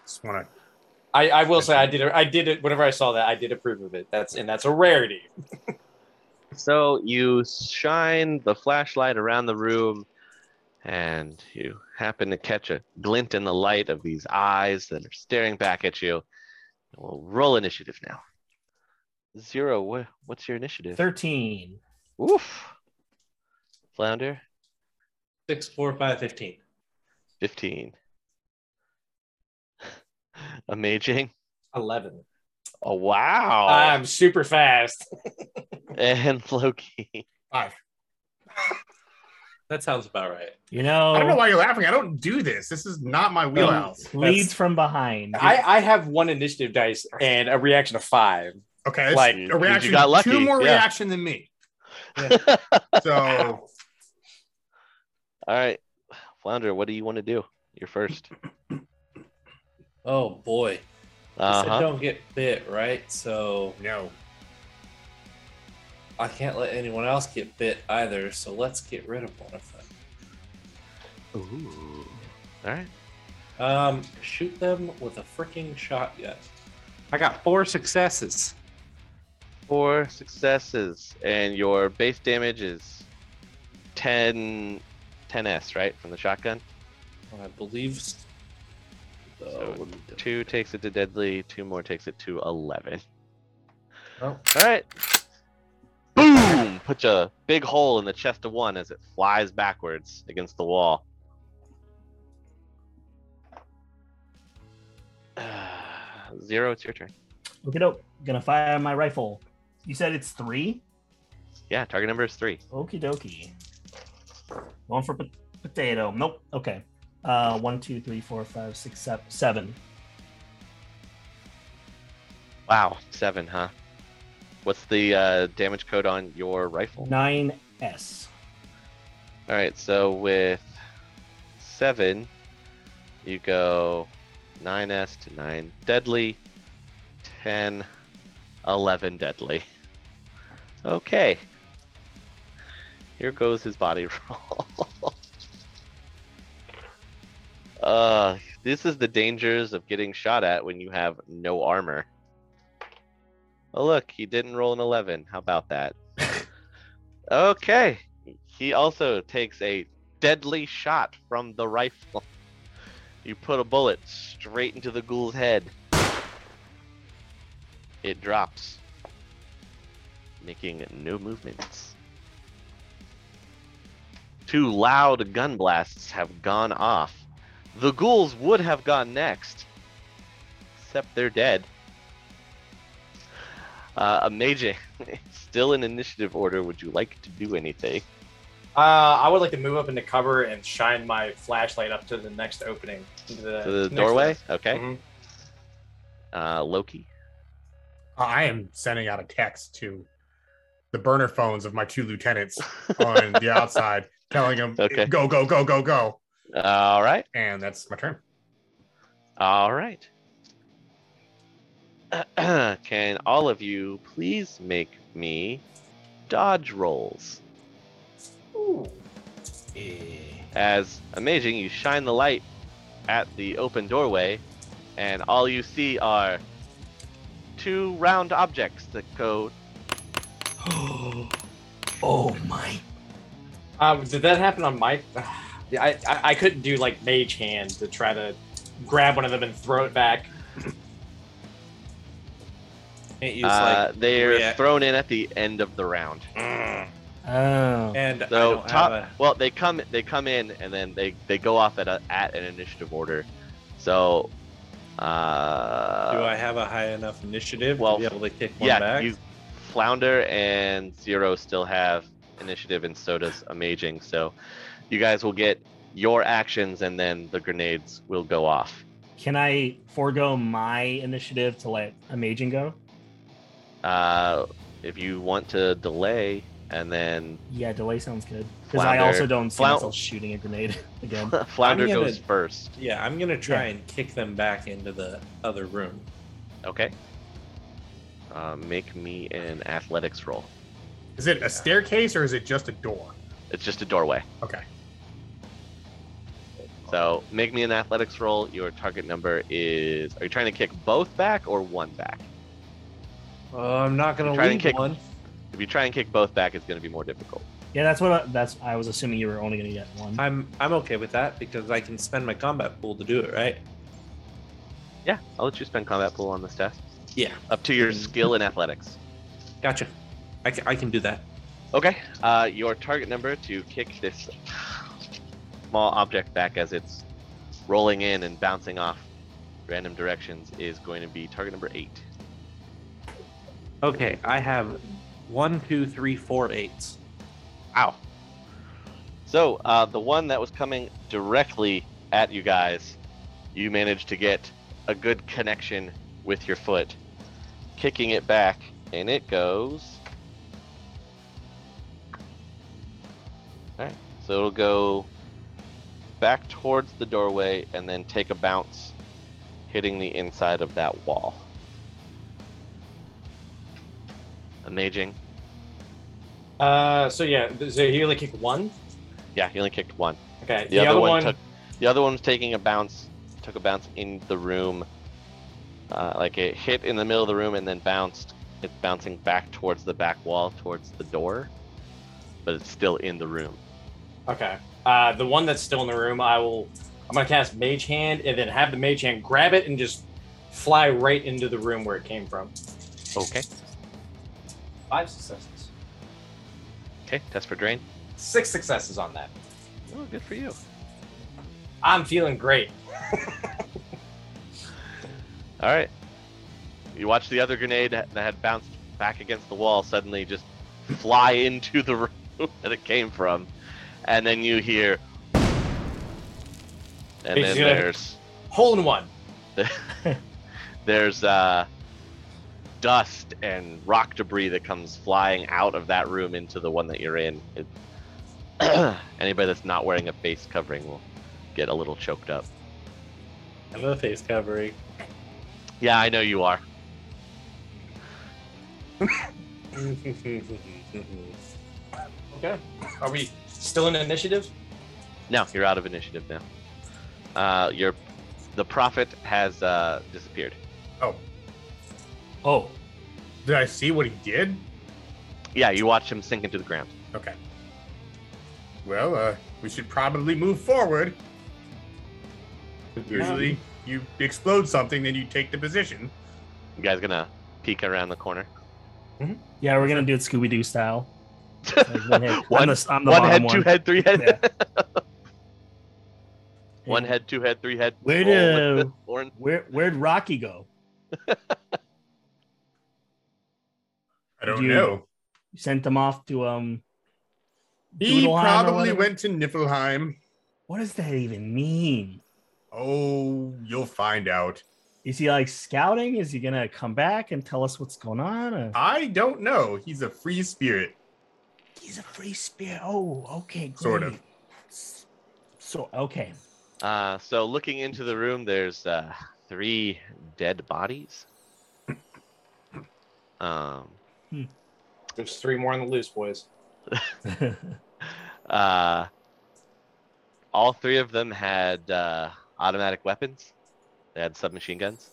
[SPEAKER 1] Just want to.
[SPEAKER 6] I, I will say I did I did it whenever I saw that I did approve of it. That's and that's a rarity.
[SPEAKER 2] So you shine the flashlight around the room, and you happen to catch a glint in the light of these eyes that are staring back at you. We'll roll initiative now. Zero, wha- what's your initiative?
[SPEAKER 4] 13.
[SPEAKER 2] Oof. Flounder,
[SPEAKER 3] Six, four, five, fifteen.
[SPEAKER 2] 15. Amazing.
[SPEAKER 6] Eleven.
[SPEAKER 2] Oh, wow.
[SPEAKER 6] I'm super fast.
[SPEAKER 1] Um,
[SPEAKER 2] and Loki.
[SPEAKER 3] That sounds about right.
[SPEAKER 4] You know,
[SPEAKER 1] I don't know why you're laughing. I don't do this. This is not my wheelhouse.
[SPEAKER 4] leads from behind.
[SPEAKER 6] I, I have one initiative dice and a reaction of five.
[SPEAKER 1] Okay, that's
[SPEAKER 6] Like,
[SPEAKER 1] a reaction.
[SPEAKER 2] you got lucky,
[SPEAKER 1] Two more
[SPEAKER 2] yeah.
[SPEAKER 1] reaction than me. So
[SPEAKER 2] All right. Flounder, what do you want to do? You're first.
[SPEAKER 3] Oh boy. I said
[SPEAKER 2] Uh-huh.
[SPEAKER 3] don't get bit, right? So
[SPEAKER 1] No.
[SPEAKER 3] I can't let anyone else get bit either. So let's get rid of one of them.
[SPEAKER 2] Ooh. All right.
[SPEAKER 3] Um, shoot them with a freaking shotgun.
[SPEAKER 11] I got four successes.
[SPEAKER 2] Four successes, and your base damage is 10, 10s, right, from the shotgun.
[SPEAKER 3] I believe. s-
[SPEAKER 2] So,
[SPEAKER 3] what do we do?
[SPEAKER 2] Two takes it to deadly. Two more takes it to eleven.
[SPEAKER 3] Oh.
[SPEAKER 2] All right. Boom! Put a big hole in the chest of one as it flies backwards against the wall. Zero, it's your turn.
[SPEAKER 4] Okay, doke. Gonna fire my rifle. You said it's three?
[SPEAKER 2] Yeah, target number is three.
[SPEAKER 4] Okie dokie. Going for po- potato. Nope. Okay. Uh, one, two, three, four, five, six, seven, seven.
[SPEAKER 2] Wow, seven, huh? What's the uh, damage code on your rifle?
[SPEAKER 4] Nine S.
[SPEAKER 2] All right, so with seven, you go 9s to 9 deadly, 10, 11 deadly. Okay. Here goes his body roll. uh, this is the dangers of getting shot at when you have no armor. Oh, look, he didn't roll an 11. How about that? okay. He also takes a deadly shot from the rifle. You put a bullet straight into the ghoul's head. It drops, making no movements. Two loud gun blasts have gone off. The ghouls would have gone next, except they're dead. Uh, amazing. Still in initiative order. Would you like to do anything?
[SPEAKER 6] Uh, I would like to move up into cover and shine my flashlight up to the next opening. To the,
[SPEAKER 3] Uh,
[SPEAKER 2] to the
[SPEAKER 6] next
[SPEAKER 2] doorway.
[SPEAKER 6] one.
[SPEAKER 2] Okay.
[SPEAKER 6] Mhm.
[SPEAKER 3] Mm-hmm.
[SPEAKER 2] Uh, Loki.
[SPEAKER 1] I am sending out a text to the burner phones of my two lieutenants on the outside, telling them,
[SPEAKER 2] Okay.
[SPEAKER 1] go, go, go, go, go.
[SPEAKER 2] All right.
[SPEAKER 1] And that's my turn.
[SPEAKER 2] All right. Can all of you please make me dodge rolls? Eh. As amazing, you shine the light at the open doorway, and all you see are two round objects that go.
[SPEAKER 4] Oh my.
[SPEAKER 6] Um, did that happen on my? Yeah, I, I I couldn't do like mage hand to try to grab one of them and throw it back.
[SPEAKER 3] Can't use
[SPEAKER 2] Uh,
[SPEAKER 3] like
[SPEAKER 2] they're
[SPEAKER 3] react-
[SPEAKER 2] thrown in at the end of the round.
[SPEAKER 4] Oh.
[SPEAKER 3] and I
[SPEAKER 2] So
[SPEAKER 3] don't
[SPEAKER 2] top,
[SPEAKER 3] have
[SPEAKER 2] well, they come, they come in, and then they they go off at a, at an initiative order. So,
[SPEAKER 3] a. Do
[SPEAKER 2] uh,
[SPEAKER 3] I have a high enough initiative
[SPEAKER 2] well,
[SPEAKER 3] to be able to kick one
[SPEAKER 2] yeah,
[SPEAKER 3] back?
[SPEAKER 2] you flounder and zero still have initiative, and so does amazing. So, you guys will get your actions, and then the grenades will go off.
[SPEAKER 4] Can I forego my initiative to let Amazing go?
[SPEAKER 2] Uh, if you want to delay, and then
[SPEAKER 4] Yeah, delay sounds good. Because I
[SPEAKER 2] Flounder.
[SPEAKER 4] also don't see
[SPEAKER 2] Flou-
[SPEAKER 4] myself shooting a grenade again.
[SPEAKER 2] flounder
[SPEAKER 3] gonna-
[SPEAKER 2] goes first.
[SPEAKER 3] yeah, I'm gonna try and kick them back into the other room.
[SPEAKER 2] Okay. Uh, make me an athletics roll.
[SPEAKER 1] Is it a staircase or is it just a door?
[SPEAKER 2] It's just a doorway.
[SPEAKER 1] Okay.
[SPEAKER 2] So make me an athletics roll. Your target number is. Are you trying to kick both back or one back?
[SPEAKER 3] Oh, I'm not gonna
[SPEAKER 2] Try and
[SPEAKER 3] leave
[SPEAKER 2] kick-
[SPEAKER 3] one.
[SPEAKER 2] If you try and kick both back, it's going to be more difficult.
[SPEAKER 4] yeah, that's what I, that's. I was assuming you were only gonna get one.
[SPEAKER 3] I'm I'm okay with that because I can spend my combat pool to do it, right?
[SPEAKER 2] Yeah, I'll let you spend combat pool on this test.
[SPEAKER 3] Yeah.
[SPEAKER 2] Up to your skill in athletics.
[SPEAKER 3] Gotcha. I can, I can do that.
[SPEAKER 2] Okay. Uh, your target number to kick this small object back as it's rolling in and bouncing off random directions is going to be target number eight.
[SPEAKER 3] Okay, I have one, two, three, four eights.
[SPEAKER 2] Ow. So, uh, the one that was coming directly at you guys, you managed to get a good connection with your foot, kicking it back, and it goes. Alright, so it'll go back towards the doorway and then take a bounce, hitting the inside of that wall. Amazing.
[SPEAKER 6] Uh, so yeah, th- so he only kicked one.
[SPEAKER 2] Yeah, he only kicked one.
[SPEAKER 6] Okay,
[SPEAKER 2] The, other, one, took. The other one was taking a bounce. Took a bounce in the room. Uh, like it hit in the middle of the room and then bounced. It's bouncing back towards the back wall, towards the door, but it's still in the room.
[SPEAKER 6] Okay. Uh, the one that's still in the room, I will. I'm gonna cast Mage Hand and then have the Mage Hand grab it and just fly right into the room where it came from.
[SPEAKER 2] Okay.
[SPEAKER 6] Five successes.
[SPEAKER 2] Okay. Test for drain.
[SPEAKER 6] Six successes on that.
[SPEAKER 2] Oh, good for you.
[SPEAKER 6] I'm feeling great.
[SPEAKER 2] All right. You watch the other grenade that that had bounced back against the wall suddenly just fly into the room that it came from, and then you hear, and then
[SPEAKER 6] Basically,
[SPEAKER 2] there's
[SPEAKER 6] Hole in one.
[SPEAKER 2] there's uh, dust and rock debris that comes flying out of that room into the one that you're in. It, anybody that's not wearing a face covering will get a little choked up.
[SPEAKER 3] I'm a face covering.
[SPEAKER 2] Yeah, I know you are.
[SPEAKER 6] Okay. Are we still in initiative?
[SPEAKER 2] No, you're out of initiative now. Uh, your the prophet has uh, disappeared.
[SPEAKER 1] Oh,
[SPEAKER 4] Oh,
[SPEAKER 1] did I see what he did?
[SPEAKER 2] Yeah, you watch him sink into the ground.
[SPEAKER 1] Okay. Well, uh, we should probably move forward. Usually, you explode something, then you take the position.
[SPEAKER 2] You guys gonna peek around the corner?
[SPEAKER 4] yeah, we're gonna do it Scooby Doo style. Like, one head- I'm
[SPEAKER 2] One-
[SPEAKER 4] the, I'm the
[SPEAKER 2] One
[SPEAKER 4] bottom
[SPEAKER 2] head, two head, three head. one
[SPEAKER 4] Yeah.
[SPEAKER 2] head, two head, three head.
[SPEAKER 4] Where
[SPEAKER 2] roll with
[SPEAKER 4] do-
[SPEAKER 2] the horn.
[SPEAKER 4] Where Where'd Rocky go?
[SPEAKER 1] I don't
[SPEAKER 4] You-
[SPEAKER 1] know.
[SPEAKER 4] You sent him off to um.
[SPEAKER 1] He
[SPEAKER 4] Doodleheim or
[SPEAKER 1] probably
[SPEAKER 4] whatever?
[SPEAKER 1] went to Niflheim.
[SPEAKER 4] What does that even mean?
[SPEAKER 1] Oh, you'll find out.
[SPEAKER 4] Is he like scouting? Is he gonna come back and tell us what's going on? Or-
[SPEAKER 1] I don't know. He's a free spirit.
[SPEAKER 4] He's a free spirit. Oh, okay, great.
[SPEAKER 1] Sort of.
[SPEAKER 4] So okay,
[SPEAKER 2] Uh, so looking into the room, there's uh, three dead bodies. Um,
[SPEAKER 6] There's three more on the loose, boys.
[SPEAKER 2] uh, all three of them had uh, automatic weapons. They had submachine guns,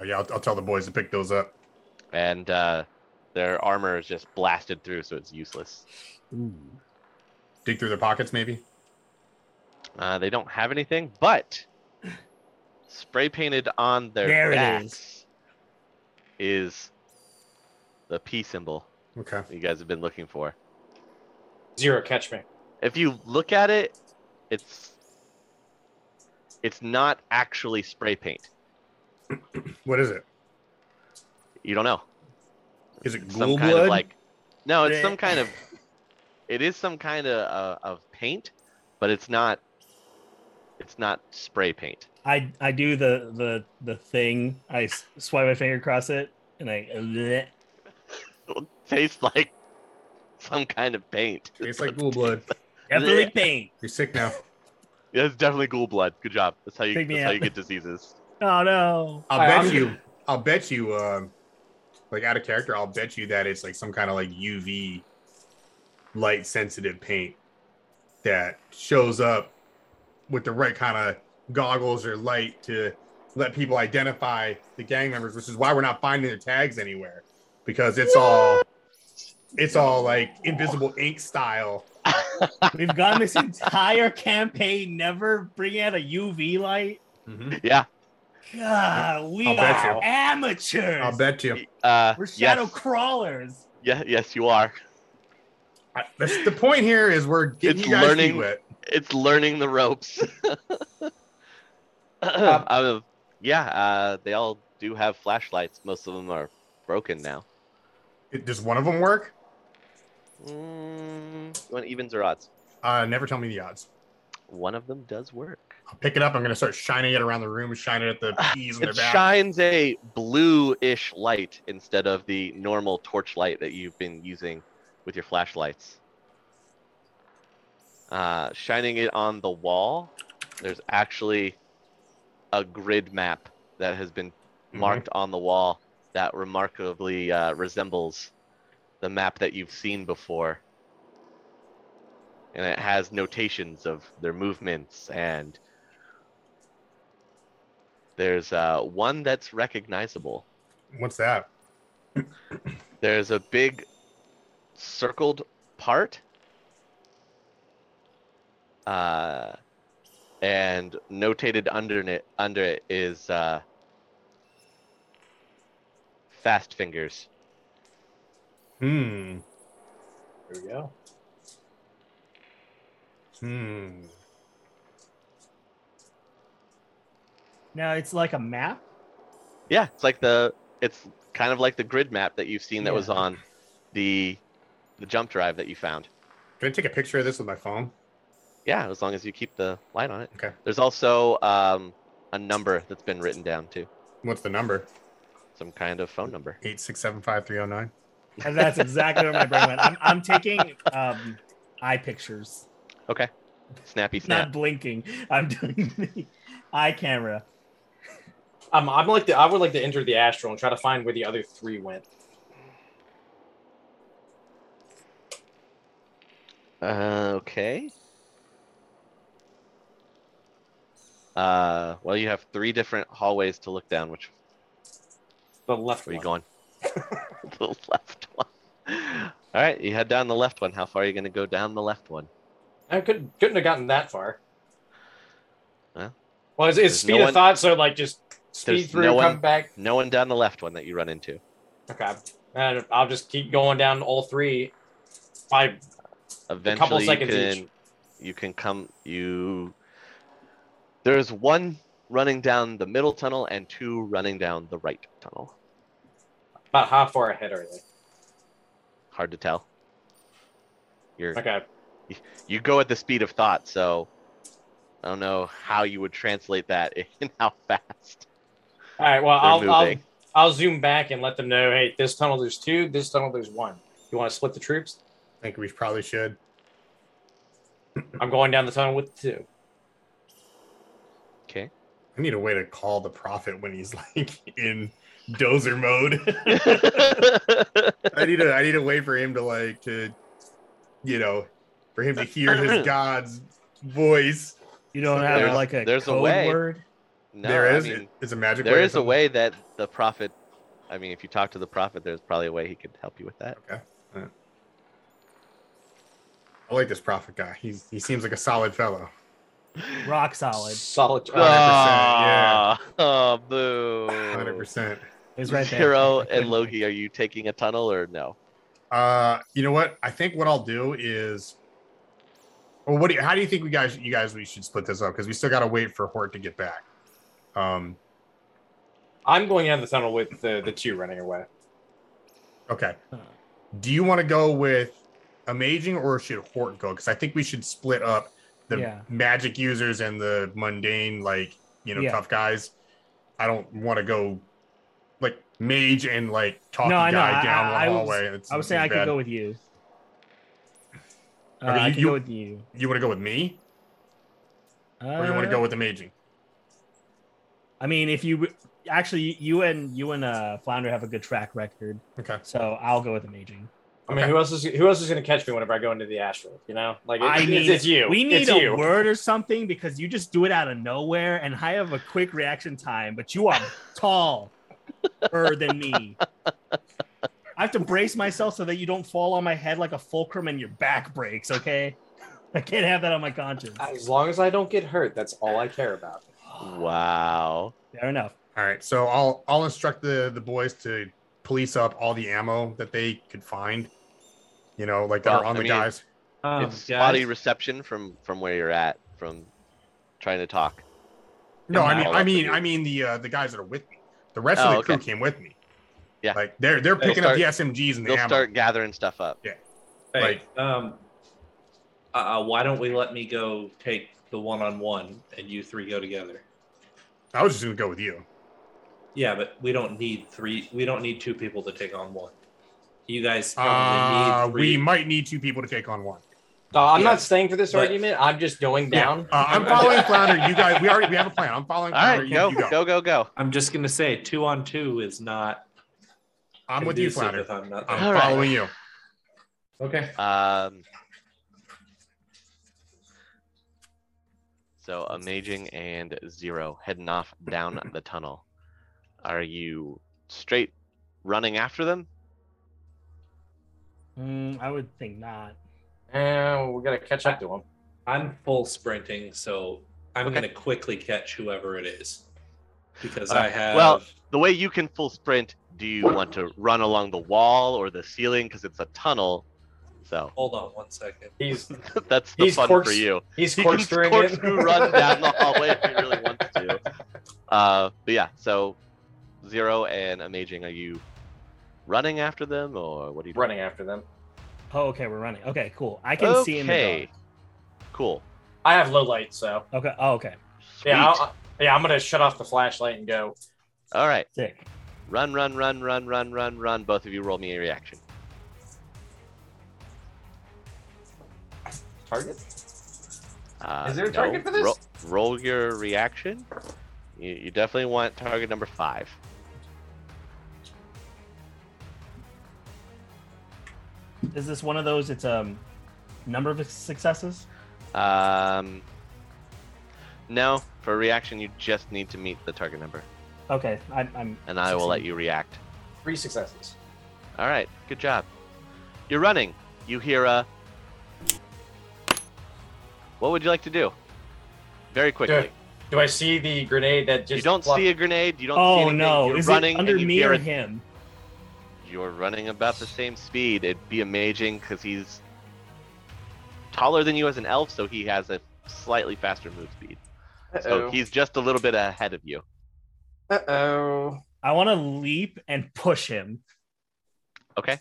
[SPEAKER 1] Oh, yeah, I'll, I'll tell the boys to pick those up.
[SPEAKER 2] and uh, their armor is just blasted through, so it's useless.
[SPEAKER 1] Dig through their pockets, maybe.
[SPEAKER 2] Uh, they don't have anything, but spray painted on their
[SPEAKER 4] There it
[SPEAKER 2] backs is. the P symbol
[SPEAKER 1] Okay.
[SPEAKER 2] you guys have been looking for.
[SPEAKER 6] Zero, catch me.
[SPEAKER 2] If you look at it, it's it's not actually spray paint.
[SPEAKER 1] What is it?
[SPEAKER 2] You don't know.
[SPEAKER 1] Is it
[SPEAKER 2] It's
[SPEAKER 1] ghoul
[SPEAKER 2] some kind
[SPEAKER 1] blood?
[SPEAKER 2] of like no, it's
[SPEAKER 4] Bleh.
[SPEAKER 2] some kind of it is some kind of uh, of paint, but it's not it's not spray paint.
[SPEAKER 4] I I do the the the thing. I s- swipe my finger across it, and I bleh.
[SPEAKER 2] It tastes like some kind of paint.
[SPEAKER 1] Tastes like ghoul blood.
[SPEAKER 4] definitely paint.
[SPEAKER 1] You're sick now.
[SPEAKER 2] Yeah, it's definitely ghoul blood. Good job. That's how you
[SPEAKER 4] Pick me
[SPEAKER 2] that's how
[SPEAKER 4] up.
[SPEAKER 2] you get diseases.
[SPEAKER 4] Oh no!
[SPEAKER 1] I'll
[SPEAKER 6] All right,
[SPEAKER 1] bet
[SPEAKER 6] I'm-
[SPEAKER 1] you. I'll bet you. Um, like out of character, I'll bet you that it's like some kind of like UV light sensitive paint that shows up with the right kind of goggles or light to let people identify the gang members, which is why we're not finding their tags anywhere because it's all it's all like invisible ink style.
[SPEAKER 4] We've gone this entire campaign never bringing out a UV light.
[SPEAKER 2] Yeah.
[SPEAKER 4] God, we
[SPEAKER 1] Mm-hmm. I'll bet
[SPEAKER 4] are
[SPEAKER 1] you.
[SPEAKER 4] amateurs.
[SPEAKER 1] I'll bet you.
[SPEAKER 2] Uh
[SPEAKER 4] We're shadow
[SPEAKER 2] yes.
[SPEAKER 4] crawlers.
[SPEAKER 2] Yeah, yes, you are.
[SPEAKER 1] I- that's the point here is we're getting
[SPEAKER 2] It's
[SPEAKER 1] you guys
[SPEAKER 2] learning-
[SPEAKER 1] feet wet.
[SPEAKER 2] It's learning the ropes.
[SPEAKER 4] Um,
[SPEAKER 2] Uh, yeah, uh, they all do have flashlights. Most of them are broken now.
[SPEAKER 1] It- Does one of them work?
[SPEAKER 2] Mm, you want evens or odds?
[SPEAKER 1] Uh, never tell me the odds.
[SPEAKER 2] One of them does work.
[SPEAKER 1] I'll pick it up. I'm gonna start shining it around the room, shine it at the
[SPEAKER 2] Ah,
[SPEAKER 1] peas in their
[SPEAKER 2] It
[SPEAKER 1] back.
[SPEAKER 2] shines a blue-ish light instead of the normal torch light that you've been using with your flashlights. uh, shining it on the wall, there's actually a grid map that has been
[SPEAKER 1] Mm-hmm.
[SPEAKER 2] marked on the wall that remarkably uh, resembles the map that you've seen before. And it has notations of their movements, and there's uh, one that's recognizable.
[SPEAKER 1] What's that?
[SPEAKER 2] There's a big circled part. Uh, and notated under it under it is uh, fast fingers.
[SPEAKER 1] Hmm.
[SPEAKER 6] There we go.
[SPEAKER 1] Hmm.
[SPEAKER 4] Now it's like a map.
[SPEAKER 2] Yeah, it's like the it's kind of like the grid map that you've seen that was
[SPEAKER 4] Yeah.
[SPEAKER 2] on the the jump drive that you found.
[SPEAKER 1] Can I take a picture of this with my phone?
[SPEAKER 2] Yeah, as long as you keep the light on it.
[SPEAKER 1] Okay.
[SPEAKER 2] There's also um, a number that's been written down too,
[SPEAKER 1] What's the number?
[SPEAKER 2] some kind of phone number.
[SPEAKER 1] Eight six seven five three zero nine.
[SPEAKER 4] And that's exactly where my brain went. I'm, I'm taking um, eye pictures,
[SPEAKER 2] Snappy snap.
[SPEAKER 4] not blinking. I'm doing the eye camera.
[SPEAKER 6] Um, I'm like the, I would like to enter the astral and try to find where the other three went.
[SPEAKER 2] Uh, okay. Uh, well, you have three different hallways to look down. Which
[SPEAKER 6] The left
[SPEAKER 2] where are you going?
[SPEAKER 6] one.
[SPEAKER 2] the left one. All right, you head down the left one. How far are you going to go down the left one?
[SPEAKER 6] I couldn't couldn't have gotten that far.
[SPEAKER 2] Well,
[SPEAKER 6] well, it's, it's
[SPEAKER 2] there's
[SPEAKER 6] speed
[SPEAKER 2] no
[SPEAKER 6] of
[SPEAKER 2] one-
[SPEAKER 6] thought, so like just
[SPEAKER 2] there's
[SPEAKER 6] speed through,
[SPEAKER 2] no
[SPEAKER 6] come
[SPEAKER 2] one-
[SPEAKER 6] back.
[SPEAKER 2] No one down the left one that you run into.
[SPEAKER 6] Okay, and I'll just keep going down all three. Five.
[SPEAKER 2] Eventually,
[SPEAKER 6] seconds
[SPEAKER 2] you can
[SPEAKER 6] each.
[SPEAKER 2] you can come you. There's one running down the middle tunnel and two running down the right tunnel.
[SPEAKER 6] About how far ahead are they?
[SPEAKER 2] Hard to tell. You're
[SPEAKER 6] Okay,
[SPEAKER 2] you go at the speed of thought, so I don't know how you would translate that in how fast
[SPEAKER 6] all right. Well,
[SPEAKER 2] they're
[SPEAKER 6] I'll, I'll
[SPEAKER 2] moving.
[SPEAKER 6] I'll zoom back and let them know. Hey, this tunnel there's two. This tunnel there's one. You want to split the troops?
[SPEAKER 1] I think we probably should.
[SPEAKER 6] I'm going down the tunnel with two.
[SPEAKER 2] Okay.
[SPEAKER 1] I need a way to call the prophet when he's like in dozer mode. I need a I need a way for him to like to, you know, for him to hear his God's voice.
[SPEAKER 4] You don't have
[SPEAKER 2] There's-
[SPEAKER 4] like a
[SPEAKER 2] there's a
[SPEAKER 4] code
[SPEAKER 2] way.
[SPEAKER 4] word.
[SPEAKER 2] no,
[SPEAKER 1] there is
[SPEAKER 2] I mean,
[SPEAKER 1] is a magic.
[SPEAKER 2] there
[SPEAKER 1] way or
[SPEAKER 2] is a
[SPEAKER 1] something?
[SPEAKER 2] way that the prophet. I mean, if you talk to the prophet, there's probably a way he could help you with that.
[SPEAKER 1] I like this prophet guy. He's he seems like a solid fellow.
[SPEAKER 4] Rock solid.
[SPEAKER 6] Solid.
[SPEAKER 2] Oh,
[SPEAKER 1] yeah.
[SPEAKER 2] oh boo.
[SPEAKER 1] Hundred percent.
[SPEAKER 4] It's right there.
[SPEAKER 2] Hero and Logi, are you taking a tunnel or no?
[SPEAKER 1] Uh, you know what? I think what I'll do is, well, what? Do you, how do you think we guys, you guys, we should split this up because we still got to wait for Hort to get back. Um,
[SPEAKER 6] I'm going down the tunnel with the the two running away.
[SPEAKER 1] okay. Do you want to go with amazing or should Hort go? Because I think we should split up the
[SPEAKER 4] Yeah.
[SPEAKER 1] magic users and the mundane, like you know,
[SPEAKER 4] Yeah.
[SPEAKER 1] tough guys. I don't want to go like mage and like talking
[SPEAKER 4] No, I know.
[SPEAKER 1] guy
[SPEAKER 4] I-
[SPEAKER 1] down one
[SPEAKER 4] I- I was-
[SPEAKER 1] hallway. It's-
[SPEAKER 4] I was
[SPEAKER 1] it's
[SPEAKER 4] saying I could
[SPEAKER 1] bad.
[SPEAKER 4] go with you. Uh,
[SPEAKER 1] Okay,
[SPEAKER 4] I
[SPEAKER 1] you-
[SPEAKER 4] could
[SPEAKER 1] you-
[SPEAKER 4] go with you.
[SPEAKER 1] You want to go with me,
[SPEAKER 4] Uh,
[SPEAKER 1] or you want to go with amazing?
[SPEAKER 4] I mean, if you actually, you and you and uh, Flounder have a good track record,
[SPEAKER 1] Okay.
[SPEAKER 4] so I'll go with Amaging.
[SPEAKER 6] I mean,
[SPEAKER 1] Okay.
[SPEAKER 6] who else is who else is going to catch me whenever I go into the astral? You know, like it-
[SPEAKER 4] I
[SPEAKER 6] it's,
[SPEAKER 4] need
[SPEAKER 6] it's you.
[SPEAKER 4] We need
[SPEAKER 6] It's
[SPEAKER 4] a
[SPEAKER 6] you.
[SPEAKER 4] word or something because you just do it out of nowhere, and I have a quick reaction time. But you are taller than me. I have to brace myself so that you don't fall on my head like a fulcrum and your back breaks. Okay, I can't have that on my conscience.
[SPEAKER 6] As long as I don't get hurt, that's all I care about.
[SPEAKER 2] Wow.
[SPEAKER 4] Fair enough.
[SPEAKER 1] All right, so I'll I'll instruct the the boys to police up all the ammo that they could find. You know, like that
[SPEAKER 2] Well,
[SPEAKER 1] are on
[SPEAKER 2] I
[SPEAKER 1] the
[SPEAKER 2] mean-
[SPEAKER 1] guys.
[SPEAKER 11] Oh,
[SPEAKER 2] it's spotty
[SPEAKER 11] guys.
[SPEAKER 2] reception from from where you're at from trying to talk.
[SPEAKER 1] No, I
[SPEAKER 2] now
[SPEAKER 1] mean,
[SPEAKER 2] I'll
[SPEAKER 1] I
[SPEAKER 2] have to
[SPEAKER 1] mean,
[SPEAKER 2] do-
[SPEAKER 1] I mean the uh, the guys that are with me. The rest
[SPEAKER 2] Oh,
[SPEAKER 1] of the crew
[SPEAKER 2] okay.
[SPEAKER 1] came with me.
[SPEAKER 2] Yeah.
[SPEAKER 1] like they're they're
[SPEAKER 3] They'll
[SPEAKER 1] picking
[SPEAKER 2] start-
[SPEAKER 1] up the SMGs and the
[SPEAKER 2] You'll
[SPEAKER 1] ammo.
[SPEAKER 2] start gathering stuff up.
[SPEAKER 3] Hey, um, uh, why don't we let me go take the one on one and you three go together?
[SPEAKER 1] I was just gonna go with you.
[SPEAKER 3] Yeah, but we don't need three. We don't need two people to take on one. You guys probably
[SPEAKER 1] Uh,
[SPEAKER 3] need
[SPEAKER 1] we
[SPEAKER 3] three.
[SPEAKER 1] might need two people to take on one.
[SPEAKER 6] No, I'm
[SPEAKER 3] Yeah.
[SPEAKER 6] not staying for this
[SPEAKER 3] But-
[SPEAKER 6] argument. I'm just going down.
[SPEAKER 1] Uh, I'm following Flounder. You guys, we already we have a plan. I'm following
[SPEAKER 2] All
[SPEAKER 1] Flounder.
[SPEAKER 2] right,
[SPEAKER 1] you,
[SPEAKER 2] go,
[SPEAKER 1] you go.
[SPEAKER 2] go, go, go.
[SPEAKER 3] I'm just gonna say two on two is not.
[SPEAKER 1] I'm with you,
[SPEAKER 3] conducive
[SPEAKER 1] Flounder.
[SPEAKER 3] if I'm not
[SPEAKER 1] I'm
[SPEAKER 2] All right.
[SPEAKER 1] following you.
[SPEAKER 6] Okay.
[SPEAKER 2] Um, so amazing and zero heading off down the tunnel. Are you straight running after them?
[SPEAKER 4] Mm, I would think not.
[SPEAKER 6] And we gotta catch up to him.
[SPEAKER 3] I'm full sprinting, so I'm
[SPEAKER 2] Okay.
[SPEAKER 3] gonna quickly catch whoever it is because
[SPEAKER 2] All
[SPEAKER 3] I
[SPEAKER 2] right.
[SPEAKER 3] have.
[SPEAKER 2] Well, The way you can full sprint, do you want to run along the wall or the ceiling? Because it's a tunnel. So
[SPEAKER 3] hold on one second.
[SPEAKER 6] He's
[SPEAKER 2] that's the
[SPEAKER 6] He's
[SPEAKER 2] fun
[SPEAKER 6] corks-
[SPEAKER 2] for you.
[SPEAKER 6] he's
[SPEAKER 2] He can
[SPEAKER 6] corkscrewing it.
[SPEAKER 2] corkscrew run down the hallway if he really wants to. Uh, but yeah, so zero and amazing. Are you running after them or what are you doing?
[SPEAKER 6] Running after them.
[SPEAKER 4] Oh, okay, we're running. Okay, cool. I can see in the
[SPEAKER 2] Okay. Cool.
[SPEAKER 6] I have low light, so
[SPEAKER 4] dark. Okay. Oh, okay.
[SPEAKER 2] Sweet.
[SPEAKER 6] yeah, I'll, yeah. I'm gonna shut off the flashlight and go.
[SPEAKER 2] All right.
[SPEAKER 4] Sick.
[SPEAKER 2] Run, run, run, run, run, run, run. Both of you roll me a reaction.
[SPEAKER 6] Target.
[SPEAKER 2] Uh,
[SPEAKER 6] Is there a
[SPEAKER 2] no,
[SPEAKER 6] target for this?
[SPEAKER 2] ro- roll your reaction. You, you definitely want target number five.
[SPEAKER 4] Is this one of those? It's um number of successes.
[SPEAKER 2] Um, no, for reaction, you just need to meet the target number,
[SPEAKER 4] Okay, I'm. I'm
[SPEAKER 2] and I will let you react.
[SPEAKER 6] Three successes.
[SPEAKER 2] All right. Good job. You're running. You hear a. What would you like to do? Very quickly.
[SPEAKER 6] Do, do I see the grenade that just?
[SPEAKER 2] you don't see a grenade. You don't see
[SPEAKER 4] Oh
[SPEAKER 2] anything.
[SPEAKER 4] no!
[SPEAKER 2] You're
[SPEAKER 4] Is
[SPEAKER 2] running
[SPEAKER 4] it under
[SPEAKER 2] and you
[SPEAKER 4] me
[SPEAKER 2] hear
[SPEAKER 4] or
[SPEAKER 2] a
[SPEAKER 4] him?
[SPEAKER 2] you're running about the same speed. It'd be amazing because he's taller than you as an elf, so he has a slightly faster move speed. So
[SPEAKER 11] Uh-oh.
[SPEAKER 2] he's just a little bit ahead of you.
[SPEAKER 11] Uh-oh.
[SPEAKER 4] I want to leap and push him.
[SPEAKER 2] Okay.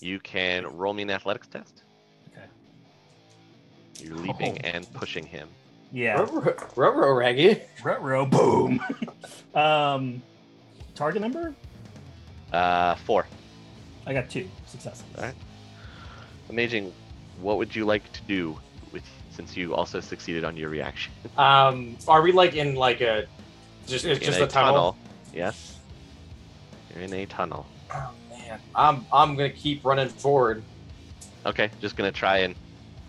[SPEAKER 2] You can roll me an athletics test.
[SPEAKER 4] Okay. Oh.
[SPEAKER 2] You're leaping and pushing him.
[SPEAKER 4] Yeah.
[SPEAKER 6] Rubber raggy.
[SPEAKER 4] Ruh-roh, boom. um, target number.
[SPEAKER 2] Uh, four.
[SPEAKER 4] I got two successes.
[SPEAKER 2] All right. Amazing. What would you like to do with since you also succeeded on your reaction?
[SPEAKER 6] Um, are we like in like a just it's
[SPEAKER 2] In
[SPEAKER 6] just a, tunnel?
[SPEAKER 2] Yes. You're in a tunnel.
[SPEAKER 6] Oh man, I'm I'm gonna keep running forward.
[SPEAKER 2] Okay, just gonna try and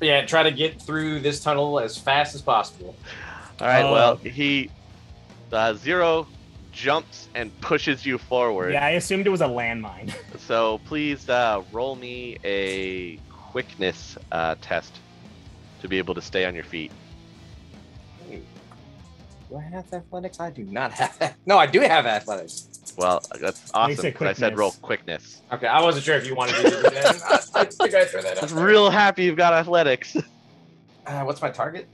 [SPEAKER 6] Yeah, try to get through this tunnel as fast as possible.
[SPEAKER 2] All right.
[SPEAKER 4] Oh.
[SPEAKER 2] Well, he uh, zero jumps and pushes you forward.
[SPEAKER 4] Yeah, I assumed it was a landmine.
[SPEAKER 2] So please uh, roll me a quickness uh, test to be able to stay on your feet.
[SPEAKER 6] Do I have athletics? I do not have. That. No, I do have athletics.
[SPEAKER 2] Well, that's awesome.
[SPEAKER 4] said
[SPEAKER 2] 'cause I said roll quickness.
[SPEAKER 6] Okay, I wasn't sure if you wanted me to do that. I, I think I threw that
[SPEAKER 2] I'm
[SPEAKER 6] up.
[SPEAKER 2] real happy you've got athletics.
[SPEAKER 6] Uh, what's my target?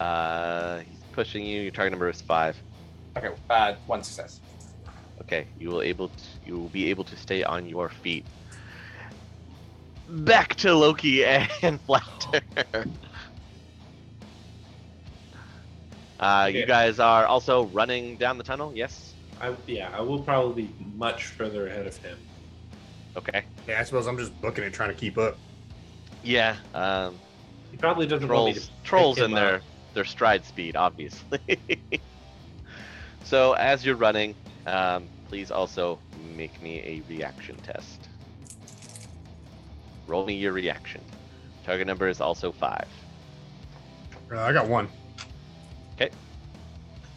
[SPEAKER 2] Uh, he's pushing you. Your target number is five.
[SPEAKER 6] Okay, uh, one success.
[SPEAKER 2] Okay, you will able to, you will be able to stay on your feet. Back to Loki and Flounder. Uh,
[SPEAKER 3] Okay.
[SPEAKER 2] You guys are also running down the tunnel. Yes.
[SPEAKER 3] I yeah, I will probably be much further ahead of him.
[SPEAKER 2] Okay.
[SPEAKER 1] Yeah, I suppose I'm just booking it, trying to keep up.
[SPEAKER 2] Yeah. Um,
[SPEAKER 3] He probably doesn't want me
[SPEAKER 2] trolls trolls
[SPEAKER 3] to pick
[SPEAKER 2] in
[SPEAKER 3] him
[SPEAKER 2] their
[SPEAKER 3] up.
[SPEAKER 2] their stride speed, obviously. so as you're running, um, please also make me a reaction test. Roll me your reaction. Target number is also five.
[SPEAKER 1] Uh, I got one.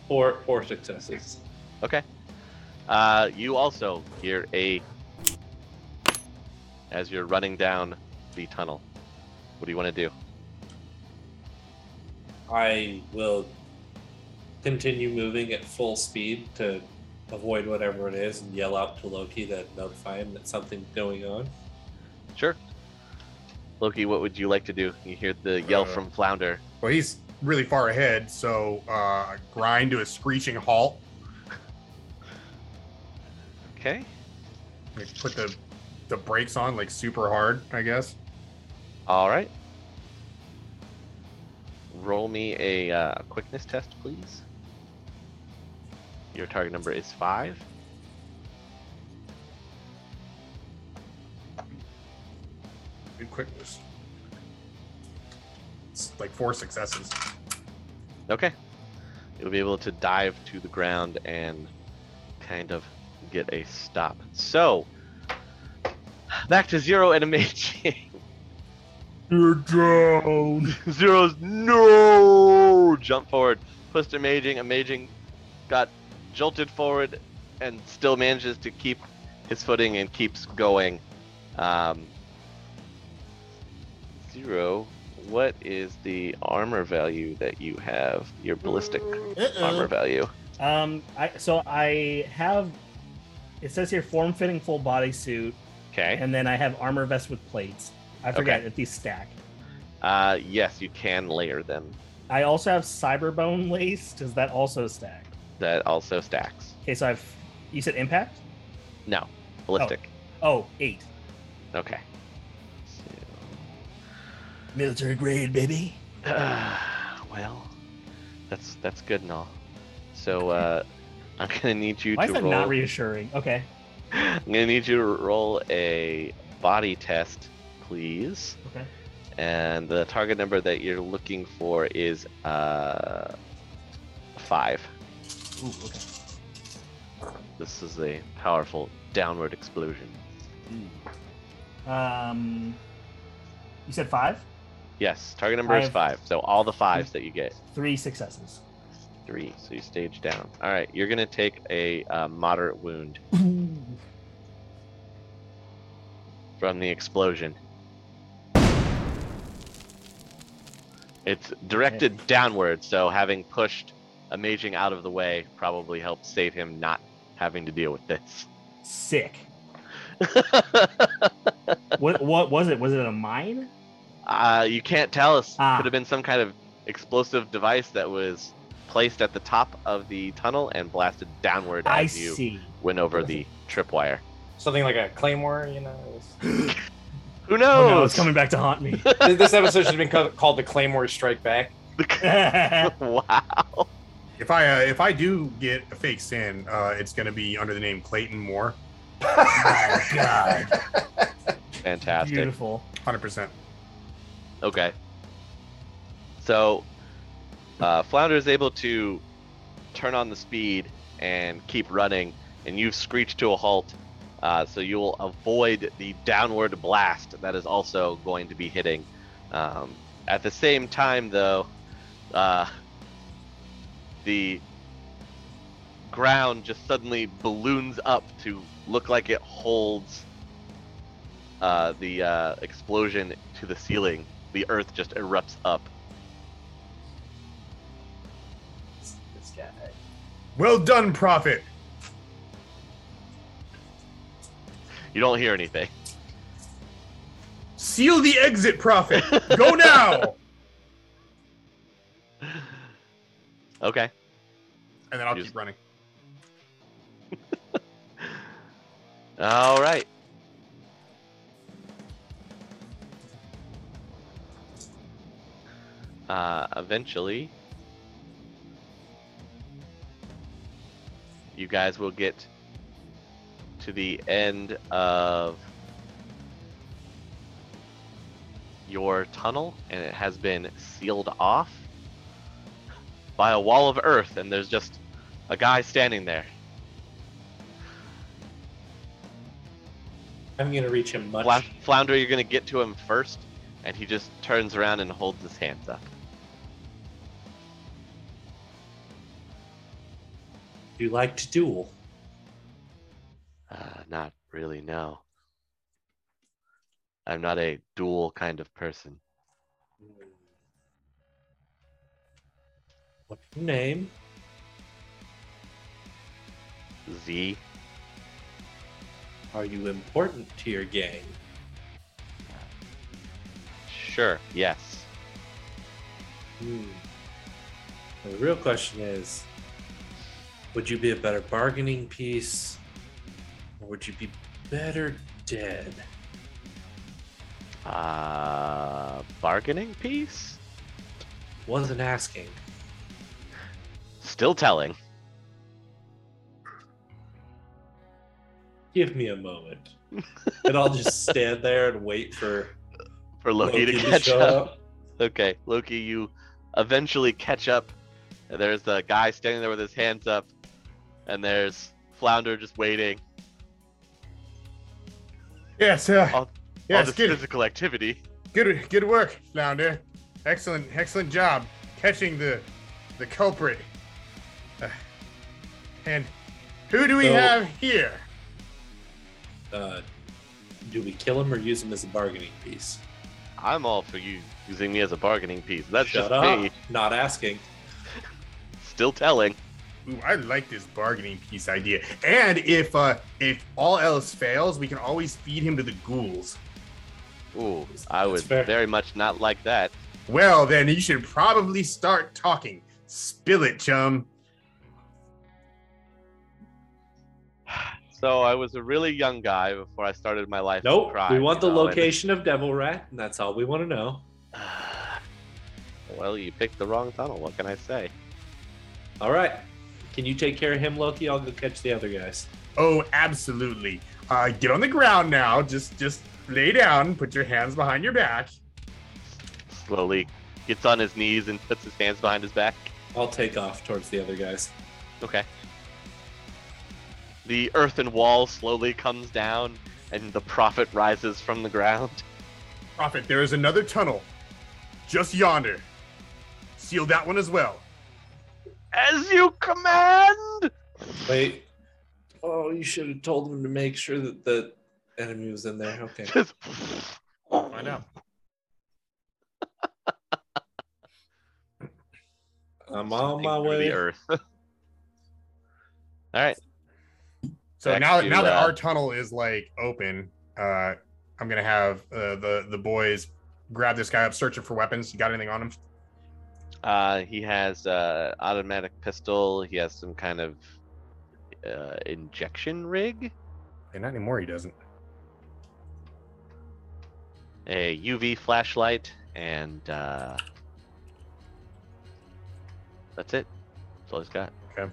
[SPEAKER 3] four four successes.
[SPEAKER 2] Okay. Uh, you also hear a as you're running down the tunnel. What do you want to do?
[SPEAKER 3] I will continue moving at full speed to avoid whatever it is and yell out to Loki to notify him that something's going on.
[SPEAKER 2] Sure. Loki, what would you like to do? You hear the yell
[SPEAKER 1] Uh,
[SPEAKER 2] from Flounder.
[SPEAKER 1] Well, he's really far ahead, so uh, grind to a screeching halt.
[SPEAKER 2] Okay.
[SPEAKER 1] Like, Put the the brakes on like super hard, I guess.
[SPEAKER 2] All right. Roll me a uh, quickness test, please. Your target number is five.
[SPEAKER 1] Good quickness. like four successes.
[SPEAKER 2] Okay. You'll be able to dive to the ground and kind of get a stop. So, back to Zero and Amazing.
[SPEAKER 4] You're down.
[SPEAKER 2] Zero's no! Jump forward. Pushed Amazing. Amazing got jolted forward and still manages to keep his footing and keeps going. Um, Zero, what is the armor value that you have? Your ballistic armor value.
[SPEAKER 4] Um, I so I have. It says here form-fitting full body suit,
[SPEAKER 2] Okay.
[SPEAKER 4] and then I have armor vest with plates. I forget if these stack.
[SPEAKER 2] Uh, yes, you can layer them.
[SPEAKER 4] I also have cyberbone lace. Does that also stack?
[SPEAKER 2] That also stacks.
[SPEAKER 4] Okay, so I've. You said impact.
[SPEAKER 2] No, ballistic.
[SPEAKER 4] Oh, eight.
[SPEAKER 2] Okay.
[SPEAKER 4] Military grade, baby.
[SPEAKER 2] So, well, that's that's good and all. So uh, I'm gonna need you
[SPEAKER 4] Why
[SPEAKER 2] to
[SPEAKER 4] is that
[SPEAKER 2] roll.
[SPEAKER 4] not reassuring? Okay.
[SPEAKER 2] I'm gonna need you to roll a body test, please.
[SPEAKER 4] Okay.
[SPEAKER 2] And the target number that you're looking for is uh, five.
[SPEAKER 4] Ooh, okay.
[SPEAKER 2] This is a powerful downward explosion.
[SPEAKER 4] Um, you said five,
[SPEAKER 2] Yes, target number is
[SPEAKER 4] Five.
[SPEAKER 2] five. So all the fives that you get,
[SPEAKER 4] three successes.
[SPEAKER 2] three. So you stage down. All right, you're gonna take a uh, moderate wound from the explosion. It's directed downward, so having pushed Amazing out of the way probably helped save him not having to deal with this.
[SPEAKER 4] Sick. What what was it? Was it a mine?
[SPEAKER 2] Uh, you can't tell us.
[SPEAKER 4] Ah.
[SPEAKER 2] Could have been some kind of explosive device that was placed at the top of the tunnel and blasted downward
[SPEAKER 4] I
[SPEAKER 2] as you
[SPEAKER 4] see.
[SPEAKER 2] went over the tripwire.
[SPEAKER 6] Something like a claymore, you know.
[SPEAKER 2] Who
[SPEAKER 4] Oh,
[SPEAKER 2] knows?
[SPEAKER 4] no, it's coming back to haunt me.
[SPEAKER 6] This- this episode should have been ca- called "The Claymore Strike Back."
[SPEAKER 2] wow.
[SPEAKER 1] If I uh, if I do get a fake sin, uh, it's going to be under the name Clayton Moore,
[SPEAKER 4] oh god.
[SPEAKER 2] Fantastic.
[SPEAKER 4] Beautiful.
[SPEAKER 1] hundred percent.
[SPEAKER 2] Okay. So, uh, Flounder is able to turn on the speed and keep running, and you've screeched to a halt. Uh, so you will avoid the downward blast that is also going to be hitting. Um, at the same time, though, uh, the ground just suddenly balloons up to look like it holds uh, the uh, explosion to the ceiling. The earth just erupts up.
[SPEAKER 6] This, this guy.
[SPEAKER 1] Well done, Prophet.
[SPEAKER 2] You don't hear anything.
[SPEAKER 1] Seal the exit, Prophet. Go now.
[SPEAKER 2] Okay.
[SPEAKER 1] And then I'll
[SPEAKER 2] Yes.
[SPEAKER 1] keep running.
[SPEAKER 2] All right. Uh, eventually, you guys will get to the end of your tunnel, and it has been sealed off by a wall of earth, and there's just a guy standing there.
[SPEAKER 3] I'm gonna reach him much.
[SPEAKER 2] Fla- Flounder, you're gonna get to him first, and he just turns around and holds his hands up.
[SPEAKER 3] Do you like to duel?
[SPEAKER 2] Uh, not really, no. I'm not a dual kind of person.
[SPEAKER 3] What's your name?
[SPEAKER 2] Z,
[SPEAKER 3] Are you important to your gang?
[SPEAKER 2] sure, yes.
[SPEAKER 3] Hmm. Now, the real question is would you be a better bargaining piece or would you be better dead?
[SPEAKER 2] Uh, bargaining piece?
[SPEAKER 3] Wasn't asking.
[SPEAKER 2] Still telling.
[SPEAKER 3] Give me a moment. and I'll just stand there and wait for
[SPEAKER 2] For Loki, to
[SPEAKER 3] Loki to
[SPEAKER 2] catch
[SPEAKER 3] show
[SPEAKER 2] up.
[SPEAKER 3] up.
[SPEAKER 2] Okay, Loki, you eventually catch up. And there's the guy standing there with his hands up, and there's Flounder just waiting.
[SPEAKER 1] Yes, uh,
[SPEAKER 2] All- All
[SPEAKER 1] yes,
[SPEAKER 2] this
[SPEAKER 1] good,
[SPEAKER 2] physical activity.
[SPEAKER 1] good, good work, Flounder. Excellent, excellent job catching the the culprit. Uh, and who do we
[SPEAKER 3] So-
[SPEAKER 1] have here?
[SPEAKER 3] Uh, do we kill him or use him as a bargaining piece?
[SPEAKER 2] I'm all for you using me as a bargaining piece. That's
[SPEAKER 3] Shut
[SPEAKER 2] just
[SPEAKER 3] up.
[SPEAKER 2] me
[SPEAKER 3] Not asking.
[SPEAKER 2] still telling.
[SPEAKER 1] Ooh, I like this bargaining piece idea. And if uh, if all else fails, we can always feed him to the ghouls.
[SPEAKER 2] Ooh, I would
[SPEAKER 3] fair.
[SPEAKER 2] very much not like that.
[SPEAKER 1] Well, then you should probably start talking. Spill it, chum.
[SPEAKER 2] So I was a really young guy before I started my life. in
[SPEAKER 3] Nope.
[SPEAKER 2] crime,
[SPEAKER 3] we want
[SPEAKER 2] you
[SPEAKER 3] the
[SPEAKER 2] know, and-
[SPEAKER 3] location of Devil Rat, and that's all we want to know.
[SPEAKER 2] well, you picked the wrong tunnel. What can I say?
[SPEAKER 3] All right. Can you take care of him, Loki? I'll go catch the other guys.
[SPEAKER 1] Oh, absolutely. Uh, get on the ground now. Just just lay down. Put your hands behind your back.
[SPEAKER 2] Slowly gets on his knees and puts his hands behind his back.
[SPEAKER 3] I'll take off towards the other guys.
[SPEAKER 2] Okay. The earthen wall slowly comes down, and the prophet rises from the ground.
[SPEAKER 1] Prophet, there is another tunnel, just yonder. Seal that one as well.
[SPEAKER 2] As you command!
[SPEAKER 3] Wait. Oh, you should have told him to make sure that the enemy was in there. Okay.
[SPEAKER 2] Just.
[SPEAKER 1] I know.
[SPEAKER 3] I'm on my
[SPEAKER 2] Through
[SPEAKER 3] way.
[SPEAKER 2] The earth. All right.
[SPEAKER 1] So
[SPEAKER 2] Back
[SPEAKER 1] now,
[SPEAKER 2] to,
[SPEAKER 1] now that
[SPEAKER 2] uh,
[SPEAKER 1] our tunnel is like open, uh, I'm gonna have uh, the the boys grab this guy up, search him for weapons. You got anything on him?
[SPEAKER 2] Uh, he has uh, automatic pistol. He has some kind of uh, injection rig,
[SPEAKER 1] Okay, not anymore. He doesn't.
[SPEAKER 2] a UV flashlight, and uh, that's it. That's all he's got.
[SPEAKER 1] Okay.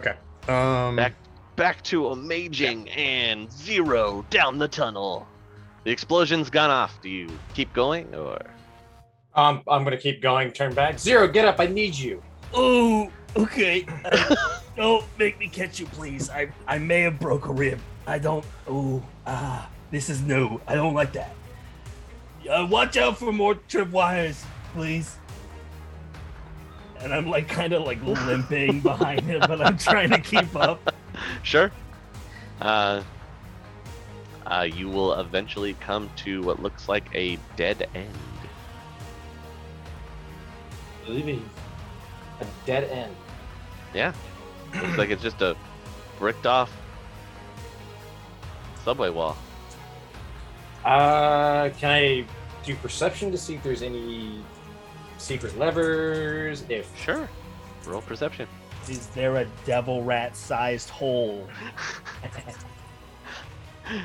[SPEAKER 1] Okay. Um,
[SPEAKER 2] Back back to amazing and zero down the tunnel. The explosion's gone off. Do you keep going or?
[SPEAKER 6] Um, I'm gonna keep going. Turn back. Zero, get up. I need you.
[SPEAKER 4] Oh, okay. Uh, don't make me catch you, please. I I may have broke a rib. I don't. Oh, ah, this is new. I don't like that. Uh, watch out for more tripwires, please. And I'm like kind of like limping behind him, but I'm trying to keep up.
[SPEAKER 2] Sure. Uh, uh, you will eventually come to what looks like a dead end.
[SPEAKER 3] Leaving.
[SPEAKER 6] A dead end.
[SPEAKER 2] Looks like it's just a bricked off subway wall.
[SPEAKER 6] Uh, can I do perception to see if there's any secret levers? If
[SPEAKER 2] Sure. Roll perception.
[SPEAKER 4] Is there a devil rat sized hole?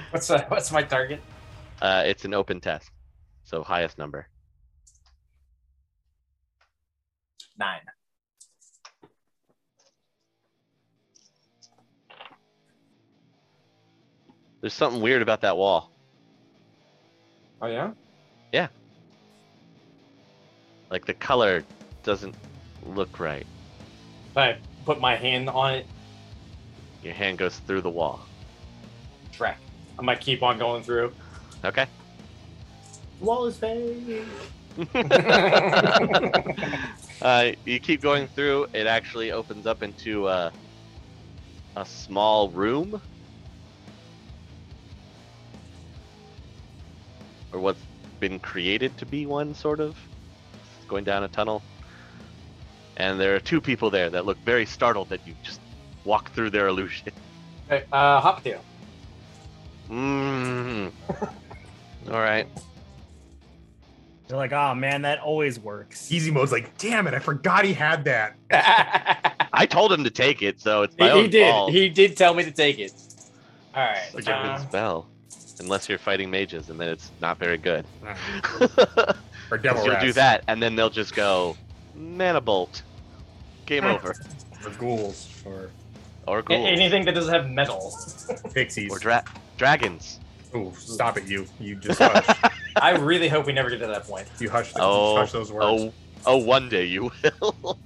[SPEAKER 6] what's uh, what's my target?
[SPEAKER 2] Uh, it's an open test, so highest number.
[SPEAKER 6] Nine.
[SPEAKER 2] There's something weird about that wall.
[SPEAKER 6] Oh yeah.
[SPEAKER 2] Like the color doesn't look right.
[SPEAKER 6] I put my hand on it.
[SPEAKER 2] Your hand goes through the wall.
[SPEAKER 6] Track. I'm gonna keep on going through.
[SPEAKER 2] Okay.
[SPEAKER 6] Wall is fake.
[SPEAKER 2] uh, you keep going through. It actually opens up into a, a small room, or what's been created to be one, sort of. It's going down a tunnel, and there are two people there that look very startled that you just walk through their illusion.
[SPEAKER 6] Okay, uh, Hoptail.
[SPEAKER 2] Mm. All right.
[SPEAKER 4] They're like, oh man, that always works.
[SPEAKER 1] Easy mode's like, damn it, I forgot he had that.
[SPEAKER 2] I told him to take it, so it's my
[SPEAKER 6] he,
[SPEAKER 2] own
[SPEAKER 6] he did.
[SPEAKER 2] fault.
[SPEAKER 6] He did tell me to take it. All right.
[SPEAKER 2] It's a
[SPEAKER 6] uh,
[SPEAKER 2] different spell, unless you're fighting mages, and then it's not very good.
[SPEAKER 1] Or devil
[SPEAKER 2] you'll
[SPEAKER 1] rats.
[SPEAKER 2] do that, and then they'll just go mana bolt. Game over.
[SPEAKER 1] Or ghouls. Or
[SPEAKER 2] Or
[SPEAKER 6] A-
[SPEAKER 2] ghouls.
[SPEAKER 6] Anything that doesn't have metal.
[SPEAKER 1] Pixies.
[SPEAKER 2] Or dra- dragons.
[SPEAKER 1] oh, stop it, you. You just hushed.
[SPEAKER 6] I really hope we never get to that point.
[SPEAKER 1] you hushed,
[SPEAKER 2] Oh,
[SPEAKER 1] you hushed those words.
[SPEAKER 2] Oh, oh, one day you will.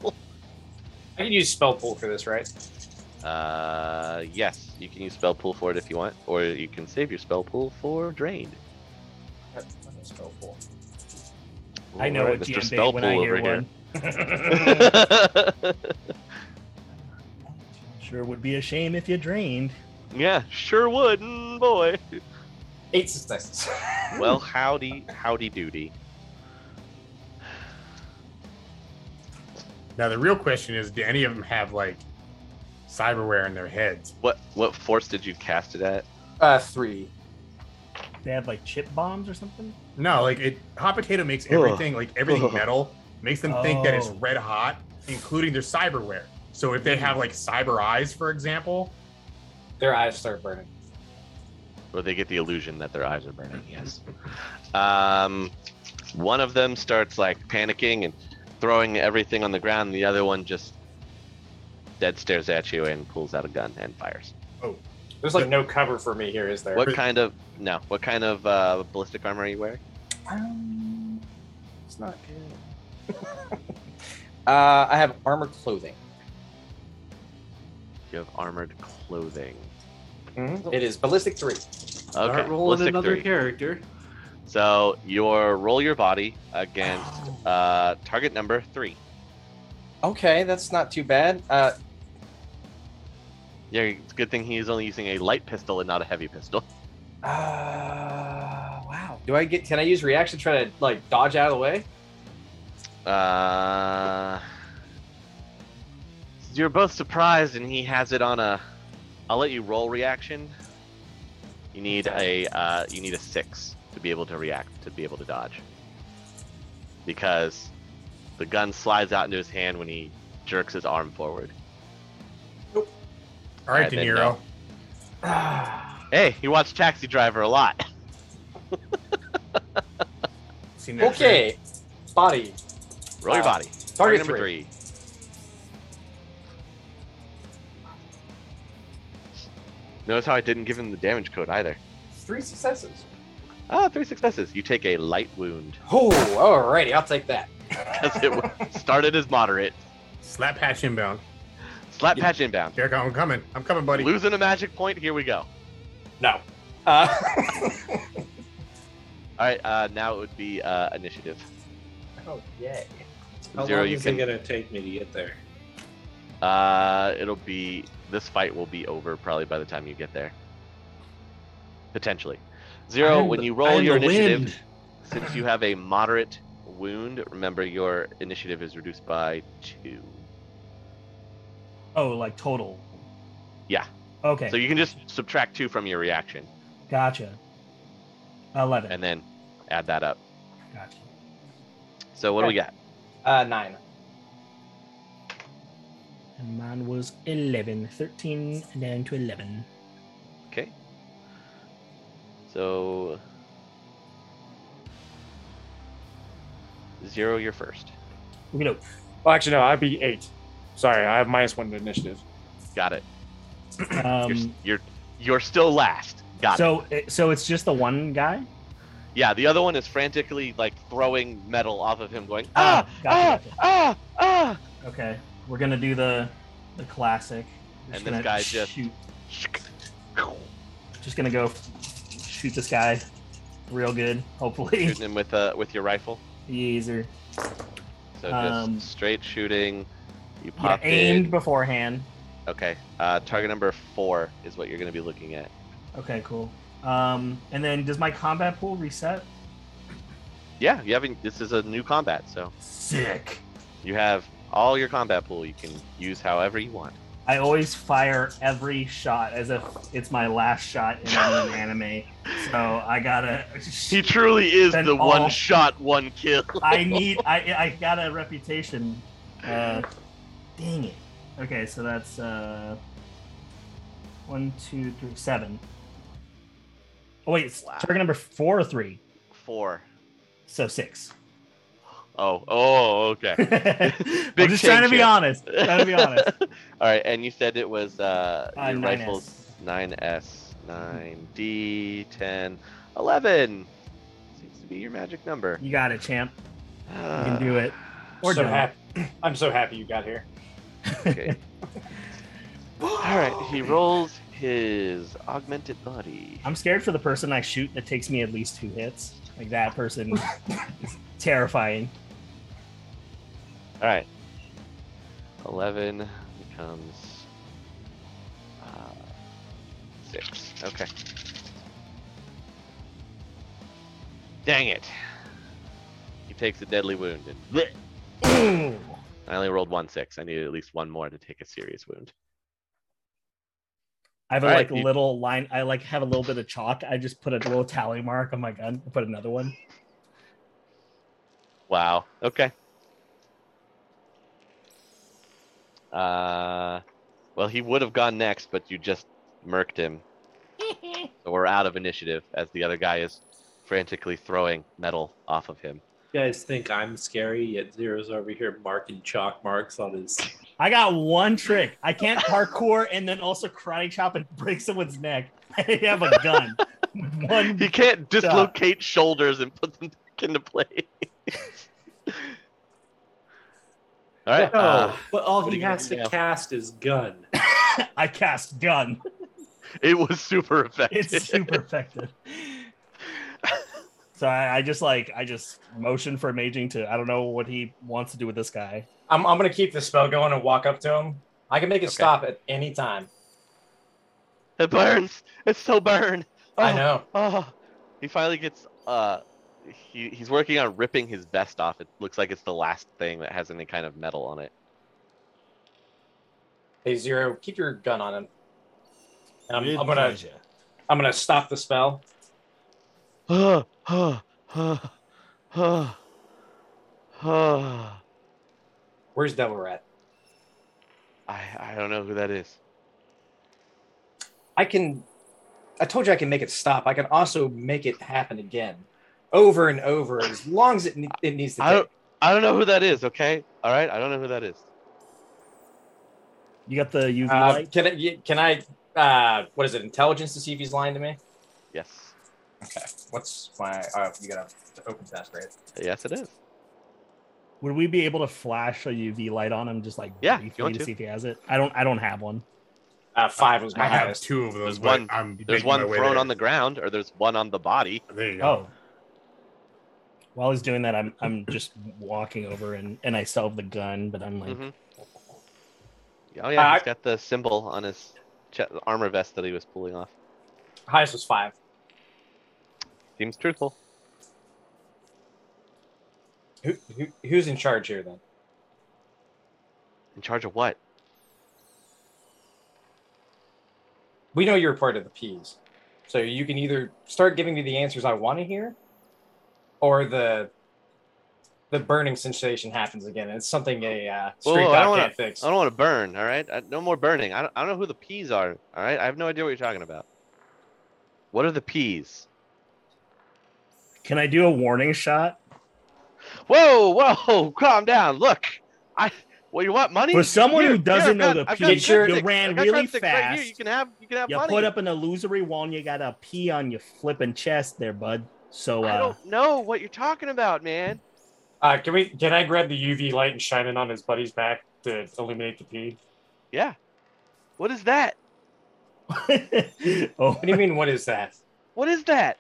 [SPEAKER 6] I can use spell pool for this, right?
[SPEAKER 2] uh, yes, you can use spell pool for it if you want, or you can save your spell pool for drained.
[SPEAKER 6] That's not a Spell pool.
[SPEAKER 4] I know
[SPEAKER 2] Alright,
[SPEAKER 4] what GM bait when I hear one.
[SPEAKER 2] oh. here.
[SPEAKER 4] Sure would be a shame if you drained.
[SPEAKER 2] yeah, sure would, mm, boy.
[SPEAKER 6] Eight successes.
[SPEAKER 2] Well, howdy, howdy doody.
[SPEAKER 1] Now the real question is, do any of them have like cyberware in their heads?
[SPEAKER 2] What what force did you cast it at?
[SPEAKER 6] uh, three.
[SPEAKER 4] They had like chip bombs or something.
[SPEAKER 1] No, like it. Hot potato makes everything like everything
[SPEAKER 2] Ugh.
[SPEAKER 1] metal makes them think that it's
[SPEAKER 4] Oh.
[SPEAKER 1] red hot, including their cyberware. So if they have like cyber eyes, for example,
[SPEAKER 6] Their eyes start burning.
[SPEAKER 2] Or they get the illusion that their eyes are burning. Yes. Um, one of them starts like panicking and throwing everything on the ground. The other one just dead stares at you and pulls out a gun and fires.
[SPEAKER 6] There's like no cover for me here, is there?
[SPEAKER 2] What kind of no? What kind of uh, ballistic armor are you wearing?
[SPEAKER 6] Um, it's not good. uh, I have armor clothing.
[SPEAKER 2] You have armored clothing.
[SPEAKER 6] It is ballistic three.
[SPEAKER 2] Okay,
[SPEAKER 12] Start rolling
[SPEAKER 2] ballistic
[SPEAKER 12] another
[SPEAKER 2] three.
[SPEAKER 12] character.
[SPEAKER 2] So your roll your body against uh, target number three.
[SPEAKER 6] Okay, that's not too bad. Uh,
[SPEAKER 2] Yeah, it's a good thing he's only using a light pistol and not a heavy pistol.
[SPEAKER 6] uh, wow. Do I get? Can I use reaction to try to like dodge out of the way?
[SPEAKER 2] Uh, you're both surprised, and he has it on a. I'll let you roll reaction. You need a uh, you need a six to be able to react to be able to dodge. Because the gun slides out into his hand when he jerks his arm forward.
[SPEAKER 1] all right,
[SPEAKER 2] I
[SPEAKER 1] De
[SPEAKER 2] didn't
[SPEAKER 1] Niro.
[SPEAKER 2] Hey, you watch Taxi Driver a lot.
[SPEAKER 1] Seen that shit?
[SPEAKER 6] Okay, body
[SPEAKER 2] Roll your
[SPEAKER 6] Wow.
[SPEAKER 2] body.
[SPEAKER 6] target
[SPEAKER 2] number
[SPEAKER 6] three.
[SPEAKER 2] three. Notice how I didn't give him the damage code either.
[SPEAKER 6] Three successes.
[SPEAKER 2] Ah, three successes. You take a light wound
[SPEAKER 6] Oh, alrighty, I'll take that.
[SPEAKER 2] because it w- started as moderate.
[SPEAKER 1] Slap patch inbound.
[SPEAKER 2] Slap patch inbound.
[SPEAKER 1] Derek, I'm coming. I'm coming, buddy.
[SPEAKER 2] Losing a magic point. Here we go.
[SPEAKER 6] No. Uh,
[SPEAKER 2] All right. Uh, now it would be uh, initiative.
[SPEAKER 6] oh yay!
[SPEAKER 3] How
[SPEAKER 2] Zero.
[SPEAKER 3] long
[SPEAKER 2] You
[SPEAKER 3] is
[SPEAKER 2] can.
[SPEAKER 3] it gonna take me to get there?
[SPEAKER 2] Uh, it'll be this fight will be over probably by the time you get there. Potentially. Zero.
[SPEAKER 12] I'm
[SPEAKER 2] When
[SPEAKER 12] the-
[SPEAKER 2] you
[SPEAKER 12] I
[SPEAKER 2] roll
[SPEAKER 12] am
[SPEAKER 2] your
[SPEAKER 12] the
[SPEAKER 2] initiative,
[SPEAKER 12] wind.
[SPEAKER 2] since you have a moderate wound, remember your initiative is reduced by two.
[SPEAKER 4] Oh, like total.
[SPEAKER 2] Yeah.
[SPEAKER 4] Okay.
[SPEAKER 2] So you can just subtract two from your reaction
[SPEAKER 4] gotcha. Eleven.
[SPEAKER 2] and then add that up.
[SPEAKER 4] gotcha.
[SPEAKER 2] So what do we got?
[SPEAKER 6] Uh, nine.
[SPEAKER 4] And mine was 11. 13 and down to 11.
[SPEAKER 2] Okay. So zero, you're first.
[SPEAKER 4] We know.
[SPEAKER 13] Well, actually, no, I'd be eight. Sorry, I have minus one to initiative.
[SPEAKER 2] Got it. You're, s-
[SPEAKER 4] Um,
[SPEAKER 2] you're you're still last. Got it.
[SPEAKER 4] so, it- so it's just the one guy?
[SPEAKER 2] Yeah, the other one is frantically like throwing metal off of him,
[SPEAKER 13] Um,
[SPEAKER 2] going ah ah
[SPEAKER 4] gotcha, gotcha.
[SPEAKER 2] ah ah.
[SPEAKER 4] Okay. We're going to do the the classic. We're
[SPEAKER 2] And this
[SPEAKER 4] gonna
[SPEAKER 2] guy just-
[SPEAKER 4] Shoot. Just going to go shoot this guy real good, hopefully.
[SPEAKER 2] Shooting him with uh with your rifle.
[SPEAKER 4] Yeezer.
[SPEAKER 2] So just
[SPEAKER 4] Um,
[SPEAKER 2] straight shooting. You
[SPEAKER 4] Yeah,
[SPEAKER 2] pop
[SPEAKER 4] aimed
[SPEAKER 2] in.
[SPEAKER 4] beforehand.
[SPEAKER 2] Okay. Uh, target number four is what you're gonna be looking at.
[SPEAKER 4] Okay, cool. Um, and then does my combat pool reset?
[SPEAKER 2] Yeah, you haven't. This is a new combat, so
[SPEAKER 4] Sick.
[SPEAKER 2] you have all your combat pool. You can use however you want.
[SPEAKER 4] I always fire every shot as if it's my last shot in an anime. So I gotta.
[SPEAKER 2] He truly is
[SPEAKER 4] Spend
[SPEAKER 2] the
[SPEAKER 4] all-
[SPEAKER 2] one shot, one kill.
[SPEAKER 4] I need. I I got a reputation. Uh, dang it. Okay, so that's uh, one, two, three, seven. Oh wait, it's
[SPEAKER 2] Wow.
[SPEAKER 4] target number four or three.
[SPEAKER 2] Four.
[SPEAKER 4] So six.
[SPEAKER 2] Oh, oh, okay.
[SPEAKER 4] I'm
[SPEAKER 2] Big
[SPEAKER 4] just trying to
[SPEAKER 2] change
[SPEAKER 4] be
[SPEAKER 2] here.
[SPEAKER 4] honest. Trying to be honest.
[SPEAKER 2] All right, and you said it was uh,
[SPEAKER 4] Uh,
[SPEAKER 2] your
[SPEAKER 4] 9S.
[SPEAKER 2] rifles 9S, 9D, 10, 11. Seems to be your magic number.
[SPEAKER 4] You got it, champ. You can do it. Or
[SPEAKER 6] so
[SPEAKER 4] don't.
[SPEAKER 6] happy. I'm so happy you got here.
[SPEAKER 2] Okay. All right, he rolls his augmented body.
[SPEAKER 4] I'm scared for the person I shoot that takes me at least two hits. Like that person is terrifying.
[SPEAKER 2] All right. 11 becomes uh, 6. Okay. Dang it. He takes a deadly wound and bleh.
[SPEAKER 4] Ooh.
[SPEAKER 2] I only rolled one 6. I needed at least one more to take a serious wound.
[SPEAKER 4] I have a,
[SPEAKER 2] Alright,
[SPEAKER 4] like
[SPEAKER 2] you-
[SPEAKER 4] little line. I like have a little bit of chalk. I just put a little tally mark on my gun. Put another one.
[SPEAKER 2] Wow. Okay. Uh, well, he would have gone next, but you just murked him. so we're out of initiative as the other guy is frantically throwing metal off of him.
[SPEAKER 3] You guys think I'm scary, yet Zero's over here marking chalk marks on his.
[SPEAKER 4] I got one trick. I can't parkour and then also karate chop and break someone's neck. I have a gun. one.
[SPEAKER 2] He can't dislocate shoulders and put them back into place. All right.
[SPEAKER 3] No,
[SPEAKER 2] uh,
[SPEAKER 3] but all
[SPEAKER 2] what
[SPEAKER 3] he
[SPEAKER 2] are you
[SPEAKER 3] has to
[SPEAKER 2] gonna do now?
[SPEAKER 3] cast is gun.
[SPEAKER 4] I cast gun.
[SPEAKER 2] it was super effective.
[SPEAKER 4] It's super effective. So I, I just like I just motion for Maging to I don't know what he wants to do with this guy.
[SPEAKER 6] I'm, I'm gonna keep the spell going and walk up to him. I can make it
[SPEAKER 2] Okay.
[SPEAKER 6] stop at any time.
[SPEAKER 2] It burns. It's so burn.
[SPEAKER 6] I
[SPEAKER 2] Oh.
[SPEAKER 6] know.
[SPEAKER 2] Oh, he finally gets. Uh, he he's working on ripping his vest off. It looks like it's the last thing that has any kind of metal on it.
[SPEAKER 6] Hey Zero, keep your gun on him. And I'm,
[SPEAKER 4] With
[SPEAKER 6] I'm gonna
[SPEAKER 4] pleasure.
[SPEAKER 6] I'm gonna stop the spell.
[SPEAKER 2] Ah, ah, ah, ah, ah.
[SPEAKER 6] Where's Devil Rat?
[SPEAKER 2] I I don't know who that is.
[SPEAKER 6] I can. I told you I can make it stop. I can also make it happen again, over and over, as long as it ne- it needs to.
[SPEAKER 2] I
[SPEAKER 6] Take.
[SPEAKER 2] don't I don't know who that is. Okay, all right. I don't know who that is.
[SPEAKER 4] You got the UV
[SPEAKER 6] Uh,
[SPEAKER 4] light.
[SPEAKER 6] can I? you- Can I? Uh, what is it? Intelligence to see if he's lying to me.
[SPEAKER 2] Yes,
[SPEAKER 6] Okay. What's my? Uh, you got to open fast, right?
[SPEAKER 2] yes, it is.
[SPEAKER 4] Would we be able to flash a UV light on him just like
[SPEAKER 2] Yeah, if you
[SPEAKER 4] briefly
[SPEAKER 2] want
[SPEAKER 4] to,
[SPEAKER 2] to.
[SPEAKER 4] see if he has it? I don't. I don't have one.
[SPEAKER 6] Uh, five was my
[SPEAKER 1] I have
[SPEAKER 6] highest.
[SPEAKER 1] two of those.
[SPEAKER 2] There's
[SPEAKER 1] but
[SPEAKER 2] one-
[SPEAKER 1] I'm
[SPEAKER 2] There's
[SPEAKER 1] making
[SPEAKER 2] one
[SPEAKER 1] my way
[SPEAKER 2] thrown
[SPEAKER 1] there.
[SPEAKER 2] on the ground, or there's one on the body.
[SPEAKER 1] There you go.
[SPEAKER 4] Oh. While he's doing that, I'm I'm just walking over and and I still have the gun, but I'm like,
[SPEAKER 2] Mhm. Oh yeah,
[SPEAKER 6] Uh,
[SPEAKER 2] he's got the symbol on his che- armor vest that he was pulling off.
[SPEAKER 6] Highest was five.
[SPEAKER 2] Seems truthful.
[SPEAKER 6] Who, who who's in charge here then?
[SPEAKER 2] In charge of what?
[SPEAKER 6] We know you're part of the P's, so you can either start giving me the answers I want to hear, or the the burning sensation happens again. It's something a uh,
[SPEAKER 2] Whoa,
[SPEAKER 6] street
[SPEAKER 2] whoa, I
[SPEAKER 6] dog
[SPEAKER 2] don't wanna-
[SPEAKER 6] can't fix.
[SPEAKER 2] I don't want to burn. All right, I, no more burning. I don't, I don't know who the peas are. All right, I have no idea what you're talking about. What are the peas?
[SPEAKER 4] can I do a warning shot?
[SPEAKER 2] Whoa, whoa, calm down. Look, I. Well, you want money?
[SPEAKER 4] For someone who
[SPEAKER 2] Here,
[SPEAKER 4] doesn't
[SPEAKER 2] I've
[SPEAKER 4] know
[SPEAKER 2] got-
[SPEAKER 4] the
[SPEAKER 2] I've got
[SPEAKER 6] peas, you
[SPEAKER 2] drumsticks.
[SPEAKER 4] ran
[SPEAKER 2] I've got
[SPEAKER 4] really
[SPEAKER 2] drumsticks right here. You
[SPEAKER 4] fast.
[SPEAKER 2] can have, you can have
[SPEAKER 4] You
[SPEAKER 2] money.
[SPEAKER 4] put up an illusory wall and you got a pee on your flipping chest there, bud. So
[SPEAKER 2] I
[SPEAKER 4] uh,
[SPEAKER 2] don't know what you're talking about, man.
[SPEAKER 13] Uh, can we? Can I grab the UV light and shine it on his buddy's back to illuminate the pee?
[SPEAKER 2] Yeah. What is that?
[SPEAKER 4] oh,
[SPEAKER 6] What do you mean? What is that?
[SPEAKER 2] What is that?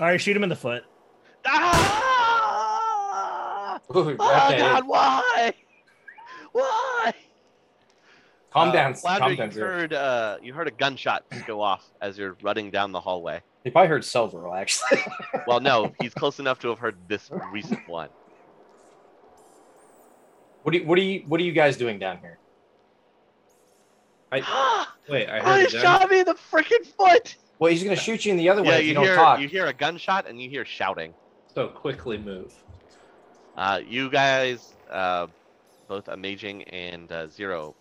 [SPEAKER 4] all right, shoot him in the foot.
[SPEAKER 2] Ah!
[SPEAKER 6] Ooh,
[SPEAKER 2] Oh
[SPEAKER 6] okay.
[SPEAKER 2] God! Why? Why?
[SPEAKER 6] Calm
[SPEAKER 2] Uh,
[SPEAKER 6] down.
[SPEAKER 2] Flounder,
[SPEAKER 6] Calm down.
[SPEAKER 2] you
[SPEAKER 6] Zero.
[SPEAKER 2] heard uh, you heard a gunshot go off as you're running down the hallway.
[SPEAKER 6] You probably heard Silver, actually.
[SPEAKER 2] Well, no, he's close enough to have heard this recent one.
[SPEAKER 6] what do you, what do you what are you guys doing down here?
[SPEAKER 3] I wait. I
[SPEAKER 2] oh,
[SPEAKER 3] heard
[SPEAKER 2] he
[SPEAKER 3] a gun.
[SPEAKER 2] shot me in the freaking foot!
[SPEAKER 6] Well, he's gonna shoot you in the other
[SPEAKER 2] yeah,
[SPEAKER 6] way if
[SPEAKER 2] you,
[SPEAKER 6] you, don't
[SPEAKER 2] hear
[SPEAKER 6] talk.
[SPEAKER 2] you hear a gunshot and you hear shouting.
[SPEAKER 3] So quickly move.
[SPEAKER 2] Uh, you guys, uh, both Amazing and uh, Zero,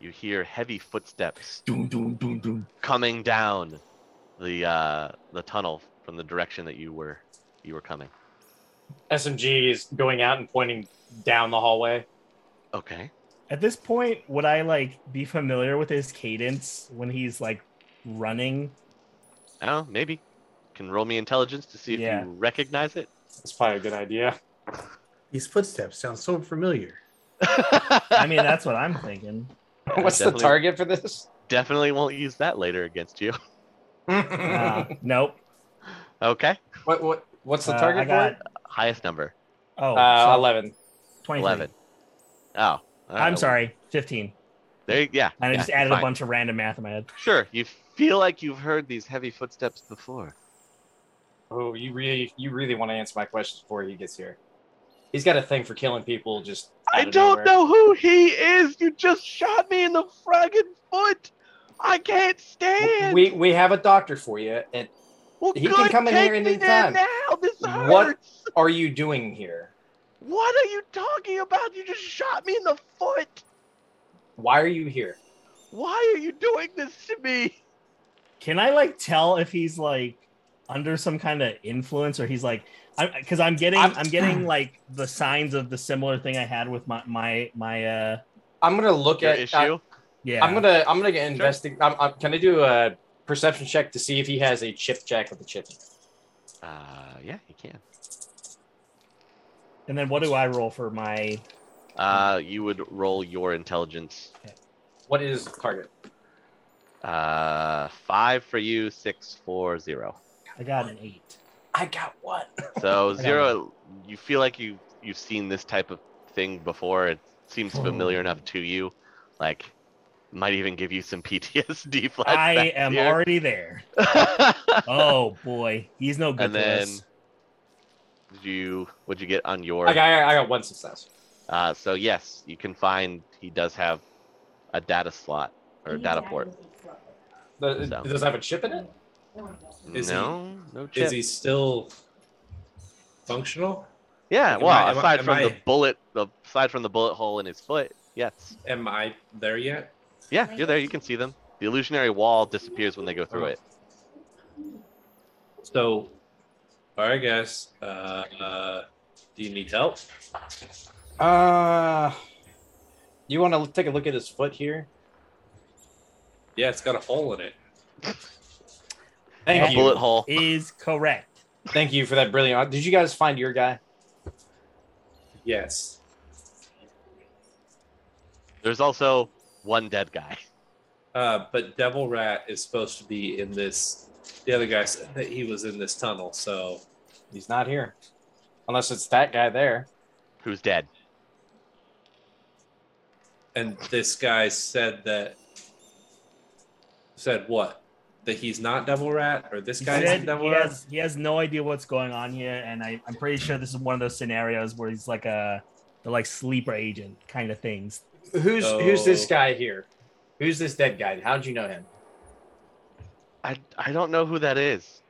[SPEAKER 2] you hear heavy footsteps
[SPEAKER 4] Doom, doom, doom, doom.
[SPEAKER 2] coming down the uh, the tunnel from the direction that you were you were coming.
[SPEAKER 13] SMG is going out and pointing down the hallway.
[SPEAKER 2] Okay.
[SPEAKER 4] At this point, would I like be familiar with his cadence when he's like running?
[SPEAKER 2] I don't know, maybe. Can roll me intelligence to see if
[SPEAKER 4] Yeah.
[SPEAKER 2] you recognize it.
[SPEAKER 13] That's probably a good idea.
[SPEAKER 1] These footsteps sound so familiar.
[SPEAKER 4] I mean, that's what I'm thinking.
[SPEAKER 6] What's the
[SPEAKER 2] Definitely-
[SPEAKER 6] target for this?
[SPEAKER 2] Definitely won't use that later against you.
[SPEAKER 4] Uh, nope.
[SPEAKER 2] Okay.
[SPEAKER 6] What what what's the
[SPEAKER 4] Uh,
[SPEAKER 6] target
[SPEAKER 4] I got,
[SPEAKER 2] Highest number.
[SPEAKER 4] oh,
[SPEAKER 6] for it? Uh,
[SPEAKER 4] so
[SPEAKER 6] eleven.
[SPEAKER 4] 23.
[SPEAKER 2] Eleven. Oh. all right,
[SPEAKER 4] I'm
[SPEAKER 2] well,
[SPEAKER 4] sorry, 15.
[SPEAKER 2] There you, yeah.
[SPEAKER 4] And I
[SPEAKER 2] yeah,
[SPEAKER 4] just added
[SPEAKER 2] fine.
[SPEAKER 4] a bunch of random math in my head.
[SPEAKER 2] Sure. You feel like you've heard these heavy footsteps before.
[SPEAKER 6] Oh, you really you really want to answer my questions before he gets here. He's got a thing for killing people. Just out
[SPEAKER 2] I
[SPEAKER 6] of
[SPEAKER 2] don't
[SPEAKER 6] nowhere.
[SPEAKER 2] know who he is. You just shot me in the friggin' foot. I can't stand.
[SPEAKER 6] We we have a doctor for you. And
[SPEAKER 2] well,
[SPEAKER 6] he
[SPEAKER 2] good,
[SPEAKER 6] can come in here
[SPEAKER 2] take me
[SPEAKER 6] anytime.
[SPEAKER 2] there Now this hurts.
[SPEAKER 6] What- are you doing here?
[SPEAKER 2] What are you talking about? You just shot me in the foot.
[SPEAKER 6] Why are you here?
[SPEAKER 2] Why are you doing this to me?
[SPEAKER 4] Can I like tell if he's like under some kind of influence or he's like because I'm, getting I'm,
[SPEAKER 6] I'm-
[SPEAKER 4] getting like the signs of the similar thing I had with my my my uh
[SPEAKER 6] I'm gonna look
[SPEAKER 2] Your
[SPEAKER 6] at.
[SPEAKER 2] issue.
[SPEAKER 6] I,
[SPEAKER 4] yeah
[SPEAKER 6] I'm gonna I'm gonna get investing. I'm, I'm, can I do a perception check to see if he has a chip jack with a chip? in it?
[SPEAKER 2] uh, yeah, you can.
[SPEAKER 4] and then what do I roll for my
[SPEAKER 2] Uh, you would roll your intelligence.
[SPEAKER 6] What is the target?
[SPEAKER 2] Uh, five for you, six for zero.
[SPEAKER 4] I got an eight.
[SPEAKER 6] I got what?
[SPEAKER 2] So
[SPEAKER 4] don't
[SPEAKER 2] zero, you feel like you you've seen this type of thing before. It seems familiar enough to you. Like, might even give you some PTSD flashbacks.
[SPEAKER 4] I am
[SPEAKER 2] here.
[SPEAKER 4] already there. Oh boy, he's no good.
[SPEAKER 2] and
[SPEAKER 4] to
[SPEAKER 2] then,
[SPEAKER 4] us.
[SPEAKER 2] did you what'd you get on your?
[SPEAKER 6] I got I got one success.
[SPEAKER 2] Uh, so yes, you can find he does have a data slot or a data port.
[SPEAKER 6] The-
[SPEAKER 2] So.
[SPEAKER 6] Does it have a chip in it?
[SPEAKER 3] Is he-
[SPEAKER 2] no, no chip.
[SPEAKER 3] Is he still functional?
[SPEAKER 2] yeah,
[SPEAKER 3] am
[SPEAKER 2] well,
[SPEAKER 3] I- am I-
[SPEAKER 2] aside
[SPEAKER 3] am
[SPEAKER 2] from the
[SPEAKER 3] I-
[SPEAKER 2] bullet, the aside from the bullet hole in his foot, yes,
[SPEAKER 3] Am I there yet?
[SPEAKER 2] yeah, you're there. You can see them. The illusionary wall disappears when they go through it.
[SPEAKER 3] So, all right, guys. Uh, uh, do you need help?
[SPEAKER 6] Uh, you want to take a look at his foot here?
[SPEAKER 3] Yeah, it's got a hole in it.
[SPEAKER 2] a
[SPEAKER 6] Thank you.
[SPEAKER 2] bullet hole.
[SPEAKER 4] is correct.
[SPEAKER 6] Thank you for that brilliant. uh, Did you guys find your guy?
[SPEAKER 3] Yes.
[SPEAKER 2] There's also one dead guy.
[SPEAKER 3] Uh, but Devil Rat is supposed to be in this. The other guy said that he was in this tunnel. So,
[SPEAKER 6] He's not here, unless it's that guy there.
[SPEAKER 2] Who's dead?
[SPEAKER 3] and this guy said that. Said what? That he's not Devil Rat, or this
[SPEAKER 4] He,
[SPEAKER 3] guy
[SPEAKER 4] said
[SPEAKER 3] isn't
[SPEAKER 4] he,
[SPEAKER 3] Devil Rat.
[SPEAKER 4] has, he has no idea what's going on here, and I, I'm pretty sure this is one of those scenarios where he's like a the like sleeper agent kind of things.
[SPEAKER 6] Who's who's this
[SPEAKER 3] Oh.
[SPEAKER 6] guy here? Who's this dead guy? How'd you know him?
[SPEAKER 2] I I don't know who that is.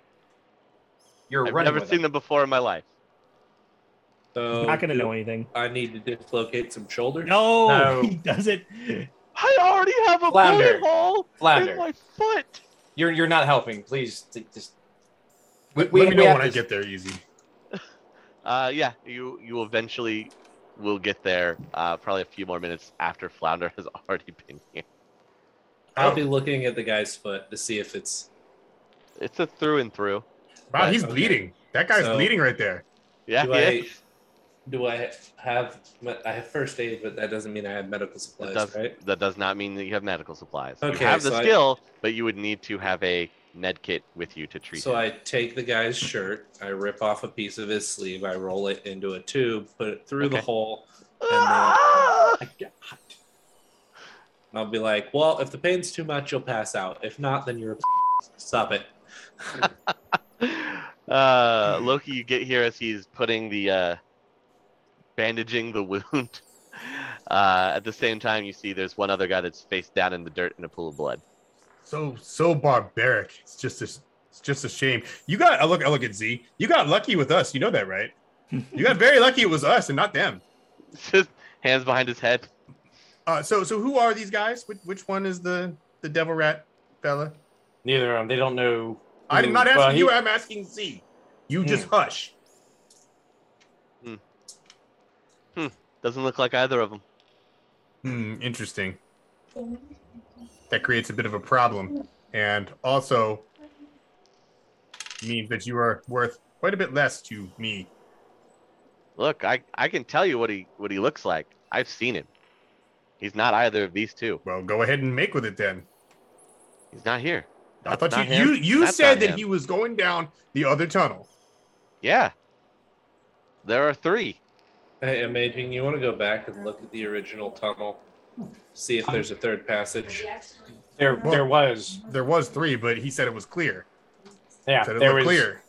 [SPEAKER 6] You're
[SPEAKER 2] I've
[SPEAKER 6] running
[SPEAKER 2] never
[SPEAKER 6] with
[SPEAKER 2] seen
[SPEAKER 6] him.
[SPEAKER 2] them before in my life.
[SPEAKER 3] So
[SPEAKER 4] Not gonna
[SPEAKER 3] do
[SPEAKER 4] know anything.
[SPEAKER 3] I need to dislocate some shoulders.
[SPEAKER 4] No,
[SPEAKER 6] No.
[SPEAKER 4] he doesn't.
[SPEAKER 2] I already have a
[SPEAKER 6] Flounder.
[SPEAKER 2] bullet hole
[SPEAKER 6] Flounder.
[SPEAKER 2] in my foot.
[SPEAKER 6] You're you're not helping. Please t- just
[SPEAKER 1] Let,
[SPEAKER 6] We-
[SPEAKER 1] let me
[SPEAKER 6] we
[SPEAKER 1] know
[SPEAKER 6] have
[SPEAKER 1] when I
[SPEAKER 6] to-
[SPEAKER 1] get there, Easy.
[SPEAKER 2] Uh, yeah, you you eventually will get there. Uh, probably a few more minutes after Flounder has already been here.
[SPEAKER 3] I'll be looking at the guy's foot to see if it's.
[SPEAKER 2] It's a through and through.
[SPEAKER 1] Wow, he's
[SPEAKER 3] Okay.
[SPEAKER 1] bleeding. That guy's
[SPEAKER 3] So-
[SPEAKER 1] bleeding right there.
[SPEAKER 2] Yeah,
[SPEAKER 3] Do
[SPEAKER 2] yeah.
[SPEAKER 3] I- Do I have? I have first aid, but that doesn't mean I have medical
[SPEAKER 2] that
[SPEAKER 3] supplies,
[SPEAKER 2] does
[SPEAKER 3] right?
[SPEAKER 2] that does not mean that you have medical supplies. you
[SPEAKER 3] Okay,
[SPEAKER 2] have the
[SPEAKER 3] so I-
[SPEAKER 2] skill, but you would need to have a med kit with you to treat.
[SPEAKER 3] So
[SPEAKER 2] him.
[SPEAKER 3] I take the guy's shirt, I rip off a piece of his sleeve, I roll it into a tube, put it through the
[SPEAKER 2] Okay.
[SPEAKER 3] hole.
[SPEAKER 2] Ah!
[SPEAKER 3] and I'll be like, "Well, if the pain's too much, you'll pass out. If not, then you're a stop it."
[SPEAKER 2] uh, Loki, you get here as he's putting the uh, bandaging the wound. Uh, at the same time, you see there's one other guy that's face down in the dirt in a pool of blood.
[SPEAKER 1] So so barbaric. It's just a, it's just a shame. You got I look I look at Z. You got lucky with us. You know that, right? you got very lucky. It was us and not them.
[SPEAKER 2] Just hands behind his head.
[SPEAKER 1] Uh, so so who are these guys? Which, which one is the the devil rat fella?
[SPEAKER 6] neither of them. They don't know.
[SPEAKER 1] I'm
[SPEAKER 6] who-
[SPEAKER 1] not asking
[SPEAKER 6] well, he-
[SPEAKER 1] Hmm. you. I'm asking Z. You just hush.
[SPEAKER 2] Doesn't look like either of them.
[SPEAKER 1] Hmm, interesting. That creates a bit of a problem, and also means that you are worth quite a bit less to me.
[SPEAKER 2] Look, I I can tell you what he what he looks like. I've seen him. He's not either of these two.
[SPEAKER 1] Well, go ahead and make with it then.
[SPEAKER 2] He's not here.
[SPEAKER 1] I thought
[SPEAKER 2] not
[SPEAKER 1] you
[SPEAKER 2] him.
[SPEAKER 1] you, you
[SPEAKER 2] That's
[SPEAKER 1] said
[SPEAKER 2] not
[SPEAKER 1] that
[SPEAKER 2] him.
[SPEAKER 1] he was going down the other tunnel.
[SPEAKER 2] Yeah. There are three.
[SPEAKER 3] Hey, Imaging, you want to go back and look at the original tunnel? See if there's a third passage.
[SPEAKER 13] There,
[SPEAKER 1] Well-
[SPEAKER 13] there was,
[SPEAKER 1] There was three, but he said it was clear.
[SPEAKER 13] yeah,
[SPEAKER 1] said it
[SPEAKER 13] there
[SPEAKER 1] looked
[SPEAKER 13] was,
[SPEAKER 1] clear.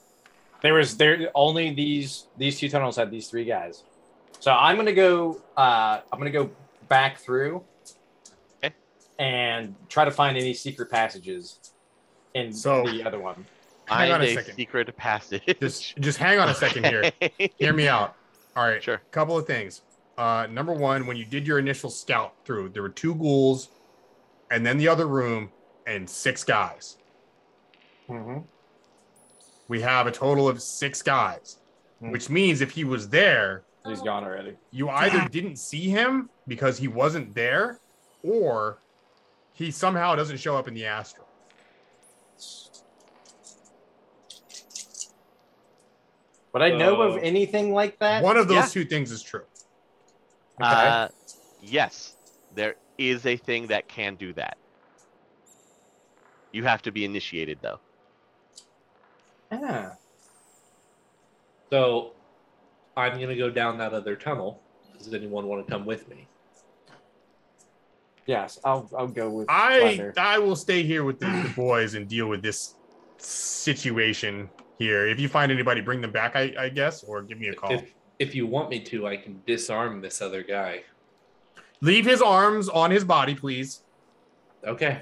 [SPEAKER 13] there was
[SPEAKER 6] was there only these these two tunnels had these three guys. So I'm gonna go uh I'm gonna go back through
[SPEAKER 2] Okay.
[SPEAKER 6] and try to find any secret passages in
[SPEAKER 1] So-
[SPEAKER 6] the other one.
[SPEAKER 1] Hang on
[SPEAKER 2] Find
[SPEAKER 1] a
[SPEAKER 2] a
[SPEAKER 1] second.
[SPEAKER 2] secret passage.
[SPEAKER 1] Just just hang on a second here. Hear me out. All right.
[SPEAKER 2] Sure.
[SPEAKER 1] Couple of things. Uh, number one, when you did your initial scout through, there were two ghouls, and then the other room, and six guys.
[SPEAKER 6] Mm-hmm.
[SPEAKER 13] Mhm.
[SPEAKER 1] We have a total of six guys,
[SPEAKER 13] Hmm.
[SPEAKER 1] which means if he was there,
[SPEAKER 6] He's gone already.
[SPEAKER 1] you either didn't see him because he wasn't there, or he somehow doesn't show up in the astral.
[SPEAKER 6] Would I know
[SPEAKER 3] Uh,
[SPEAKER 6] of anything like that?
[SPEAKER 1] One of those
[SPEAKER 2] Yeah.
[SPEAKER 1] two things is true.
[SPEAKER 2] Uh, yes, there is a thing that can do that. You have to be initiated though.
[SPEAKER 6] Ah,
[SPEAKER 3] So I'm going to go down that other tunnel. Does anyone want to come with me?
[SPEAKER 6] yes, I'll I'll go with
[SPEAKER 1] I
[SPEAKER 6] Flounder.
[SPEAKER 1] I will stay here with the, the boys and deal with this situation here. If you find anybody, bring them back, I, I guess, or give me a call.
[SPEAKER 3] If, if you want me to, I can disarm this other guy.
[SPEAKER 1] Leave his arms on his body, please.
[SPEAKER 3] Okay.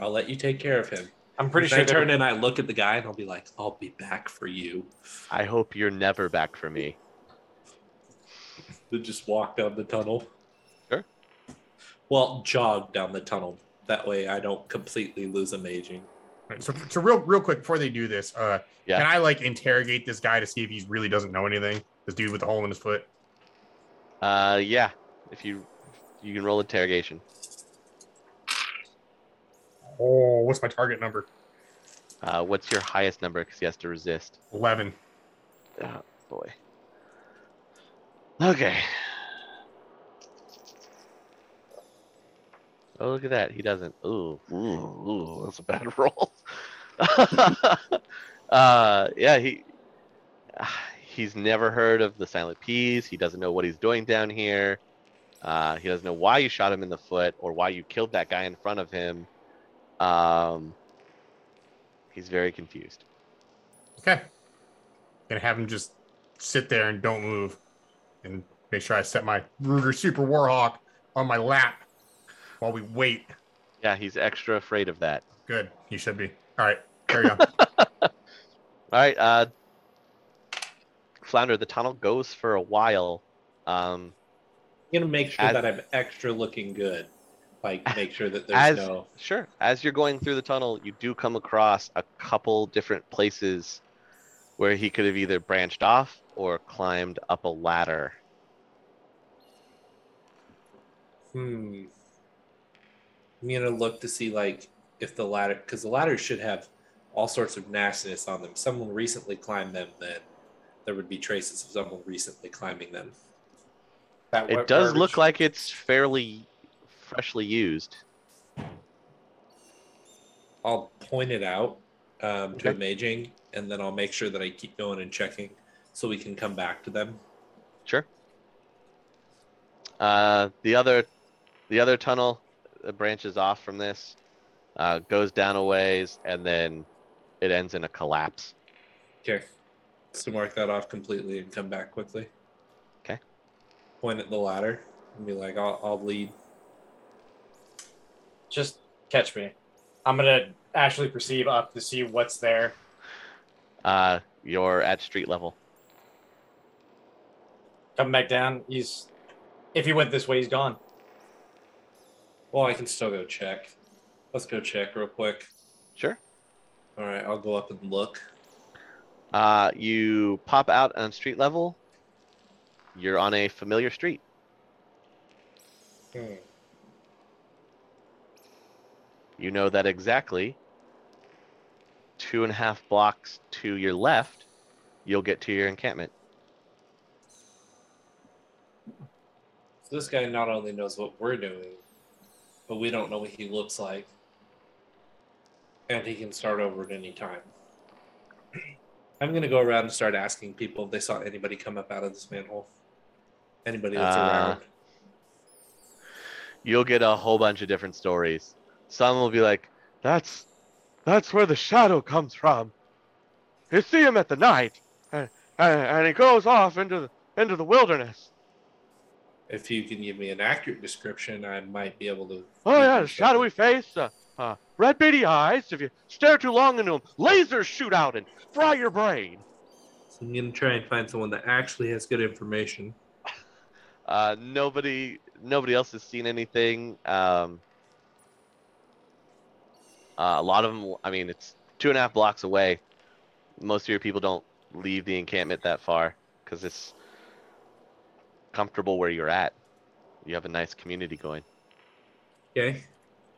[SPEAKER 3] I'll let you take care of him.
[SPEAKER 13] I'm pretty
[SPEAKER 3] Then
[SPEAKER 13] sure
[SPEAKER 3] I turn
[SPEAKER 13] there,
[SPEAKER 3] and I look at the guy and I'll be like, I'll be back for you.
[SPEAKER 2] I hope you're never back for me.
[SPEAKER 3] Then just walk down the tunnel.
[SPEAKER 2] Sure.
[SPEAKER 3] Well, jog down the tunnel. That way I don't completely lose imaging.
[SPEAKER 1] Right, So, so real real quick before they do this, uh,
[SPEAKER 2] Yeah.
[SPEAKER 1] can I like interrogate this guy to see if he really doesn't know anything? This dude with the hole in his foot.
[SPEAKER 2] Uh, yeah. If you you can roll interrogation.
[SPEAKER 1] Oh, what's my target number?
[SPEAKER 2] Uh, what's your highest number? Because he has to resist.
[SPEAKER 1] Eleven.
[SPEAKER 2] Oh boy. Okay. Oh look at that. He doesn't. Ooh, ooh, ooh that's a bad roll. uh, yeah, he ah, he's never heard of the silent peas. He doesn't know what he's doing down here. Uh, he doesn't know why you shot him in the foot or why you killed that guy in front of him. Um, he's very confused.
[SPEAKER 1] Okay. Gonna have him just sit there and don't move, and make sure I set my Ruger Super Warhawk on my lap while we wait.
[SPEAKER 2] Yeah, he's extra afraid of that.
[SPEAKER 1] Good. You should be. All right. Carry on.
[SPEAKER 2] All right, uh, Flounder, the tunnel goes for a while. Um,
[SPEAKER 3] I'm gonna make sure
[SPEAKER 2] As-
[SPEAKER 3] that I'm extra looking good. Like make sure that there's
[SPEAKER 2] As-
[SPEAKER 3] no
[SPEAKER 2] sure, as you're going through the tunnel, you do come across a couple different places where he could have either branched off or climbed up a ladder.
[SPEAKER 3] hmm. I'm gonna look to see like if the ladder because the ladders should have all sorts of nastiness on them. Someone recently climbed them, then there would be traces of someone recently climbing them.
[SPEAKER 6] That wa-
[SPEAKER 2] It does
[SPEAKER 6] garbage.
[SPEAKER 2] look like it's fairly freshly used.
[SPEAKER 3] I'll point it out um, to
[SPEAKER 2] Okay.
[SPEAKER 3] Imaging, and then I'll make sure that I keep going and checking so we can come back to them.
[SPEAKER 2] Sure. Uh, the other, the other tunnel uh, branches off from this, uh, goes down a ways, and then it ends in a collapse.
[SPEAKER 3] Okay. So mark that off completely and come back quickly.
[SPEAKER 2] Okay.
[SPEAKER 3] Point at the ladder and be like, I'll, I'll lead.
[SPEAKER 13] just catch me. I'm gonna actually perceive up to see what's there.
[SPEAKER 2] Uh, you're at street level.
[SPEAKER 13] Come back down. He's, if he went this way, he's gone.
[SPEAKER 3] Well, I can still go check. Let's go check real quick.
[SPEAKER 2] Sure.
[SPEAKER 3] All right, I'll go up and look.
[SPEAKER 2] Uh, you pop out on street level. You're on a familiar street.
[SPEAKER 3] Hmm.
[SPEAKER 2] You know that exactly two and a half blocks to your left, you'll get to your encampment.
[SPEAKER 3] So this guy not only knows what we're doing, but we don't know what he looks like. And he can start over at any time. I'm gonna go around and start asking people if they saw anybody come up out of this manhole. Anybody that's
[SPEAKER 2] Uh,
[SPEAKER 3] around.
[SPEAKER 2] You'll get a whole bunch of different stories. Some will be like, "That's that's where the shadow comes from. You see him at the night, and, and, and he goes off into the into the wilderness.
[SPEAKER 3] If you can give me an accurate description, I might be able to.
[SPEAKER 2] Oh yeah, shadowy face, uh, uh, red beady eyes. If you stare too long into him, lasers shoot out and fry your brain."
[SPEAKER 3] So I'm gonna try and find someone that actually has good information.
[SPEAKER 2] Uh, nobody, nobody else has seen anything. Um, uh, a lot of them. I mean, it's two and a half blocks away. Most of your people don't leave the encampment that far because it's comfortable where you're at. You have a nice community going.
[SPEAKER 3] Okay.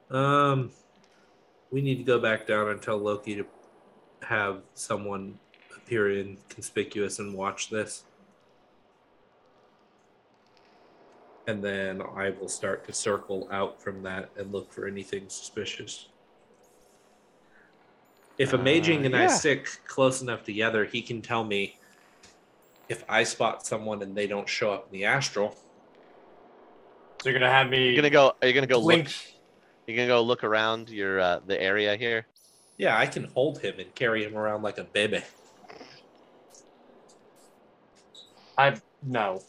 [SPEAKER 3] Um, we need to go back down and tell Loki to have someone appear in conspicuous and watch this. And then I will start to circle out from that and look for anything suspicious. If a maging
[SPEAKER 2] Uh,
[SPEAKER 3] and
[SPEAKER 2] yeah.
[SPEAKER 3] I stick close enough together, he can tell me if I spot someone and they don't show up in the astral.
[SPEAKER 6] So you're gonna have me
[SPEAKER 2] You're gonna go. Are you gonna go
[SPEAKER 6] blink.
[SPEAKER 2] look? You're gonna go look around your uh, the area here.
[SPEAKER 3] Yeah, I can hold him and carry him around like a baby.
[SPEAKER 6] I no.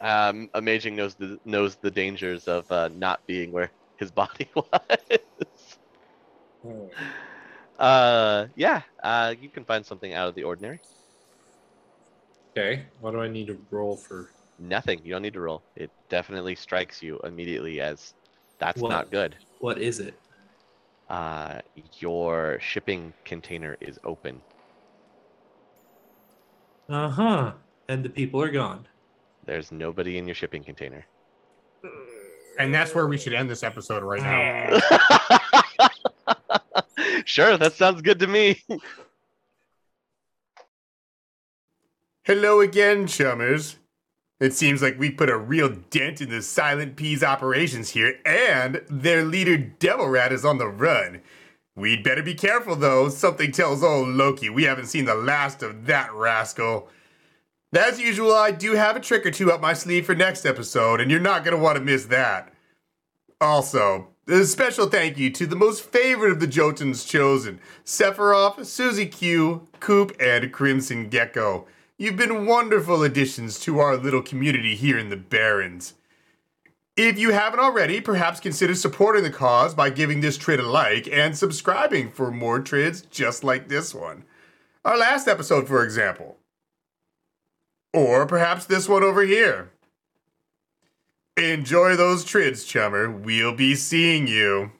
[SPEAKER 2] Um, Amazing knows the knows the dangers of uh, not being where his body was.
[SPEAKER 3] Hmm.
[SPEAKER 2] Uh, yeah. Uh, you can find something out of the ordinary.
[SPEAKER 3] Okay, what do I need to roll for?
[SPEAKER 2] Nothing. You don't need to roll. It definitely strikes you immediately as that's
[SPEAKER 3] Well-
[SPEAKER 2] not good.
[SPEAKER 3] What is it?
[SPEAKER 2] Uh, your shipping container is open.
[SPEAKER 3] Uh huh. And the people are gone.
[SPEAKER 2] There's nobody in your shipping container.
[SPEAKER 14] And that's where we should end this episode right now.
[SPEAKER 2] sure, that sounds good to me.
[SPEAKER 1] Hello again, chummers. It seems like we put a real dent in the Silent Peas operations here, and their leader Devil Rat is on the run. We'd better be careful though, something tells old Loki we haven't seen the last of that rascal. As usual, I do have a trick or two up my sleeve for next episode, and you're not going to want to miss that. Also, a special thank you to the most favorite of the Jotuns chosen Sephiroth, Suzy Q, Coop, and Crimson Gecko. You've been wonderful additions to our little community here in the Barrens. If you haven't already, perhaps consider supporting the cause by giving this trid a like and subscribing for more trids just like this one. Our last episode, for example. Or perhaps this one over here. Enjoy those trids, chummer. We'll be seeing you.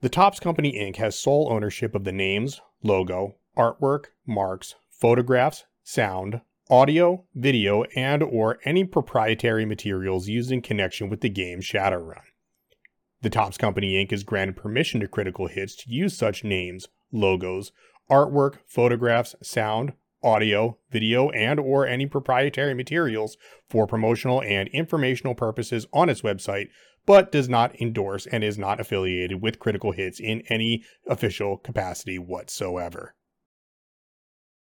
[SPEAKER 1] The Tops Company Inc. has sole ownership of the names, logo, artwork, marks, photographs, sound, audio, video, and or any proprietary materials used in connection with the game Shadowrun. The Tops Company Inc. is granted permission to Critical Hits to use such names, logos, artwork, photographs, sound, audio, video, and or any proprietary materials for promotional and informational purposes on its website, but does not endorse and is not affiliated with Critical Hits in any official capacity whatsoever.